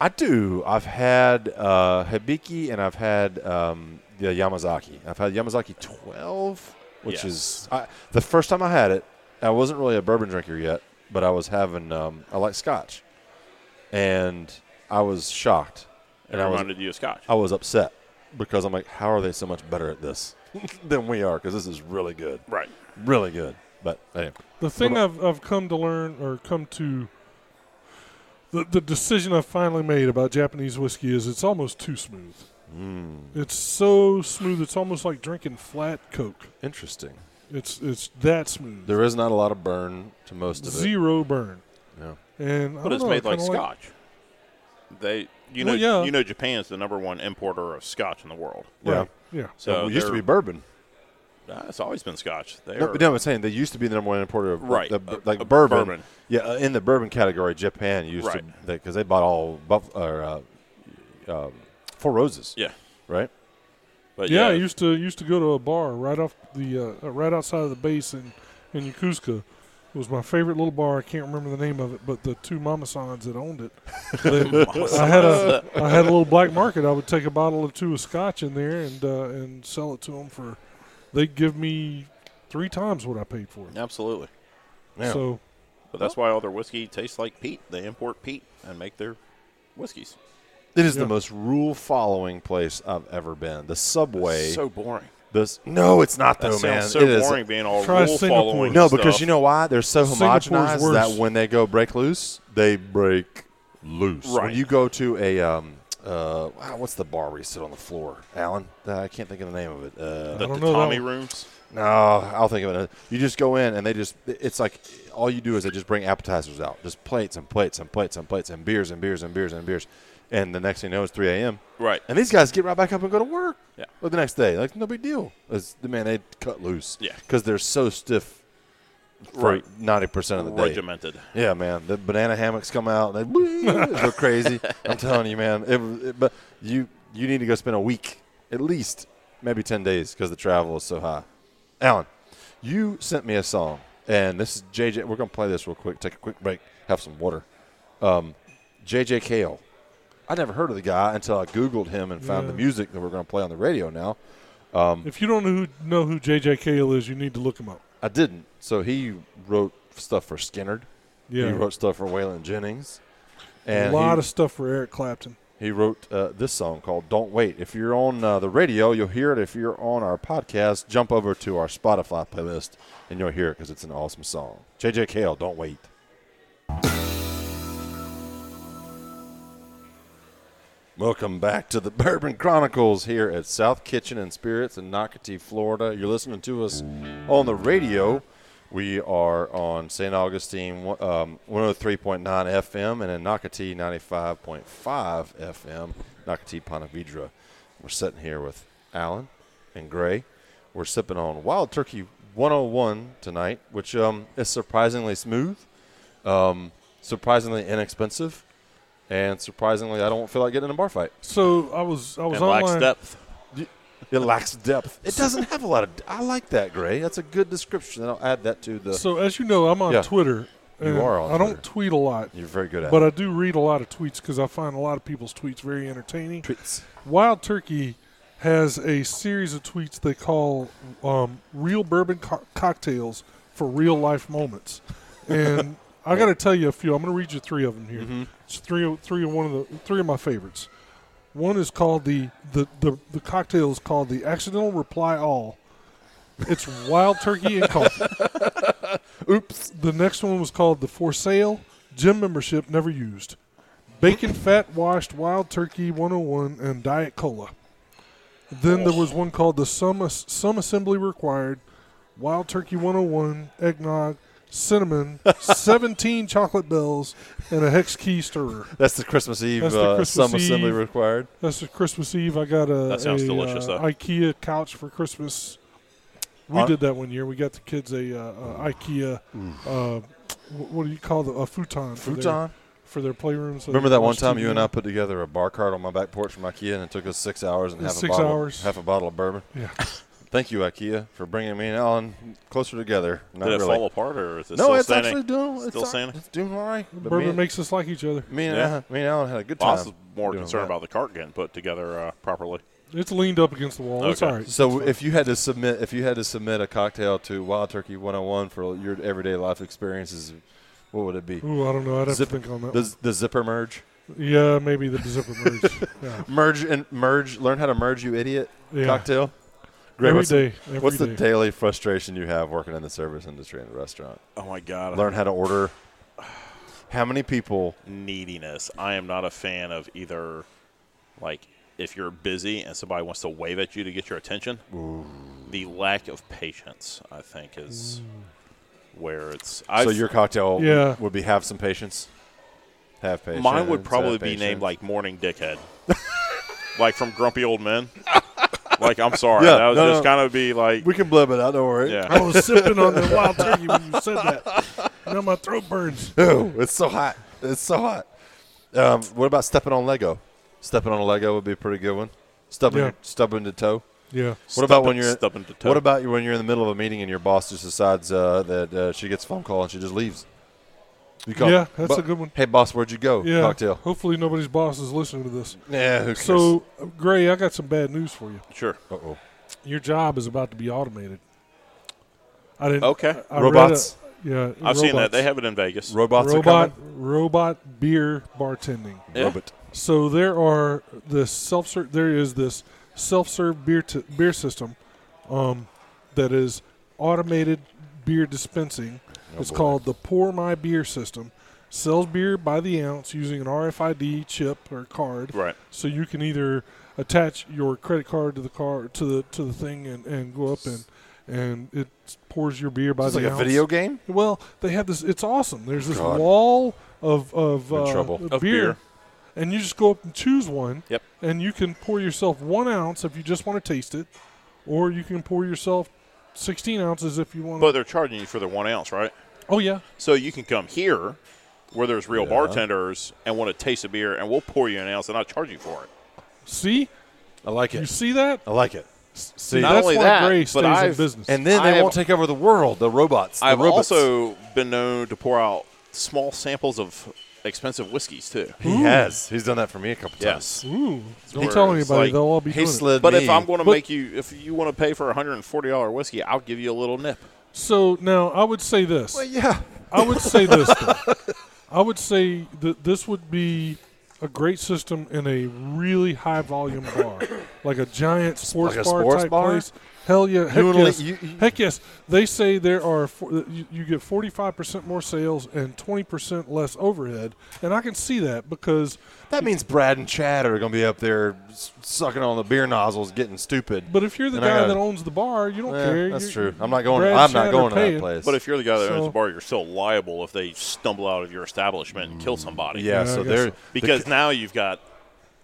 [SPEAKER 1] I do. I've had uh, Hibiki and I've had um, the Yamazaki. I've had Yamazaki 12, which
[SPEAKER 4] Yeah.
[SPEAKER 1] is I, the first time I had it. I wasn't really a bourbon drinker yet, but I was having. Um, I like scotch, and I was shocked,
[SPEAKER 4] It
[SPEAKER 1] and I was
[SPEAKER 4] reminded you of Scotch.
[SPEAKER 1] I was upset because I'm like, how are they so much better at this [LAUGHS] than we are? Because this is really good,
[SPEAKER 4] Right.
[SPEAKER 1] really good. But anyway,
[SPEAKER 3] The thing I've, I've come to learn or come to the, the decision I've finally made about Japanese whiskey is it's almost too smooth.
[SPEAKER 1] Hmm.
[SPEAKER 3] It's so smooth, it's almost like drinking flat Coke.
[SPEAKER 1] interesting.
[SPEAKER 3] It's, it's that smooth.
[SPEAKER 1] There is not a lot of burn to most of it.
[SPEAKER 3] Zero burn.
[SPEAKER 1] No.
[SPEAKER 3] And
[SPEAKER 4] But
[SPEAKER 3] I don't
[SPEAKER 4] it's
[SPEAKER 3] know, I
[SPEAKER 4] made like
[SPEAKER 3] kinda
[SPEAKER 4] Scotch. They you know
[SPEAKER 3] Well, yeah.
[SPEAKER 4] you know Japan's the number one importer of Scotch in the world.
[SPEAKER 3] Right, yeah.
[SPEAKER 1] So
[SPEAKER 4] So
[SPEAKER 1] it used to be
[SPEAKER 4] they're-
[SPEAKER 1] bourbon.
[SPEAKER 4] Nah, it's always been Scotch. They
[SPEAKER 1] No,
[SPEAKER 4] are
[SPEAKER 1] but no, I'm saying they used to be the number one importer of
[SPEAKER 4] Right,
[SPEAKER 1] the,
[SPEAKER 4] uh,
[SPEAKER 1] like
[SPEAKER 4] uh,
[SPEAKER 1] bourbon.
[SPEAKER 4] bourbon.
[SPEAKER 1] Yeah, uh, in the bourbon category, Japan used to
[SPEAKER 4] Right.
[SPEAKER 1] because they bought all buff, or, uh, uh, Four Roses,
[SPEAKER 4] yeah.
[SPEAKER 1] right?
[SPEAKER 4] But
[SPEAKER 3] Yeah,
[SPEAKER 4] yeah,
[SPEAKER 3] I used to used to go to a bar right off the uh, right outside of the base in in Yokosuka. It was my favorite little bar. I can't remember the name of it, but the two mama sons
[SPEAKER 4] [LAUGHS]
[SPEAKER 3] that owned it. they- I had a I had a little black market. I would take a bottle or two of scotch in there and uh, and sell it to them for. They'd give me three times what I paid for it.
[SPEAKER 4] absolutely.
[SPEAKER 1] Yeah.
[SPEAKER 3] So
[SPEAKER 4] But that's why all their whiskey tastes like peat. They import peat and make their whiskeys.
[SPEAKER 1] It is
[SPEAKER 3] Yeah.
[SPEAKER 1] the most rule following place I've ever been. The subway.
[SPEAKER 4] So boring.
[SPEAKER 1] this no, it's not
[SPEAKER 4] That
[SPEAKER 1] though, Oh, man.
[SPEAKER 4] sounds so
[SPEAKER 1] It is-
[SPEAKER 4] boring being all
[SPEAKER 3] Try
[SPEAKER 4] rule
[SPEAKER 3] Singapore.
[SPEAKER 4] following.
[SPEAKER 1] No,
[SPEAKER 4] stuff.
[SPEAKER 1] because you know why? They're so
[SPEAKER 3] Singapore's
[SPEAKER 1] homogenized
[SPEAKER 3] worse.
[SPEAKER 1] that when they go break loose, they break loose.
[SPEAKER 4] Right.
[SPEAKER 1] When you go to a um, uh, wow, what's the bar where you sit on the floor, Alan? Uh, I can't think of the name of it. Uh,
[SPEAKER 4] the
[SPEAKER 3] don't know that
[SPEAKER 4] tatami
[SPEAKER 3] one.
[SPEAKER 4] rooms.
[SPEAKER 1] No, I'll think of it. You just go in and they just, it's like all you do is they just bring appetizers out, just plates and plates and plates and plates and beers and beers and beers and beers. And the next thing you know, it's 3 a.m.
[SPEAKER 4] Right.
[SPEAKER 1] And these guys get right back up and go to work.
[SPEAKER 4] Yeah.
[SPEAKER 1] Like the next day. Like, no big deal. It's, man, they cut loose.
[SPEAKER 4] Yeah.
[SPEAKER 1] Because they're so stiff right.
[SPEAKER 4] Right.
[SPEAKER 1] ninety percent of the day.
[SPEAKER 4] regimented.
[SPEAKER 1] Yeah, man. The banana hammocks come out. And they go crazy. I'm telling you, man. It, was- it, but you you need to go spend a week, at least, maybe ten days, because the travel is so high. Alan, you sent me a song, and this is JJ. We're gonna play this real quick. Take a quick break. Have some water. Um, JJ Cale. I never heard of the guy until I Googled him and found
[SPEAKER 3] Yeah.
[SPEAKER 1] the music that we're going to play on the radio now. Um,
[SPEAKER 3] If you don't know who, know who JJ Cale is, you need to look him up.
[SPEAKER 1] I didn't. So he wrote stuff for Skinnerd.
[SPEAKER 3] Yeah,
[SPEAKER 1] He wrote stuff for Waylon Jennings.
[SPEAKER 3] a
[SPEAKER 1] And
[SPEAKER 3] lot
[SPEAKER 1] he,
[SPEAKER 3] of stuff for Eric Clapton.
[SPEAKER 1] he wrote uh, this song called Don't Wait. If you're on uh, the radio, you'll hear it. If you're on our podcast, jump over to our Spotify playlist and you'll hear it because it's an awesome song. JJ Cale, Don't Wait. Welcome back to the [LAUGHS] Bourbon Chronicles here at South Kitchen and Spirits in Nocatee, Florida. You're listening to us on the radio. We are on St. Augustine um, 103.9 FM and in Nocatee 95.5 FM, Nocatee Ponte Vedra. We're sitting here with Alan and Gray. We're sipping on Wild Turkey 101 tonight, which um, is surprisingly smooth, um, surprisingly inexpensive, and surprisingly, I don't feel like getting in a bar fight.
[SPEAKER 3] So I was I was
[SPEAKER 4] And
[SPEAKER 3] online.
[SPEAKER 4] lacks depth.
[SPEAKER 1] It lacks depth. It doesn't have a lot of. I like that, Gray. That's a good description. And I'll add that to the.
[SPEAKER 3] So as you know, I'm on
[SPEAKER 1] Yeah.
[SPEAKER 3] Twitter.
[SPEAKER 1] You
[SPEAKER 3] and
[SPEAKER 1] are on
[SPEAKER 3] I
[SPEAKER 1] Twitter.
[SPEAKER 3] don't tweet a lot,
[SPEAKER 1] You're very good at
[SPEAKER 3] but
[SPEAKER 1] it.
[SPEAKER 3] I do read a lot of tweets because I find a lot of people's tweets very entertaining.
[SPEAKER 1] tweets.
[SPEAKER 3] Wild Turkey has a series of tweets they call um, "Real Bourbon co- Cocktails for Real Life Moments," and I got to tell you a few. I'm going to read you three of them here. It's three, of- three of one of the three of my favorites. One is called the the the, the cocktail is called the Accidental Reply All. It's Wild Turkey and coffee. Oops. The next one was called the For Sale Gym Membership Never Used. Bacon Fat Washed Wild Turkey 101 and Diet Cola. Then there was one called the Some, As- Some Assembly Required Wild Turkey 101, Eggnog,
[SPEAKER 4] [LAUGHS]
[SPEAKER 3] Cinnamon, 17 Chocolate Bells, and a Hex Key Stirrer.
[SPEAKER 1] That's the Christmas Eve.
[SPEAKER 3] That's the
[SPEAKER 1] uh,
[SPEAKER 3] Christmas
[SPEAKER 1] some assembly
[SPEAKER 3] Eve.
[SPEAKER 1] required.
[SPEAKER 3] That's for Christmas Eve. I got a,
[SPEAKER 4] That sounds
[SPEAKER 3] a,
[SPEAKER 4] delicious,
[SPEAKER 3] uh,
[SPEAKER 4] though.
[SPEAKER 3] IKEA couch for Christmas. We
[SPEAKER 1] Hon-
[SPEAKER 3] did that one year. We got the kids a, uh, a IKEA.
[SPEAKER 4] Mm.
[SPEAKER 3] Uh, wh- what do you call the a futon? For their,
[SPEAKER 1] Futon.
[SPEAKER 3] for their playrooms. so
[SPEAKER 1] Remember
[SPEAKER 3] they
[SPEAKER 1] that
[SPEAKER 3] could
[SPEAKER 1] one
[SPEAKER 3] watch
[SPEAKER 1] time
[SPEAKER 3] TV
[SPEAKER 1] you and
[SPEAKER 3] on?
[SPEAKER 1] I put together a bar cart on my back porch from IKEA, and it took us six hours and half
[SPEAKER 3] Six
[SPEAKER 1] a bottle,
[SPEAKER 3] hours.
[SPEAKER 1] half a bottle of bourbon.
[SPEAKER 3] Yeah.
[SPEAKER 1] Thank you, IKEA, for bringing me and Alan closer together. Not
[SPEAKER 4] Did it
[SPEAKER 1] really.
[SPEAKER 4] fall apart or is it
[SPEAKER 1] no,
[SPEAKER 4] still
[SPEAKER 1] it's
[SPEAKER 4] standing?
[SPEAKER 1] actually doing. It's,
[SPEAKER 4] Still
[SPEAKER 1] all-
[SPEAKER 4] standing?
[SPEAKER 1] it's doing all right. But
[SPEAKER 3] Bourbon
[SPEAKER 1] me, and-
[SPEAKER 3] makes us like each other.
[SPEAKER 1] me and
[SPEAKER 4] Yeah.
[SPEAKER 1] Alan, me and Alan had a good time.
[SPEAKER 4] Boss is more
[SPEAKER 1] doing
[SPEAKER 4] concerned
[SPEAKER 1] that.
[SPEAKER 4] about the cart getting put together uh, properly.
[SPEAKER 3] It's leaned up against the wall. It's
[SPEAKER 4] Okay.
[SPEAKER 3] all right.
[SPEAKER 1] So if you had to submit, if you had to submit a cocktail to Wild Turkey 101 for your everyday life experiences, what would it be?
[SPEAKER 3] Ooh, I don't know. I'd have
[SPEAKER 1] Zip-
[SPEAKER 3] to think on that.
[SPEAKER 1] The, the zipper merge,
[SPEAKER 3] one. Yeah, maybe the zipper merge.
[SPEAKER 1] [LAUGHS]
[SPEAKER 3] yeah.
[SPEAKER 1] merge and merge. Learn how to merge, you idiot.
[SPEAKER 3] yeah.
[SPEAKER 1] Cocktail. Great.
[SPEAKER 3] Every
[SPEAKER 1] what's the-
[SPEAKER 3] day. every
[SPEAKER 1] what's the
[SPEAKER 3] day.
[SPEAKER 1] daily frustration you have working in the service industry in a restaurant?
[SPEAKER 4] Oh my god!
[SPEAKER 1] Learn how to order. How many people?
[SPEAKER 4] neediness. I am not a fan of either, like, if you're busy and somebody wants to wave at you to get your attention. The lack of patience, I think, is
[SPEAKER 3] Mm.
[SPEAKER 4] where it's. i
[SPEAKER 1] so your cocktail
[SPEAKER 3] Yeah.
[SPEAKER 1] would be have some patience. Have patience.
[SPEAKER 4] mine would probably
[SPEAKER 1] have
[SPEAKER 4] be named
[SPEAKER 1] patience.
[SPEAKER 4] like Morning Dickhead, [LAUGHS] like from Grumpy Old Men. like I'm sorry,
[SPEAKER 1] Yeah,
[SPEAKER 4] that was
[SPEAKER 1] no,
[SPEAKER 4] just
[SPEAKER 1] no.
[SPEAKER 4] kind of be like,
[SPEAKER 1] We can blub it out. Don't worry.
[SPEAKER 4] yeah,
[SPEAKER 3] I was sipping on the wild turkey when you said that. Now my throat
[SPEAKER 1] [LAUGHS]
[SPEAKER 3] burns.
[SPEAKER 1] Ew, it's so hot. It's so hot. Um, what about stepping on Lego? Stepping on a Lego would be a pretty good one. Stubbing,
[SPEAKER 3] Yeah.
[SPEAKER 1] your, stubbing the toe.
[SPEAKER 3] Yeah.
[SPEAKER 1] What about when
[SPEAKER 4] Stubbing-
[SPEAKER 1] you're
[SPEAKER 4] stubbing to toe.
[SPEAKER 1] What about you when you're in the middle of a meeting and your boss just decides uh, that uh, she gets a phone call and she just leaves? You
[SPEAKER 3] Yeah, that's
[SPEAKER 1] "Bo-
[SPEAKER 3] a good one."
[SPEAKER 1] Hey, boss, where'd you go?
[SPEAKER 3] Yeah.
[SPEAKER 1] Cocktail.
[SPEAKER 3] Hopefully nobody's boss is listening to this.
[SPEAKER 1] Yeah. Who cares?
[SPEAKER 3] So, Gray, I got some bad news for you.
[SPEAKER 4] sure,
[SPEAKER 1] Uh-oh.
[SPEAKER 3] Your job is about to be automated. I didn't.
[SPEAKER 4] okay.
[SPEAKER 3] I read
[SPEAKER 1] Oh, robots.
[SPEAKER 3] a- yeah.
[SPEAKER 4] I've seen that they have it in Vegas.
[SPEAKER 1] Robots are
[SPEAKER 3] robot
[SPEAKER 1] coming.
[SPEAKER 3] robot beer bartending.
[SPEAKER 4] Yeah.
[SPEAKER 1] Robot.
[SPEAKER 3] So there are this self serve. There is this self serve beer t- beer system, um, that is automated beer dispensing. it's
[SPEAKER 1] Oh, boy.
[SPEAKER 3] called the Pour My Beer system. Sells beer by the ounce using an RFID chip or card.
[SPEAKER 4] Right.
[SPEAKER 3] So you can either attach your credit card to the car to the to the thing and, and go up and and it pours your beer by
[SPEAKER 1] It's
[SPEAKER 3] the
[SPEAKER 1] like a
[SPEAKER 3] ounce.
[SPEAKER 1] video game.
[SPEAKER 3] Well, they have this. It's awesome. There's this
[SPEAKER 1] God.
[SPEAKER 3] wall of of,
[SPEAKER 1] I'm in
[SPEAKER 3] uh,
[SPEAKER 1] trouble.
[SPEAKER 4] Of beer.
[SPEAKER 3] and you just go up and choose one.
[SPEAKER 4] Yep.
[SPEAKER 3] And you can pour yourself one ounce if you just want to taste it, or you can pour yourself 16 ounces if you want.
[SPEAKER 4] But they're charging you for the one ounce, right?
[SPEAKER 3] oh yeah,
[SPEAKER 4] So you can come here where there's real
[SPEAKER 1] Yeah.
[SPEAKER 4] bartenders and want to taste a beer, and we'll pour you an ounce and not charge you for it.
[SPEAKER 3] see,
[SPEAKER 1] I like
[SPEAKER 3] you
[SPEAKER 1] it.
[SPEAKER 3] see that?
[SPEAKER 1] I like it. See,
[SPEAKER 4] Not
[SPEAKER 3] That's
[SPEAKER 4] only
[SPEAKER 3] why
[SPEAKER 4] that,
[SPEAKER 3] Gray
[SPEAKER 4] but
[SPEAKER 3] stays in
[SPEAKER 4] I've-
[SPEAKER 3] business.
[SPEAKER 1] and then they
[SPEAKER 4] I've-
[SPEAKER 1] won't take over the world. The robots. The
[SPEAKER 4] I've
[SPEAKER 1] robots.
[SPEAKER 4] also been known to pour out small samples of expensive whiskeys too.
[SPEAKER 1] he has. He's done that for me a couple times.
[SPEAKER 3] Ooh, don't
[SPEAKER 4] where
[SPEAKER 3] tell
[SPEAKER 4] it's
[SPEAKER 3] anybody;
[SPEAKER 4] like,
[SPEAKER 3] they'll all be
[SPEAKER 1] He
[SPEAKER 3] doing it.
[SPEAKER 1] slid.
[SPEAKER 4] But
[SPEAKER 1] me.
[SPEAKER 4] if I'm going to
[SPEAKER 3] But-
[SPEAKER 4] make you, if you want to pay for a hundred and forty dollar whiskey, I'll give you a little nip.
[SPEAKER 3] So now I would say this.
[SPEAKER 1] yeah,
[SPEAKER 3] I would say this. Though. I would say that this would be a great system in a really high volume bar, like a giant sports
[SPEAKER 1] Like a
[SPEAKER 3] bar
[SPEAKER 1] sports
[SPEAKER 3] type
[SPEAKER 1] bar?
[SPEAKER 3] place. Hell yeah! Heck
[SPEAKER 1] wanna let-
[SPEAKER 3] yes.
[SPEAKER 1] you- you-
[SPEAKER 3] heck yes! They say there are four, you, you get forty five percent more sales and twenty percent less overhead, and I can see that because.
[SPEAKER 1] that means Brad and Chad are going to be up there s- sucking on the beer nozzles, getting stupid.
[SPEAKER 3] But if you're the
[SPEAKER 1] And I
[SPEAKER 3] guy
[SPEAKER 1] gotta-
[SPEAKER 3] that owns the bar, you don't
[SPEAKER 1] Yeah,
[SPEAKER 3] care.
[SPEAKER 1] that's
[SPEAKER 3] You're-
[SPEAKER 1] true. I'm not going.
[SPEAKER 3] Brad
[SPEAKER 1] I'm
[SPEAKER 3] Shatter
[SPEAKER 1] not going to
[SPEAKER 3] paying.
[SPEAKER 1] that place.
[SPEAKER 4] But if you're the guy that owns
[SPEAKER 3] So-
[SPEAKER 4] the bar, you're still liable if they stumble out of your establishment and kill somebody.
[SPEAKER 1] yeah,
[SPEAKER 3] Yeah, I
[SPEAKER 1] so
[SPEAKER 3] guess
[SPEAKER 1] they're
[SPEAKER 3] so.
[SPEAKER 1] the-
[SPEAKER 4] because now you've got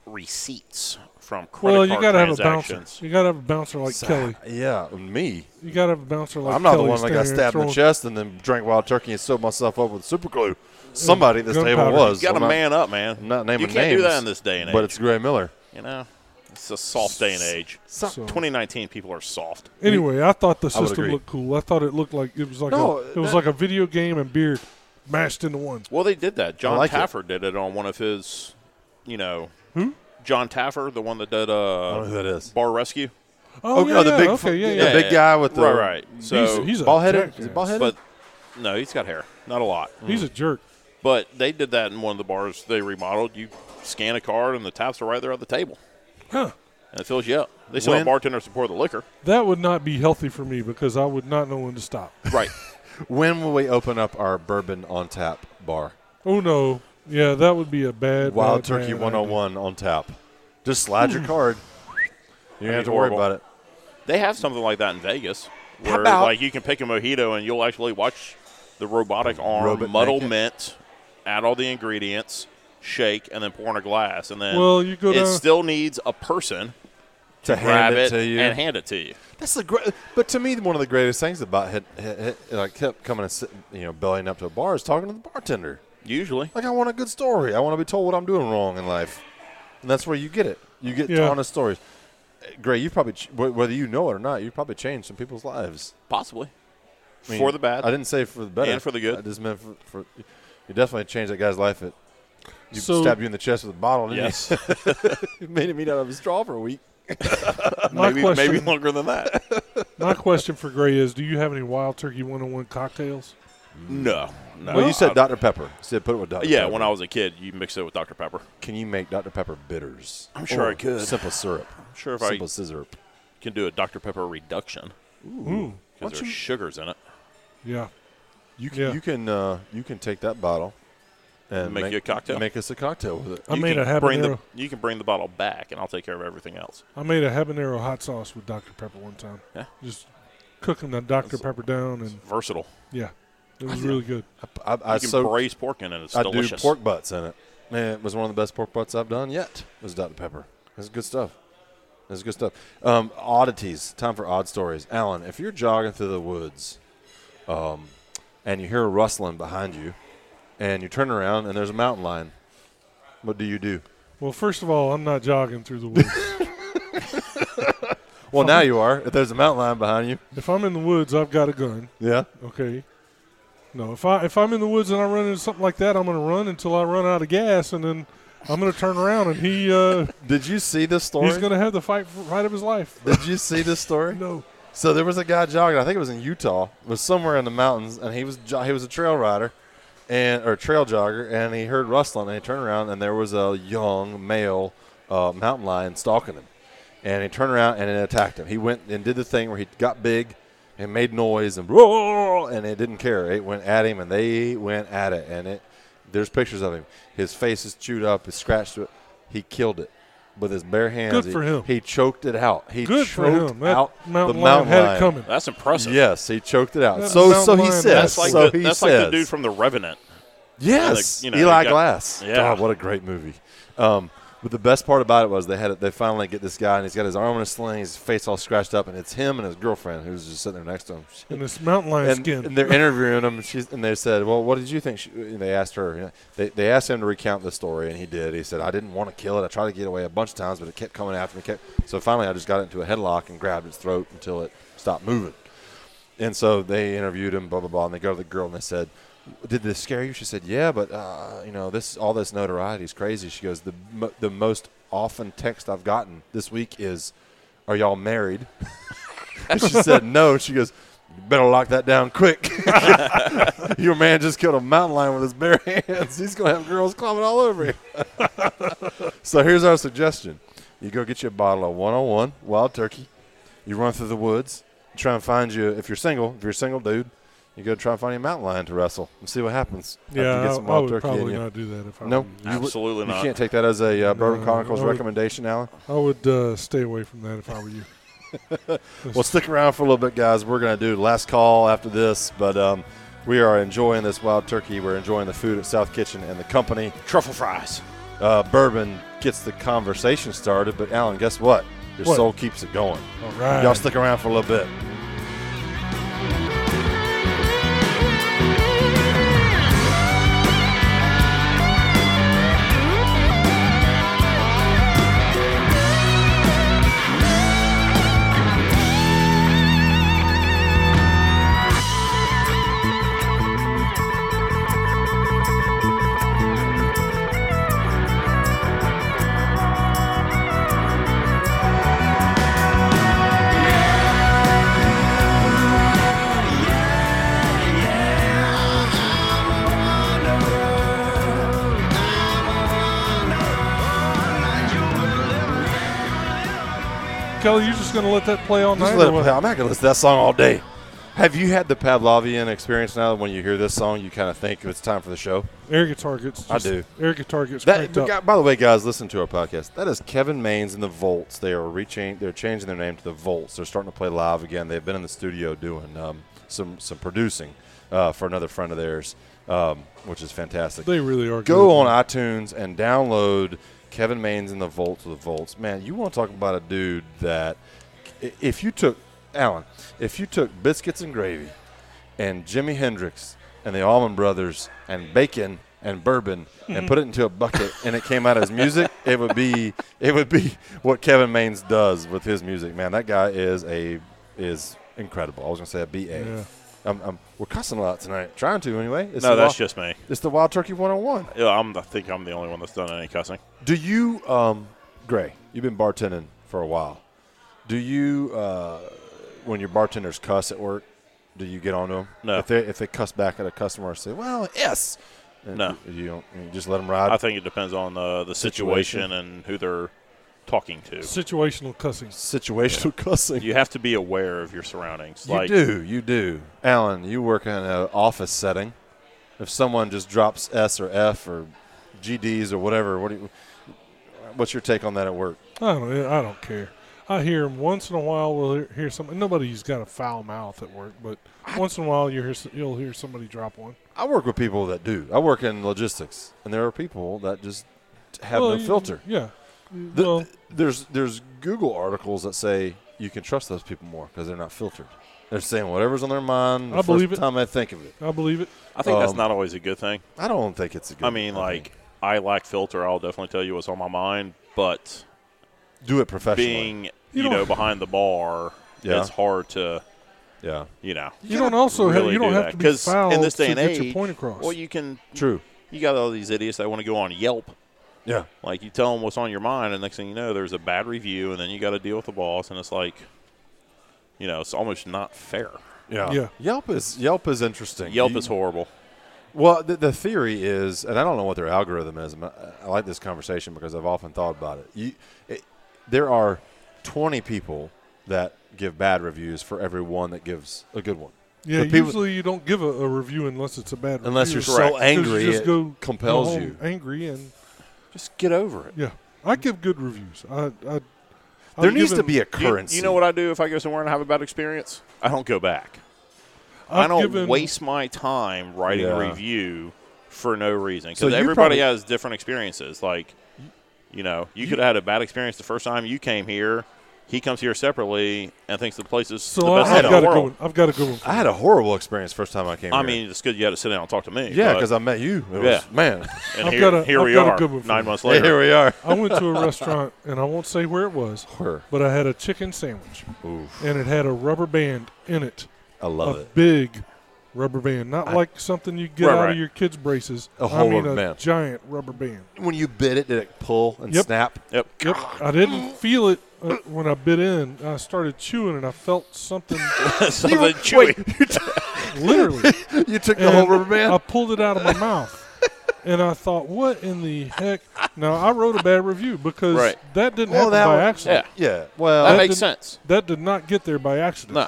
[SPEAKER 4] receipts from credit
[SPEAKER 3] Well, you
[SPEAKER 4] card
[SPEAKER 3] gotta have a bouncer.
[SPEAKER 4] transactions.
[SPEAKER 3] You gotta have a bouncer like Kelly.
[SPEAKER 1] Yeah, me.
[SPEAKER 3] You gotta have a bouncer like
[SPEAKER 1] I'm not the
[SPEAKER 3] Kelly
[SPEAKER 1] one that got
[SPEAKER 3] standing there
[SPEAKER 1] stabbed in the
[SPEAKER 3] throwing-
[SPEAKER 1] chest and then drank wild turkey and sewed myself up with super glue. Somebody at this table
[SPEAKER 3] gunpowder.
[SPEAKER 1] was.
[SPEAKER 4] You
[SPEAKER 1] I'm
[SPEAKER 4] got to
[SPEAKER 1] not-
[SPEAKER 4] man up, man.
[SPEAKER 1] I'm not naming
[SPEAKER 4] you can't do
[SPEAKER 1] names,
[SPEAKER 4] that in this day and age.
[SPEAKER 1] But it's Gray Miller.
[SPEAKER 4] you know, it's a soft day and age.
[SPEAKER 3] So-
[SPEAKER 4] 2019 people are soft.
[SPEAKER 3] Anyway, I thought the
[SPEAKER 1] I would
[SPEAKER 3] system
[SPEAKER 1] agree.
[SPEAKER 3] looked cool. I thought it looked like it was like
[SPEAKER 1] No,
[SPEAKER 3] a, it was
[SPEAKER 1] that-
[SPEAKER 3] like a video game and beer mashed into one.
[SPEAKER 4] Well, they did that. John
[SPEAKER 1] like it.
[SPEAKER 4] Taffer did it on one of his, you know, John Taffer, the one that did
[SPEAKER 1] I don't know who
[SPEAKER 4] uh,
[SPEAKER 1] that is.
[SPEAKER 4] Bar Rescue.
[SPEAKER 3] Oh,
[SPEAKER 1] yeah,
[SPEAKER 3] yeah,
[SPEAKER 1] the
[SPEAKER 3] yeah,
[SPEAKER 1] big,
[SPEAKER 3] okay, yeah,
[SPEAKER 1] the
[SPEAKER 3] yeah.
[SPEAKER 1] big guy with the
[SPEAKER 4] right, right. So,
[SPEAKER 3] he's, he's a
[SPEAKER 1] ball headed.
[SPEAKER 3] jerk,
[SPEAKER 1] Is he
[SPEAKER 3] yeah.
[SPEAKER 1] ball headed?
[SPEAKER 4] but no, he's got hair. Not a lot.
[SPEAKER 3] He's a jerk.
[SPEAKER 4] But they did that in one of the bars they remodeled. You scan a card, and the taps are right there at the table,
[SPEAKER 3] Huh.
[SPEAKER 4] and it fills you up. They still
[SPEAKER 1] When-
[SPEAKER 4] have bartenders to pour the liquor.
[SPEAKER 3] That would not be healthy for me because I would not know when to stop.
[SPEAKER 4] Right.
[SPEAKER 1] When will we open up our bourbon on tap bar?
[SPEAKER 3] Oh no. Yeah, that would be a bad
[SPEAKER 1] Wild
[SPEAKER 3] bad,
[SPEAKER 1] Turkey
[SPEAKER 3] bad idea.
[SPEAKER 1] 101 on tap. Just slide your card. You don't
[SPEAKER 4] Hmm. That'd
[SPEAKER 1] have
[SPEAKER 4] be
[SPEAKER 1] to worry
[SPEAKER 4] horrible.
[SPEAKER 1] about it.
[SPEAKER 4] [LAUGHS] they have something like that in Vegas, where
[SPEAKER 1] about-
[SPEAKER 4] like you can pick a mojito and you'll actually watch the robotic arm
[SPEAKER 1] Robot
[SPEAKER 4] muddle
[SPEAKER 1] make it.
[SPEAKER 4] mint, add all the ingredients, shake, and then pour in a glass, and then
[SPEAKER 3] Well, you go
[SPEAKER 4] it
[SPEAKER 3] down-
[SPEAKER 4] still needs a person
[SPEAKER 1] To
[SPEAKER 4] grab
[SPEAKER 1] hand
[SPEAKER 4] it,
[SPEAKER 1] it to you.
[SPEAKER 4] and hand it to you.
[SPEAKER 1] That's the great. But to me, one of the greatest things about hit, hit, hit, like kept coming and sitting, you know, bellying up to a bar is talking to the bartender.
[SPEAKER 4] Usually,
[SPEAKER 1] Like I want a good story. I want to be told what I'm doing wrong in life, and that's where you get it. You get
[SPEAKER 3] Yeah.
[SPEAKER 1] honest stories. Uh, Gray, you probably ch- wh- whether you know it or not, you probably changed some people's lives
[SPEAKER 4] possibly
[SPEAKER 1] I mean,
[SPEAKER 4] for the bad.
[SPEAKER 1] I didn't say for the better
[SPEAKER 4] And for the good.
[SPEAKER 1] I just meant for, for you definitely changed that guy's life. It you
[SPEAKER 3] So-
[SPEAKER 1] stabbed you in the chest with a bottle. Didn't
[SPEAKER 4] Yes, [LAUGHS]
[SPEAKER 1] you? it [LAUGHS] made him eat out of his straw for a week.
[SPEAKER 3] My
[SPEAKER 4] maybe
[SPEAKER 3] question,
[SPEAKER 4] maybe longer than that.
[SPEAKER 3] my question for Gray is: Do you have any Wild Turkey 101 cocktails?
[SPEAKER 4] no, no.
[SPEAKER 1] well, you said
[SPEAKER 4] I-
[SPEAKER 1] Dr Pepper. You said put it with Dr.
[SPEAKER 4] Yeah,
[SPEAKER 1] Pepper.
[SPEAKER 4] when I was a kid, you mixed it with Dr Pepper.
[SPEAKER 1] can you make Dr Pepper bitters?
[SPEAKER 4] I'm sure
[SPEAKER 1] Or
[SPEAKER 4] I could.
[SPEAKER 1] Simple syrup.
[SPEAKER 4] I'm sure if
[SPEAKER 1] simple
[SPEAKER 4] I
[SPEAKER 1] syrup.
[SPEAKER 4] can do a Dr Pepper reduction
[SPEAKER 3] Ooh,
[SPEAKER 1] Why
[SPEAKER 4] because
[SPEAKER 1] don't
[SPEAKER 4] there's sugars in it,
[SPEAKER 3] yeah.
[SPEAKER 1] You can
[SPEAKER 3] Yeah.
[SPEAKER 1] you can uh, you can take that bottle and
[SPEAKER 4] Make you a cocktail?
[SPEAKER 1] Make us a cocktail with it.
[SPEAKER 3] I
[SPEAKER 4] You
[SPEAKER 3] made
[SPEAKER 4] can
[SPEAKER 3] a
[SPEAKER 4] bring
[SPEAKER 3] habanero.
[SPEAKER 4] the, You can bring the bottle back, and I'll take care of everything else.
[SPEAKER 3] I made a habanero hot sauce with Dr. Pepper one time.
[SPEAKER 4] Yeah.
[SPEAKER 3] Just cooking the Dr. Pepper down, and
[SPEAKER 4] Versatile.
[SPEAKER 3] yeah, it was really good.
[SPEAKER 1] I, I, I
[SPEAKER 4] you can
[SPEAKER 1] soaked-
[SPEAKER 4] braise pork in it. It's
[SPEAKER 1] I do
[SPEAKER 4] delicious.
[SPEAKER 1] pork butts in it. Man, it was one of the best pork butts I've done yet. Was Dr Pepper. That's good stuff. That's good stuff. Um, oddities. Time for odd stories. Alan, if you're jogging through the woods, um, and you hear a rustling behind you, and you turn around and there's a mountain lion, what do you do?
[SPEAKER 3] Well, first of all, I'm not jogging through the woods.
[SPEAKER 1] Well, now you are. If there's a mountain lion behind you,
[SPEAKER 3] if I'm in the woods, I've got a gun.
[SPEAKER 1] yeah.
[SPEAKER 3] Okay. No, if I if I'm in the woods and I run into something like that, I'm gonna run until I run out of gas, and then I'm gonna turn around and he uh,
[SPEAKER 1] Did you see this story?
[SPEAKER 3] he's gonna have the fight fight of his life.
[SPEAKER 1] Did you see this story?
[SPEAKER 3] No.
[SPEAKER 1] So there was a guy jogging. I think it was in Utah. It was somewhere in the mountains, and he was jo- he was a trail rider, and or trail jogger, and he heard rustling, and he turned around, and there was a young male uh, mountain lion stalking him, and he turned around and it attacked him. He went and did the thing where he got big and made noise and roar, and it didn't care. It went at him, and they went at it, and it. There's pictures of him. His face is chewed up. It's scratched. to it. He killed it with his bare hands.
[SPEAKER 3] Good
[SPEAKER 1] He-
[SPEAKER 3] for him.
[SPEAKER 1] He choked it out. He
[SPEAKER 3] Good for
[SPEAKER 1] choked
[SPEAKER 3] him. That
[SPEAKER 1] out
[SPEAKER 3] mountain
[SPEAKER 1] the
[SPEAKER 3] lion
[SPEAKER 1] mountain
[SPEAKER 3] had
[SPEAKER 1] lion.
[SPEAKER 3] it coming.
[SPEAKER 4] That's impressive.
[SPEAKER 1] Yes, he choked it out.
[SPEAKER 3] That
[SPEAKER 1] so
[SPEAKER 3] mountain
[SPEAKER 1] so he
[SPEAKER 3] lion-
[SPEAKER 1] says.
[SPEAKER 4] That's like,
[SPEAKER 1] so
[SPEAKER 4] the,
[SPEAKER 1] he
[SPEAKER 4] that's
[SPEAKER 1] says.
[SPEAKER 4] like the dude from The Revenant.
[SPEAKER 1] yes,
[SPEAKER 4] like, you know,
[SPEAKER 1] Eli
[SPEAKER 4] he got-
[SPEAKER 1] Glass.
[SPEAKER 4] Yeah.
[SPEAKER 1] God, what a great movie. Um, But the best part about it was they had it, they finally get this guy and he's got his arm in a sling, his face all scratched up, and it's him and his girlfriend who's just sitting there next to him.
[SPEAKER 3] And this mountain lion
[SPEAKER 1] and,
[SPEAKER 3] skin.
[SPEAKER 1] and they're interviewing him. She's, and they said, "Well, what did you think?" She, and they asked her. you know, they, they asked him to recount the story, and he did. He said, "I didn't want to kill it. I tried to get away a bunch of times, but it kept coming after me." Kept, so finally, I just got it into a headlock and grabbed its throat until it stopped moving. And so they interviewed him, blah blah blah, and they go to the girl and they said, "Did this scare you?" She said, "Yeah, but uh, you know, this all this notoriety is crazy." She goes, "The mo- the most often text I've gotten this week is, are y'all married?'" [LAUGHS] And she said, "No." She goes, "You better lock that down quick. [LAUGHS] Your man just killed a mountain lion with his bare hands. He's gonna have girls climbing all over him." [LAUGHS] so here's our suggestion: you go get you a bottle of 101 Wild Turkey. You run through the woods, try and find you. If you're single, if you're a single dude, you go try and find you a mountain lion to wrestle and see what happens. after you
[SPEAKER 3] yeah,
[SPEAKER 1] get
[SPEAKER 3] I,
[SPEAKER 1] some
[SPEAKER 3] I
[SPEAKER 1] Wild
[SPEAKER 3] would
[SPEAKER 1] Turkey in
[SPEAKER 3] probably
[SPEAKER 1] you.
[SPEAKER 3] not do that if I
[SPEAKER 1] No,
[SPEAKER 3] were you.
[SPEAKER 1] you, would-
[SPEAKER 4] Absolutely
[SPEAKER 1] you
[SPEAKER 4] not.
[SPEAKER 1] can't take that as a uh, Bourbon
[SPEAKER 3] No,
[SPEAKER 1] Chronicles
[SPEAKER 3] I would-
[SPEAKER 1] recommendation, Alan.
[SPEAKER 3] I would uh, stay away from that if I were you.
[SPEAKER 1] Well, stick around for a little bit, guys. We're going to do last call after this, but um, we are enjoying this wild turkey. We're enjoying the food at South Kitchen and the company.
[SPEAKER 4] Truffle fries.
[SPEAKER 1] Uh, bourbon gets the conversation started, but Alan, guess what? Your
[SPEAKER 3] What?
[SPEAKER 1] soul keeps it going.
[SPEAKER 3] All right.
[SPEAKER 1] Y'all stick around for a little bit.
[SPEAKER 3] Kelly, you're just going to let that play all
[SPEAKER 1] Just
[SPEAKER 3] night?
[SPEAKER 1] let
[SPEAKER 3] or
[SPEAKER 1] it
[SPEAKER 3] what?
[SPEAKER 1] play. I'm not going to listen to that song all day. Have you had the Pavlovian experience now that when you hear this song, you kind of think it's time for the show?
[SPEAKER 3] Air guitar gets.
[SPEAKER 1] I
[SPEAKER 3] just-
[SPEAKER 1] do.
[SPEAKER 3] Air guitar gets
[SPEAKER 1] That,
[SPEAKER 3] cranked
[SPEAKER 1] but
[SPEAKER 3] up.
[SPEAKER 1] guy- by the way, guys, listen to our podcast. That is Kevin Maines and the Volts. They are reaching. They're changing their name to the Volts. They're starting to play live again. They've been in the studio doing um, some some producing uh, for another friend of theirs, um, which is fantastic.
[SPEAKER 3] they really
[SPEAKER 1] Go
[SPEAKER 3] are. good.
[SPEAKER 4] Mm-hmm.
[SPEAKER 1] on iTunes and download Kevin Maines and the Volts with the Volts. Man, you want to talk about a dude that i- if you took Alan, if you took biscuits and gravy and Jimi Hendrix and the Allman Brothers and bacon and bourbon
[SPEAKER 4] Mm-hmm.
[SPEAKER 1] and put it into a bucket and it came out as
[SPEAKER 4] [LAUGHS]
[SPEAKER 1] music, it would be it would be what Kevin Maines does with his music. Man, that guy is a is incredible. I was gonna say a BA.
[SPEAKER 3] Yeah.
[SPEAKER 1] I'm, I'm, we're cussing a lot tonight. Trying to anyway. It's
[SPEAKER 4] No,
[SPEAKER 1] the
[SPEAKER 4] that's
[SPEAKER 1] Wild-
[SPEAKER 4] just me.
[SPEAKER 1] it's the Wild Turkey 101.
[SPEAKER 4] Yeah, I'm, I think I'm the only one that's done any cussing.
[SPEAKER 1] Do you, um, Gray? You've been bartending for a while. Do you, uh, when your bartenders cuss at work, do you get onto them?
[SPEAKER 4] No.
[SPEAKER 1] If they if they cuss back at a customer, say, "Well, yes." And
[SPEAKER 4] No.
[SPEAKER 1] You, you don't. You just let them ride.
[SPEAKER 4] I think it depends on the the situation,
[SPEAKER 1] Situation.
[SPEAKER 4] and who they're talking to.
[SPEAKER 3] Situational cussing.
[SPEAKER 1] Situational cussing.
[SPEAKER 4] You have to be aware of your surroundings.
[SPEAKER 1] You
[SPEAKER 4] like
[SPEAKER 1] do. You do. Alan, you work in an office setting. If someone just drops S or F or GDs or whatever, what do you, what's your take on that at work?
[SPEAKER 3] I don't. I don't care. I hear 'em once in a while. We'll hear, hear something. Nobody's got a foul mouth at work, but once in a while you hear, s- you'll hear somebody drop one.
[SPEAKER 1] I work with people that do. I work in logistics, and there are people that just have
[SPEAKER 3] Well,
[SPEAKER 1] no
[SPEAKER 3] you-
[SPEAKER 1] filter.
[SPEAKER 3] Yeah. You-
[SPEAKER 1] Th-
[SPEAKER 3] well,
[SPEAKER 1] there's there's Google articles that say you can trust those people more because they're not filtered. They're saying whatever's on their mind. The
[SPEAKER 3] I
[SPEAKER 1] first
[SPEAKER 3] believe it.
[SPEAKER 1] Time I think of it,
[SPEAKER 3] I believe it.
[SPEAKER 4] I think that's
[SPEAKER 1] Um,
[SPEAKER 4] not always a good thing.
[SPEAKER 1] I don't think it's a good.
[SPEAKER 4] I mean, like I lack filter. I'll definitely tell you what's on my mind, but
[SPEAKER 1] do it professionally.
[SPEAKER 4] being
[SPEAKER 3] You
[SPEAKER 4] you,
[SPEAKER 3] don't-
[SPEAKER 4] know behind the bar,
[SPEAKER 1] Yeah.
[SPEAKER 4] it's hard to
[SPEAKER 1] yeah,
[SPEAKER 4] you know.
[SPEAKER 3] You don't also have,
[SPEAKER 4] really
[SPEAKER 3] you don't
[SPEAKER 4] do
[SPEAKER 3] have
[SPEAKER 4] that.
[SPEAKER 3] to be
[SPEAKER 4] 'Cause
[SPEAKER 3] foul
[SPEAKER 4] in this day
[SPEAKER 3] to
[SPEAKER 4] and
[SPEAKER 3] get
[SPEAKER 4] age,
[SPEAKER 3] your point across.
[SPEAKER 4] Well, you can.
[SPEAKER 1] true.
[SPEAKER 4] You got all these idiots that want to go on Yelp.
[SPEAKER 1] Yeah,
[SPEAKER 4] Like you tell them what's on your mind, and next thing you know, there's a bad review, and then you got to deal with the boss, and it's like, you know, it's almost not fair.
[SPEAKER 1] yeah,
[SPEAKER 3] Yeah.
[SPEAKER 1] Yelp is Yelp is interesting.
[SPEAKER 4] Yelp
[SPEAKER 1] You-
[SPEAKER 4] is horrible.
[SPEAKER 1] Well, the, the theory is, and I don't know what their algorithm is. but I, I like this conversation because I've often thought about it. You, it. There are 20 people that give bad reviews for every one that gives a good one.
[SPEAKER 3] yeah.
[SPEAKER 1] the people-
[SPEAKER 3] usually you don't give a, a review unless it's a bad.
[SPEAKER 1] Unless
[SPEAKER 3] review.
[SPEAKER 1] you're so
[SPEAKER 3] Because you
[SPEAKER 1] angry,
[SPEAKER 3] just
[SPEAKER 1] it
[SPEAKER 3] go
[SPEAKER 1] compels
[SPEAKER 3] go home
[SPEAKER 1] you.
[SPEAKER 3] Angry and
[SPEAKER 1] Just get over it.
[SPEAKER 3] yeah. I give good reviews. I. I
[SPEAKER 1] there needs to be a
[SPEAKER 4] You-
[SPEAKER 1] currency.
[SPEAKER 4] You, know what I do if I go somewhere and have a bad experience? I don't go back.
[SPEAKER 3] I've
[SPEAKER 4] I do not
[SPEAKER 3] given-
[SPEAKER 4] waste my time writing
[SPEAKER 1] Yeah.
[SPEAKER 4] a review for no reason
[SPEAKER 1] So
[SPEAKER 4] because
[SPEAKER 1] you
[SPEAKER 4] everybody
[SPEAKER 1] probably-
[SPEAKER 4] has different experiences. Like You know, you, could have had a bad experience the first time you came here. He comes here separately and thinks the place is
[SPEAKER 3] So
[SPEAKER 4] the best thing
[SPEAKER 3] I, have
[SPEAKER 4] in
[SPEAKER 3] got
[SPEAKER 4] the
[SPEAKER 3] a good
[SPEAKER 4] world.
[SPEAKER 3] one. I've got a good one. For
[SPEAKER 1] I had a horrible experience first time I came.
[SPEAKER 4] I
[SPEAKER 1] here.
[SPEAKER 4] mean, it's good you had to sit down and talk to me.
[SPEAKER 1] yeah,
[SPEAKER 4] but-
[SPEAKER 1] because I met you. It was,
[SPEAKER 4] Yeah.
[SPEAKER 1] man, [LAUGHS]
[SPEAKER 4] and
[SPEAKER 3] I've
[SPEAKER 4] here,
[SPEAKER 3] got a-
[SPEAKER 4] here
[SPEAKER 3] I've
[SPEAKER 4] we
[SPEAKER 3] got a
[SPEAKER 4] are,
[SPEAKER 3] good one for
[SPEAKER 4] nine
[SPEAKER 3] you.
[SPEAKER 4] months later.
[SPEAKER 1] here we are.
[SPEAKER 3] I went to a restaurant, and I won't say where it was,
[SPEAKER 1] Where?
[SPEAKER 3] but I had a chicken sandwich,
[SPEAKER 1] Oof,
[SPEAKER 3] and it had a rubber band in it,
[SPEAKER 1] I
[SPEAKER 3] a
[SPEAKER 1] love it.
[SPEAKER 3] big rubber band, not
[SPEAKER 1] I-
[SPEAKER 3] like something you get
[SPEAKER 4] Right,
[SPEAKER 3] out
[SPEAKER 4] right.
[SPEAKER 3] of your kids' braces.
[SPEAKER 1] A
[SPEAKER 3] I
[SPEAKER 1] whole
[SPEAKER 3] mean,
[SPEAKER 1] rubber
[SPEAKER 3] a
[SPEAKER 1] band.
[SPEAKER 3] giant rubber band.
[SPEAKER 1] When you bit it, did it pull and
[SPEAKER 3] Yep.
[SPEAKER 1] snap?
[SPEAKER 4] Yep. [LAUGHS]
[SPEAKER 3] Yep, I didn't feel it uh, when I bit in. I started chewing, and I
[SPEAKER 1] [LAUGHS]
[SPEAKER 3] felt something
[SPEAKER 4] Something chewy.
[SPEAKER 3] literally.
[SPEAKER 1] You took the
[SPEAKER 3] and
[SPEAKER 1] whole rubber band.
[SPEAKER 3] I pulled it out of my mouth. And I thought, what in the heck? Now I wrote a bad review because
[SPEAKER 4] Right.
[SPEAKER 3] that didn't
[SPEAKER 1] Well,
[SPEAKER 3] happen
[SPEAKER 1] that
[SPEAKER 3] by
[SPEAKER 1] one-
[SPEAKER 3] accident.
[SPEAKER 1] yeah. Well,
[SPEAKER 4] That
[SPEAKER 3] That
[SPEAKER 4] makes
[SPEAKER 3] didn't-
[SPEAKER 4] sense.
[SPEAKER 3] That did not get there by accident.
[SPEAKER 4] No.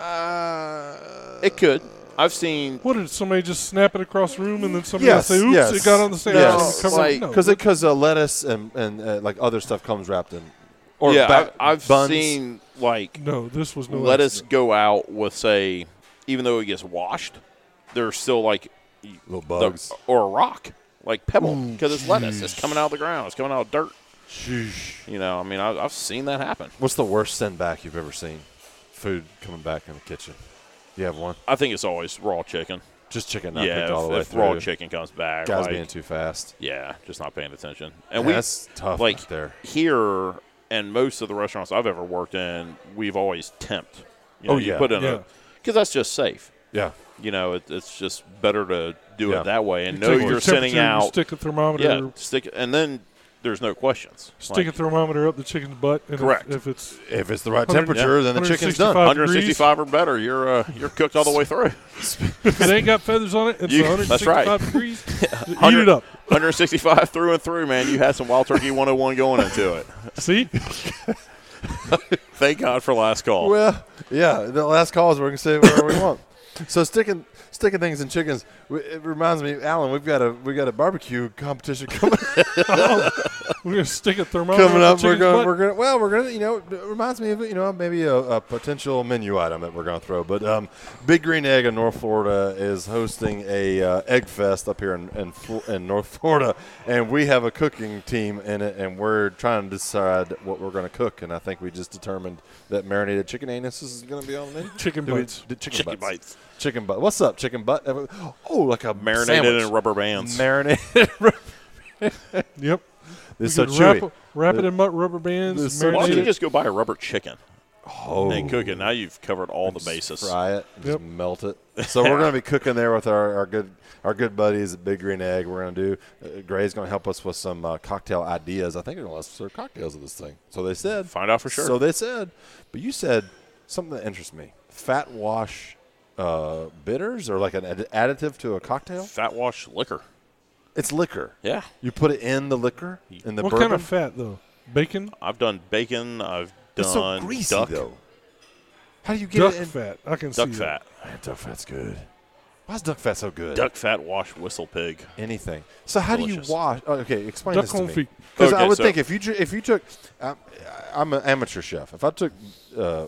[SPEAKER 4] it could. I've seen
[SPEAKER 3] What did somebody just snap it across the room and then somebody
[SPEAKER 1] Yes,
[SPEAKER 3] else say, "Oops,
[SPEAKER 1] yes,
[SPEAKER 3] it got on the sandwich"?
[SPEAKER 1] yes.
[SPEAKER 3] and covered
[SPEAKER 4] Like-
[SPEAKER 3] it? no,
[SPEAKER 1] because because uh, lettuce and and uh, like other stuff comes wrapped in. Or
[SPEAKER 4] yeah,
[SPEAKER 1] ba-
[SPEAKER 4] I've, I've
[SPEAKER 1] buns.
[SPEAKER 4] seen like
[SPEAKER 3] no, this was no.
[SPEAKER 4] let us
[SPEAKER 3] accident.
[SPEAKER 4] go out with say, even though it gets washed, there's still like y-
[SPEAKER 1] little
[SPEAKER 4] the-
[SPEAKER 1] bugs. Mm,
[SPEAKER 4] or a rock like pebble because it's lettuce. It's coming out of the ground. It's coming out of dirt. You know, I mean, I, I've seen that happen.
[SPEAKER 1] What's the worst send back you've ever seen? Food coming back in the kitchen. You have one?
[SPEAKER 4] I think it's always raw chicken.
[SPEAKER 1] Just chicken not
[SPEAKER 4] yeah,
[SPEAKER 1] cooked all
[SPEAKER 4] if,
[SPEAKER 1] the way
[SPEAKER 4] if
[SPEAKER 1] through.
[SPEAKER 4] raw chicken comes back,
[SPEAKER 1] Guys
[SPEAKER 4] like,
[SPEAKER 1] being too fast.
[SPEAKER 4] yeah, just not paying attention. And
[SPEAKER 1] Yeah,
[SPEAKER 4] we
[SPEAKER 1] that's tough
[SPEAKER 4] like
[SPEAKER 1] right there.
[SPEAKER 4] here and most of the restaurants I've ever worked in, we've always temped. You
[SPEAKER 1] Oh,
[SPEAKER 4] know,
[SPEAKER 1] yeah,
[SPEAKER 4] you put in
[SPEAKER 3] yeah.
[SPEAKER 4] a because that's just safe.
[SPEAKER 1] Yeah.
[SPEAKER 4] you know, it, it's just better to do
[SPEAKER 1] Yeah.
[SPEAKER 4] it that way and
[SPEAKER 3] You
[SPEAKER 4] know
[SPEAKER 3] take your
[SPEAKER 4] you're sending
[SPEAKER 3] temperature, you
[SPEAKER 4] out.
[SPEAKER 3] stick a thermometer,
[SPEAKER 4] yeah, stick and then there's no questions.
[SPEAKER 3] stick a
[SPEAKER 4] Like,
[SPEAKER 3] thermometer up the chicken's butt. And if-
[SPEAKER 4] Correct.
[SPEAKER 3] If, it's
[SPEAKER 1] If it's the right
[SPEAKER 3] Hundred-
[SPEAKER 1] temperature, then the chicken's done.
[SPEAKER 4] 165
[SPEAKER 3] 165.
[SPEAKER 4] or better, you're uh, you're cooked all the way through. [LAUGHS]
[SPEAKER 3] if it ain't got feathers on it, it's
[SPEAKER 4] You- that's
[SPEAKER 3] 165
[SPEAKER 4] right.
[SPEAKER 3] degrees.
[SPEAKER 4] [LAUGHS]
[SPEAKER 3] Eat
[SPEAKER 4] 100
[SPEAKER 3] it up.
[SPEAKER 4] 165 through and through, man. You had some wild turkey 101 going into it. [LAUGHS]
[SPEAKER 3] See,
[SPEAKER 4] Thank God for last call.
[SPEAKER 1] Well, yeah. The last calls we're gonna say whatever we [LAUGHS] want. So sticking sticking things in chickens. w- It reminds me, Alan. We've got a we got a barbecue competition coming
[SPEAKER 3] we're gonna stick a thermometer
[SPEAKER 1] coming
[SPEAKER 3] up
[SPEAKER 1] up.
[SPEAKER 3] the
[SPEAKER 1] We're
[SPEAKER 3] Oh, chicken's
[SPEAKER 1] going.
[SPEAKER 3] butt.
[SPEAKER 1] We're going. Well, we're going to. You know, it reminds me of you know maybe a, a potential menu item that we're going to throw. But um, Big Green Egg in North Florida is hosting a uh, egg fest up here in in, Fl- in North Florida, and we have a cooking team in it, and we're trying to decide what we're going to cook. And I think we just determined that marinated chicken anus is going to be on the menu.
[SPEAKER 3] Chicken
[SPEAKER 1] Do we-
[SPEAKER 3] bites.
[SPEAKER 1] d- chicken,
[SPEAKER 4] Chicken
[SPEAKER 1] bites.
[SPEAKER 4] bites.
[SPEAKER 1] Chicken butt. What's up, chicken butt? Oh, like a
[SPEAKER 4] Marinated
[SPEAKER 1] sandwich.
[SPEAKER 4] in rubber bands.
[SPEAKER 1] Marinated.
[SPEAKER 3] Yep.
[SPEAKER 1] it's so
[SPEAKER 3] [LAUGHS] We could wrap,
[SPEAKER 1] chewy.
[SPEAKER 3] it- wrap it in mud rubber bands.
[SPEAKER 1] It's so
[SPEAKER 4] Why don't
[SPEAKER 3] marinate
[SPEAKER 4] you
[SPEAKER 3] it.
[SPEAKER 4] just go buy a rubber chicken
[SPEAKER 1] Oh.
[SPEAKER 4] and cook it? Now you've covered all the bases.
[SPEAKER 1] Fry it, just
[SPEAKER 3] Yep.
[SPEAKER 1] melt it. So we're
[SPEAKER 4] [LAUGHS]
[SPEAKER 1] going to be cooking there with our, our good our good buddies at Big Green Egg. We're going to do. Uh, Gray's going to help us with some uh, cocktail ideas. I think they're going to let us serve cocktails at this thing. So they said.
[SPEAKER 4] Find out for sure.
[SPEAKER 1] So they said. But you said something that interests me: fat wash uh, bitters, or like an ad- additive to a cocktail.
[SPEAKER 4] Fat wash liquor.
[SPEAKER 1] It's liquor.
[SPEAKER 4] Yeah,
[SPEAKER 1] You put it in the liquor in the
[SPEAKER 3] What
[SPEAKER 1] bourbon.
[SPEAKER 3] kind of fat though? Bacon,
[SPEAKER 4] I've done bacon. I've
[SPEAKER 1] it's so
[SPEAKER 4] done
[SPEAKER 1] greasy
[SPEAKER 4] duck.
[SPEAKER 1] though. How do you get
[SPEAKER 3] duck
[SPEAKER 1] it? In-
[SPEAKER 3] fat. I can
[SPEAKER 4] Duck
[SPEAKER 3] see that.
[SPEAKER 4] fat.
[SPEAKER 1] Man, duck fat's good. Why is duck fat so good?
[SPEAKER 4] Duck fat wash whistle pig.
[SPEAKER 1] anything. So how
[SPEAKER 4] Delicious.
[SPEAKER 1] do you wash? oh, okay, explain
[SPEAKER 3] Duck
[SPEAKER 1] this to me.
[SPEAKER 3] confit.
[SPEAKER 1] Because I
[SPEAKER 4] Okay,
[SPEAKER 1] would
[SPEAKER 4] so-
[SPEAKER 1] think if you ju- if you took, I'm, I'm an amateur chef. If I took uh, uh,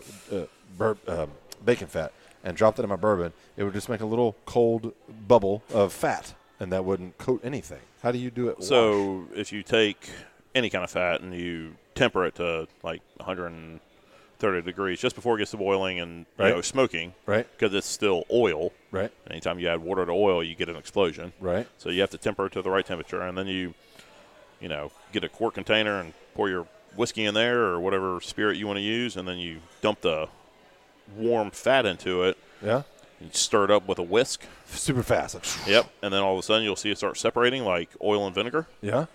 [SPEAKER 1] bur- uh, bacon fat and dropped it in my bourbon, it would just make a little cold bubble of fat, and that wouldn't coat anything. How do you do it? wash?
[SPEAKER 4] So if you take any kind of fat and you temper it to like 130 degrees just before it gets to boiling and you
[SPEAKER 1] Right.
[SPEAKER 4] know smoking,
[SPEAKER 1] right,
[SPEAKER 4] because it's still oil.
[SPEAKER 1] right,
[SPEAKER 4] Anytime you add water to oil, you get an explosion.
[SPEAKER 1] right.
[SPEAKER 4] So you have to temper it to the right temperature, and then you, you know, get a quart container and pour your whiskey in there or whatever spirit you want to use, and then you dump the warm fat into it
[SPEAKER 1] Yeah,
[SPEAKER 4] and stir it up with
[SPEAKER 1] [SIGHS]
[SPEAKER 4] a whisk.
[SPEAKER 1] super fast. Like, [LAUGHS]
[SPEAKER 4] Yep. And then all of a sudden you'll see it start separating like oil and vinegar.
[SPEAKER 1] Yeah.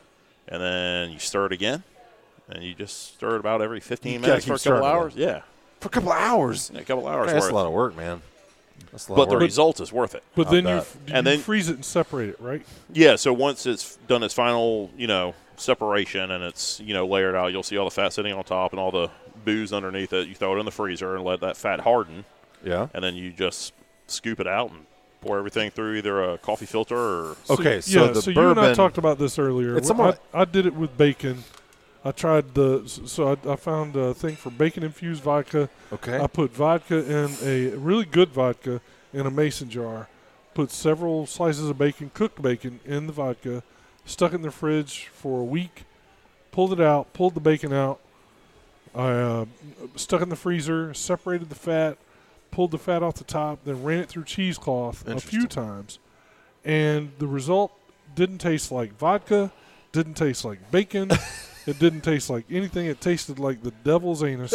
[SPEAKER 4] and then you stir it again, and you just stir it about every 15
[SPEAKER 1] You gotta
[SPEAKER 4] minutes for a
[SPEAKER 1] keep stirring
[SPEAKER 4] couple
[SPEAKER 1] it.
[SPEAKER 4] hours. Yeah,
[SPEAKER 1] For a couple of hours.
[SPEAKER 4] yeah, a couple hours
[SPEAKER 1] Man, that's
[SPEAKER 4] worth.
[SPEAKER 1] a lot of work, man. That's a lot
[SPEAKER 4] but
[SPEAKER 1] of
[SPEAKER 4] the
[SPEAKER 1] work.
[SPEAKER 4] result is worth it.
[SPEAKER 3] But
[SPEAKER 1] I'll
[SPEAKER 3] then you,
[SPEAKER 1] bet.
[SPEAKER 3] f- you
[SPEAKER 4] And then-
[SPEAKER 3] freeze it and separate it, right?
[SPEAKER 4] Yeah. So once it's done its final, you know, separation and it's you know layered out, you'll see all the fat sitting on top and all the booze underneath it. You throw it in the freezer and let that fat harden,
[SPEAKER 1] yeah.
[SPEAKER 4] and then you just scoop it out and pour everything through either a coffee filter or
[SPEAKER 1] Okay, so
[SPEAKER 3] yeah,
[SPEAKER 1] the
[SPEAKER 3] so you and I
[SPEAKER 1] bourbon-
[SPEAKER 3] talked about this earlier.
[SPEAKER 1] It's
[SPEAKER 3] Well,
[SPEAKER 1] somewhat-
[SPEAKER 3] I, I did it with bacon. I tried the so I, I found a thing for bacon infused vodka.
[SPEAKER 1] Okay.
[SPEAKER 3] I put vodka in a really good vodka in a mason jar. Put several slices of bacon, cooked bacon, in the vodka. Stuck it in the fridge for a week. pulled it out, pulled the bacon out. I uh, stuck it in the freezer, separated the fat, pulled the fat off the top, then ran it through cheesecloth a few
[SPEAKER 1] Interesting.
[SPEAKER 3] times, and the result didn't taste like vodka, didn't taste
[SPEAKER 1] [LAUGHS]
[SPEAKER 3] like bacon. It didn't taste like anything. It tasted like the
[SPEAKER 1] [LAUGHS]
[SPEAKER 3] devil's anus.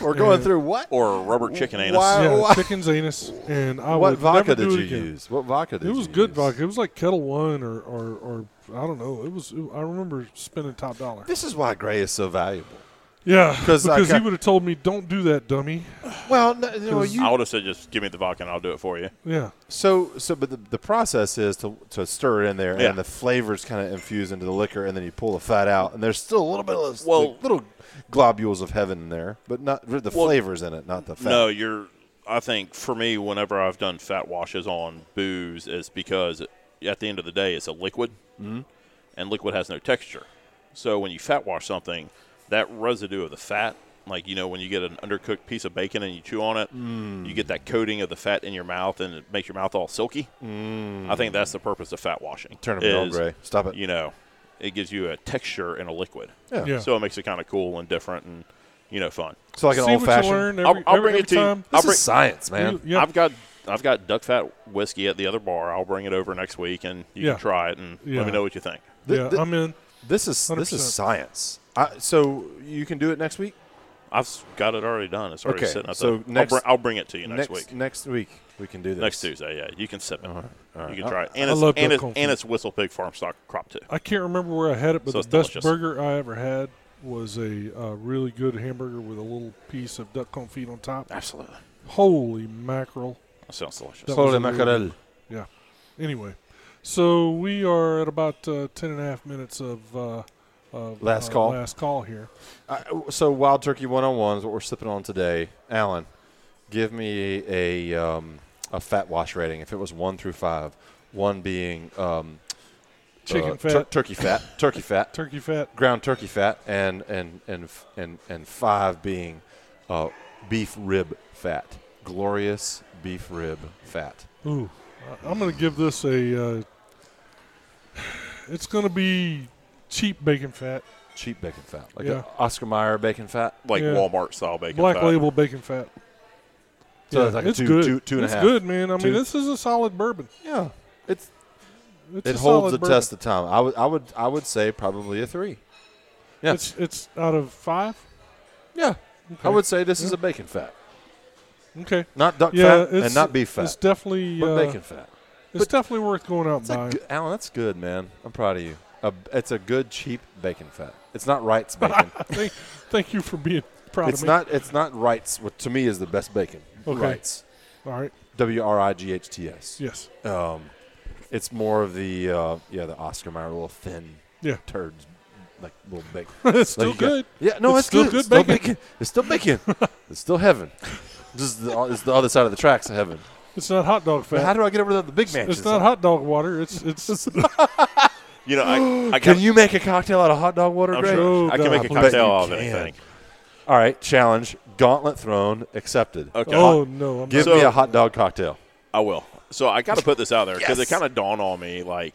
[SPEAKER 1] We're going
[SPEAKER 3] Yeah.
[SPEAKER 1] through what?
[SPEAKER 4] Or rubber chicken anus.
[SPEAKER 1] Wow.
[SPEAKER 3] yeah,
[SPEAKER 1] what-
[SPEAKER 3] chicken's anus. And I
[SPEAKER 1] Uh, What
[SPEAKER 3] would
[SPEAKER 1] vodka
[SPEAKER 3] never
[SPEAKER 1] did
[SPEAKER 3] do
[SPEAKER 1] you
[SPEAKER 3] it again.
[SPEAKER 1] use? What vodka did
[SPEAKER 3] It
[SPEAKER 1] you
[SPEAKER 3] was good
[SPEAKER 1] use?
[SPEAKER 3] vodka. It was like Kettle One or, or, or I don't know. It was. I remember spending top dollar.
[SPEAKER 1] This is why Gray is so valuable.
[SPEAKER 3] Yeah,
[SPEAKER 1] 'Cause I
[SPEAKER 3] because he
[SPEAKER 1] got-
[SPEAKER 3] would have told me, "Don't do that, dummy."
[SPEAKER 1] Well, no, no,
[SPEAKER 3] Because-
[SPEAKER 1] you
[SPEAKER 4] I would have said, just give me the vodka and I'll do it for you.
[SPEAKER 3] Yeah,
[SPEAKER 1] So, so, but the, the process is to, to stir it in there,
[SPEAKER 4] Yeah.
[SPEAKER 1] and the flavors kind of infuse into the liquor, and then you pull the fat out, and there's still a little bit of those,
[SPEAKER 4] Well-
[SPEAKER 1] like, little globules of heaven in there, but not the flavors in it, not the fat.
[SPEAKER 4] No, you're. I think for me, whenever I've done fat washes on booze, is because at the end of the day, it's a liquid,
[SPEAKER 1] Mm-hmm.
[SPEAKER 4] and liquid has no texture. So when you fat wash something, that residue of the fat, like you know, when you get an undercooked piece of bacon and you chew on it,
[SPEAKER 1] Mm.
[SPEAKER 4] you get that coating of the fat in your mouth, and it makes your mouth all silky. I think that's the purpose of fat washing.
[SPEAKER 1] Mm. Turn them on,
[SPEAKER 4] is,
[SPEAKER 1] Gray. Stop it.
[SPEAKER 4] You know, it gives you a texture in a liquid,
[SPEAKER 1] yeah.
[SPEAKER 3] yeah.
[SPEAKER 4] so it makes it kind of cool and different, and you know, fun.
[SPEAKER 1] So like an
[SPEAKER 3] See
[SPEAKER 1] old
[SPEAKER 3] what you
[SPEAKER 1] fashioned.
[SPEAKER 3] learn every,
[SPEAKER 4] I'll- I'll
[SPEAKER 3] every-
[SPEAKER 4] bring it
[SPEAKER 3] every
[SPEAKER 4] to you.
[SPEAKER 3] time.
[SPEAKER 4] I'll
[SPEAKER 1] This
[SPEAKER 4] bring-
[SPEAKER 1] is science, man.
[SPEAKER 3] You- yeah.
[SPEAKER 4] I've got I've got duck fat whiskey at the other bar. I'll bring it over next week, and you
[SPEAKER 3] Yeah.
[SPEAKER 4] can try it and
[SPEAKER 3] Yeah.
[SPEAKER 4] let me know what you think.
[SPEAKER 1] Th-
[SPEAKER 3] yeah,
[SPEAKER 1] th-
[SPEAKER 3] I'm in.
[SPEAKER 1] This is this is
[SPEAKER 3] 100%.
[SPEAKER 1] science. I, so you can do it next week.
[SPEAKER 4] I've s- got it already done. It's already
[SPEAKER 1] Okay,
[SPEAKER 4] sitting up
[SPEAKER 1] so
[SPEAKER 4] there.
[SPEAKER 1] next-
[SPEAKER 4] I'll, bring, I'll bring it to you next, week.
[SPEAKER 1] Next week we can do this.
[SPEAKER 4] Next Tuesday, yeah, you can sip it. You can try it, and
[SPEAKER 3] I
[SPEAKER 4] it's
[SPEAKER 3] love
[SPEAKER 4] and
[SPEAKER 3] duck
[SPEAKER 4] it's,
[SPEAKER 3] confit.
[SPEAKER 4] and it's Whistle Pig Farm Stock Crop too.
[SPEAKER 3] I can't remember where I had it, but
[SPEAKER 4] So it's
[SPEAKER 3] the best
[SPEAKER 4] delicious.
[SPEAKER 3] burger I ever had was a uh, really good hamburger with a little piece of duck confit on top.
[SPEAKER 4] Absolutely,
[SPEAKER 3] Holy mackerel!
[SPEAKER 4] that sounds delicious.
[SPEAKER 3] That-
[SPEAKER 1] Holy
[SPEAKER 3] was a really-
[SPEAKER 1] mackerel.
[SPEAKER 3] Anyway, so we are at about uh, ten and a half minutes of, uh, of
[SPEAKER 1] Last
[SPEAKER 3] uh,
[SPEAKER 1] call.
[SPEAKER 3] Last call here.
[SPEAKER 1] I, so Wild Turkey 101 is what we're sipping on today. Alan, give me a um, a fat wash rating. If it was one through five, one being um,
[SPEAKER 3] Chicken
[SPEAKER 1] uh, tur-
[SPEAKER 3] fat,
[SPEAKER 1] turkey fat, turkey
[SPEAKER 3] [LAUGHS]
[SPEAKER 1] fat,
[SPEAKER 3] turkey fat.
[SPEAKER 1] ground turkey fat, and and and f- and and five being uh, beef rib fat, glorious beef rib fat.
[SPEAKER 3] Ooh, I- I'm going to give this a. Uh, it's going to be cheap bacon fat,
[SPEAKER 1] Cheap bacon fat, like
[SPEAKER 3] Yeah.
[SPEAKER 1] a Oscar Mayer bacon fat.
[SPEAKER 4] like
[SPEAKER 3] Yeah.
[SPEAKER 4] Walmart style bacon.
[SPEAKER 3] black
[SPEAKER 4] fat.
[SPEAKER 3] label bacon fat.
[SPEAKER 1] So it's like a two-
[SPEAKER 3] good.
[SPEAKER 1] two- two and a
[SPEAKER 3] it's
[SPEAKER 1] half.
[SPEAKER 3] good, man. I
[SPEAKER 1] Two-
[SPEAKER 3] mean, this is a solid bourbon.
[SPEAKER 1] Yeah, it's
[SPEAKER 3] It's
[SPEAKER 1] it
[SPEAKER 3] a
[SPEAKER 1] holds
[SPEAKER 3] solid
[SPEAKER 1] the
[SPEAKER 3] bourbon.
[SPEAKER 1] test of time. I would I would I would say probably a three. Yeah.
[SPEAKER 3] It's it's out of five.
[SPEAKER 1] Yeah. I
[SPEAKER 3] Okay.
[SPEAKER 1] would say this is a bacon fat,
[SPEAKER 3] Okay.
[SPEAKER 1] not duck
[SPEAKER 3] Yeah,
[SPEAKER 1] fat
[SPEAKER 3] it's-
[SPEAKER 1] and not beef
[SPEAKER 3] It's
[SPEAKER 1] fat,
[SPEAKER 3] definitely
[SPEAKER 1] but
[SPEAKER 3] uh,
[SPEAKER 1] bacon fat.
[SPEAKER 3] it's
[SPEAKER 1] but-
[SPEAKER 3] definitely worth going out and
[SPEAKER 1] It's a
[SPEAKER 3] buying.
[SPEAKER 1] good, Alan, that's good, man. I'm proud of you. A, it's a good cheap bacon fat. It's not
[SPEAKER 3] [LAUGHS]
[SPEAKER 1] Wright's bacon.
[SPEAKER 3] thank, thank you for being
[SPEAKER 1] [LAUGHS]
[SPEAKER 3] proud
[SPEAKER 1] it's
[SPEAKER 3] of me.
[SPEAKER 1] not. It's not Wright's. What to me is the best bacon.
[SPEAKER 3] Okay.
[SPEAKER 1] Wright's.
[SPEAKER 3] All right.
[SPEAKER 1] W R I G H T S.
[SPEAKER 3] Yes.
[SPEAKER 1] Um, it's more of the uh, yeah the Oscar Mayer little thin
[SPEAKER 3] Yeah.
[SPEAKER 1] turds like little bacon.
[SPEAKER 3] [LAUGHS] it's still
[SPEAKER 1] Like you got-
[SPEAKER 3] good.
[SPEAKER 1] Yeah, no,
[SPEAKER 3] It's
[SPEAKER 1] it's,
[SPEAKER 3] still
[SPEAKER 1] good.
[SPEAKER 3] good
[SPEAKER 1] It's still
[SPEAKER 3] bacon.
[SPEAKER 1] bacon. It's still
[SPEAKER 3] [LAUGHS]
[SPEAKER 1] bacon. it's still heaven. Just the, it's the other side of the tracks of heaven.
[SPEAKER 3] It's not hot dog
[SPEAKER 1] But how
[SPEAKER 3] fat.
[SPEAKER 1] do I get over to the big man?
[SPEAKER 3] It's not hot dog water. It's it's [LAUGHS]
[SPEAKER 4] You know, I,
[SPEAKER 3] [GASPS]
[SPEAKER 4] I
[SPEAKER 1] Can
[SPEAKER 4] got,
[SPEAKER 1] you make a cocktail out of hot dog water,
[SPEAKER 4] I'm
[SPEAKER 1] Greg?
[SPEAKER 3] Oh,
[SPEAKER 4] sure I can make a
[SPEAKER 1] I bet you
[SPEAKER 4] cocktail out of
[SPEAKER 1] can.
[SPEAKER 4] anything.
[SPEAKER 1] All right, challenge. Gauntlet thrown accepted.
[SPEAKER 4] Okay,
[SPEAKER 3] oh no. I'm
[SPEAKER 1] Give
[SPEAKER 3] not.
[SPEAKER 4] So-
[SPEAKER 1] me a hot dog cocktail.
[SPEAKER 4] I will. So I got to put this out there because
[SPEAKER 1] Yes.
[SPEAKER 4] it kind of dawned on me like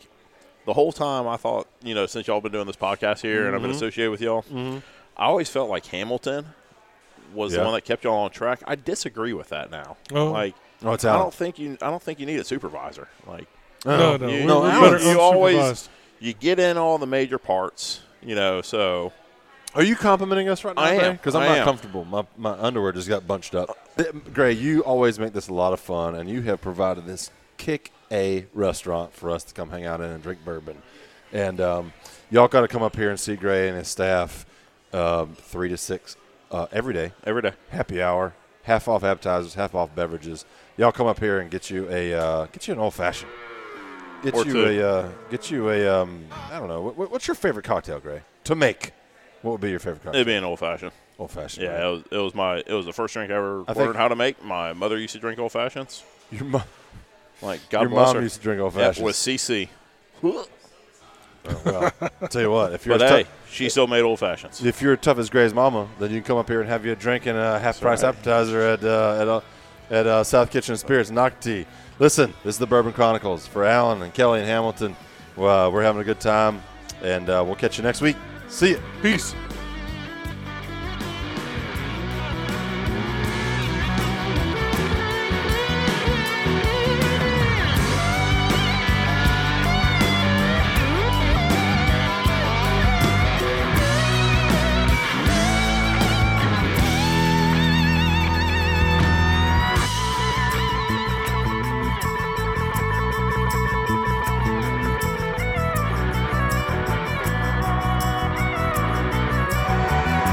[SPEAKER 4] the whole time I thought, you know, since y'all been doing this podcast here and
[SPEAKER 1] Mm-hmm.
[SPEAKER 4] I've been associated with y'all, I always felt like Hamilton was
[SPEAKER 1] Yeah.
[SPEAKER 4] the one that kept y'all on track. I disagree with that now.
[SPEAKER 3] Oh.
[SPEAKER 4] Like
[SPEAKER 1] Oh, it's Oh.
[SPEAKER 4] I
[SPEAKER 1] Alan.
[SPEAKER 4] don't think you I don't think you need a supervisor. Like
[SPEAKER 3] No, no.
[SPEAKER 4] you, you-
[SPEAKER 3] we're, we're
[SPEAKER 1] Alan,
[SPEAKER 3] better
[SPEAKER 4] you always
[SPEAKER 3] unsupervised.
[SPEAKER 4] you get in all the major parts, you know, so
[SPEAKER 1] Are you complimenting us right now?
[SPEAKER 4] I am.
[SPEAKER 1] Because I'm
[SPEAKER 4] I
[SPEAKER 1] not
[SPEAKER 4] am.
[SPEAKER 1] comfortable. My, my underwear just got bunched up. Uh, Th- Gray, you always make this a lot of fun, and you have provided this kick a restaurant for us to come hang out in and drink bourbon. And um, y'all got to come up here and see Gray and his staff um, three to six uh, every day,
[SPEAKER 4] every day.
[SPEAKER 1] happy hour, half off appetizers, half off beverages. Y'all come up here and get you a uh, get you an old fashioned. Get
[SPEAKER 4] Or
[SPEAKER 1] you
[SPEAKER 4] two.
[SPEAKER 1] a uh, get you a um, I don't know. What, what's your favorite cocktail, Gray? To make. What would be your favorite cocktail?
[SPEAKER 4] It'd be an old fashioned.
[SPEAKER 1] Old fashioned.
[SPEAKER 4] Yeah, it was, it was my it was the first drink I ever
[SPEAKER 1] I think-
[SPEAKER 4] learned how to make. My mother used to drink old fashions.
[SPEAKER 1] Your, mo-
[SPEAKER 4] Like God
[SPEAKER 1] your
[SPEAKER 4] bless
[SPEAKER 1] mom
[SPEAKER 4] her.
[SPEAKER 1] used to drink old
[SPEAKER 4] Yeah,
[SPEAKER 1] fashioned.
[SPEAKER 4] with CC.
[SPEAKER 1] I'll tell you what, if you're,
[SPEAKER 4] [LAUGHS] But
[SPEAKER 1] as
[SPEAKER 4] hey,
[SPEAKER 1] tough,
[SPEAKER 4] she still made old fashions.
[SPEAKER 1] if you're as tough as Gray's mama, then you can come up here and have you a drink and a half price
[SPEAKER 4] right.
[SPEAKER 1] appetizer at uh, at, uh, at uh, South Kitchen and Spirits, Knock Tea. Listen, this is the Bourbon Chronicles for Alan and Kelly and Hamilton. Well, Uh, we're having a good time, and uh, we'll catch you next week.
[SPEAKER 6] See ya.
[SPEAKER 1] Peace.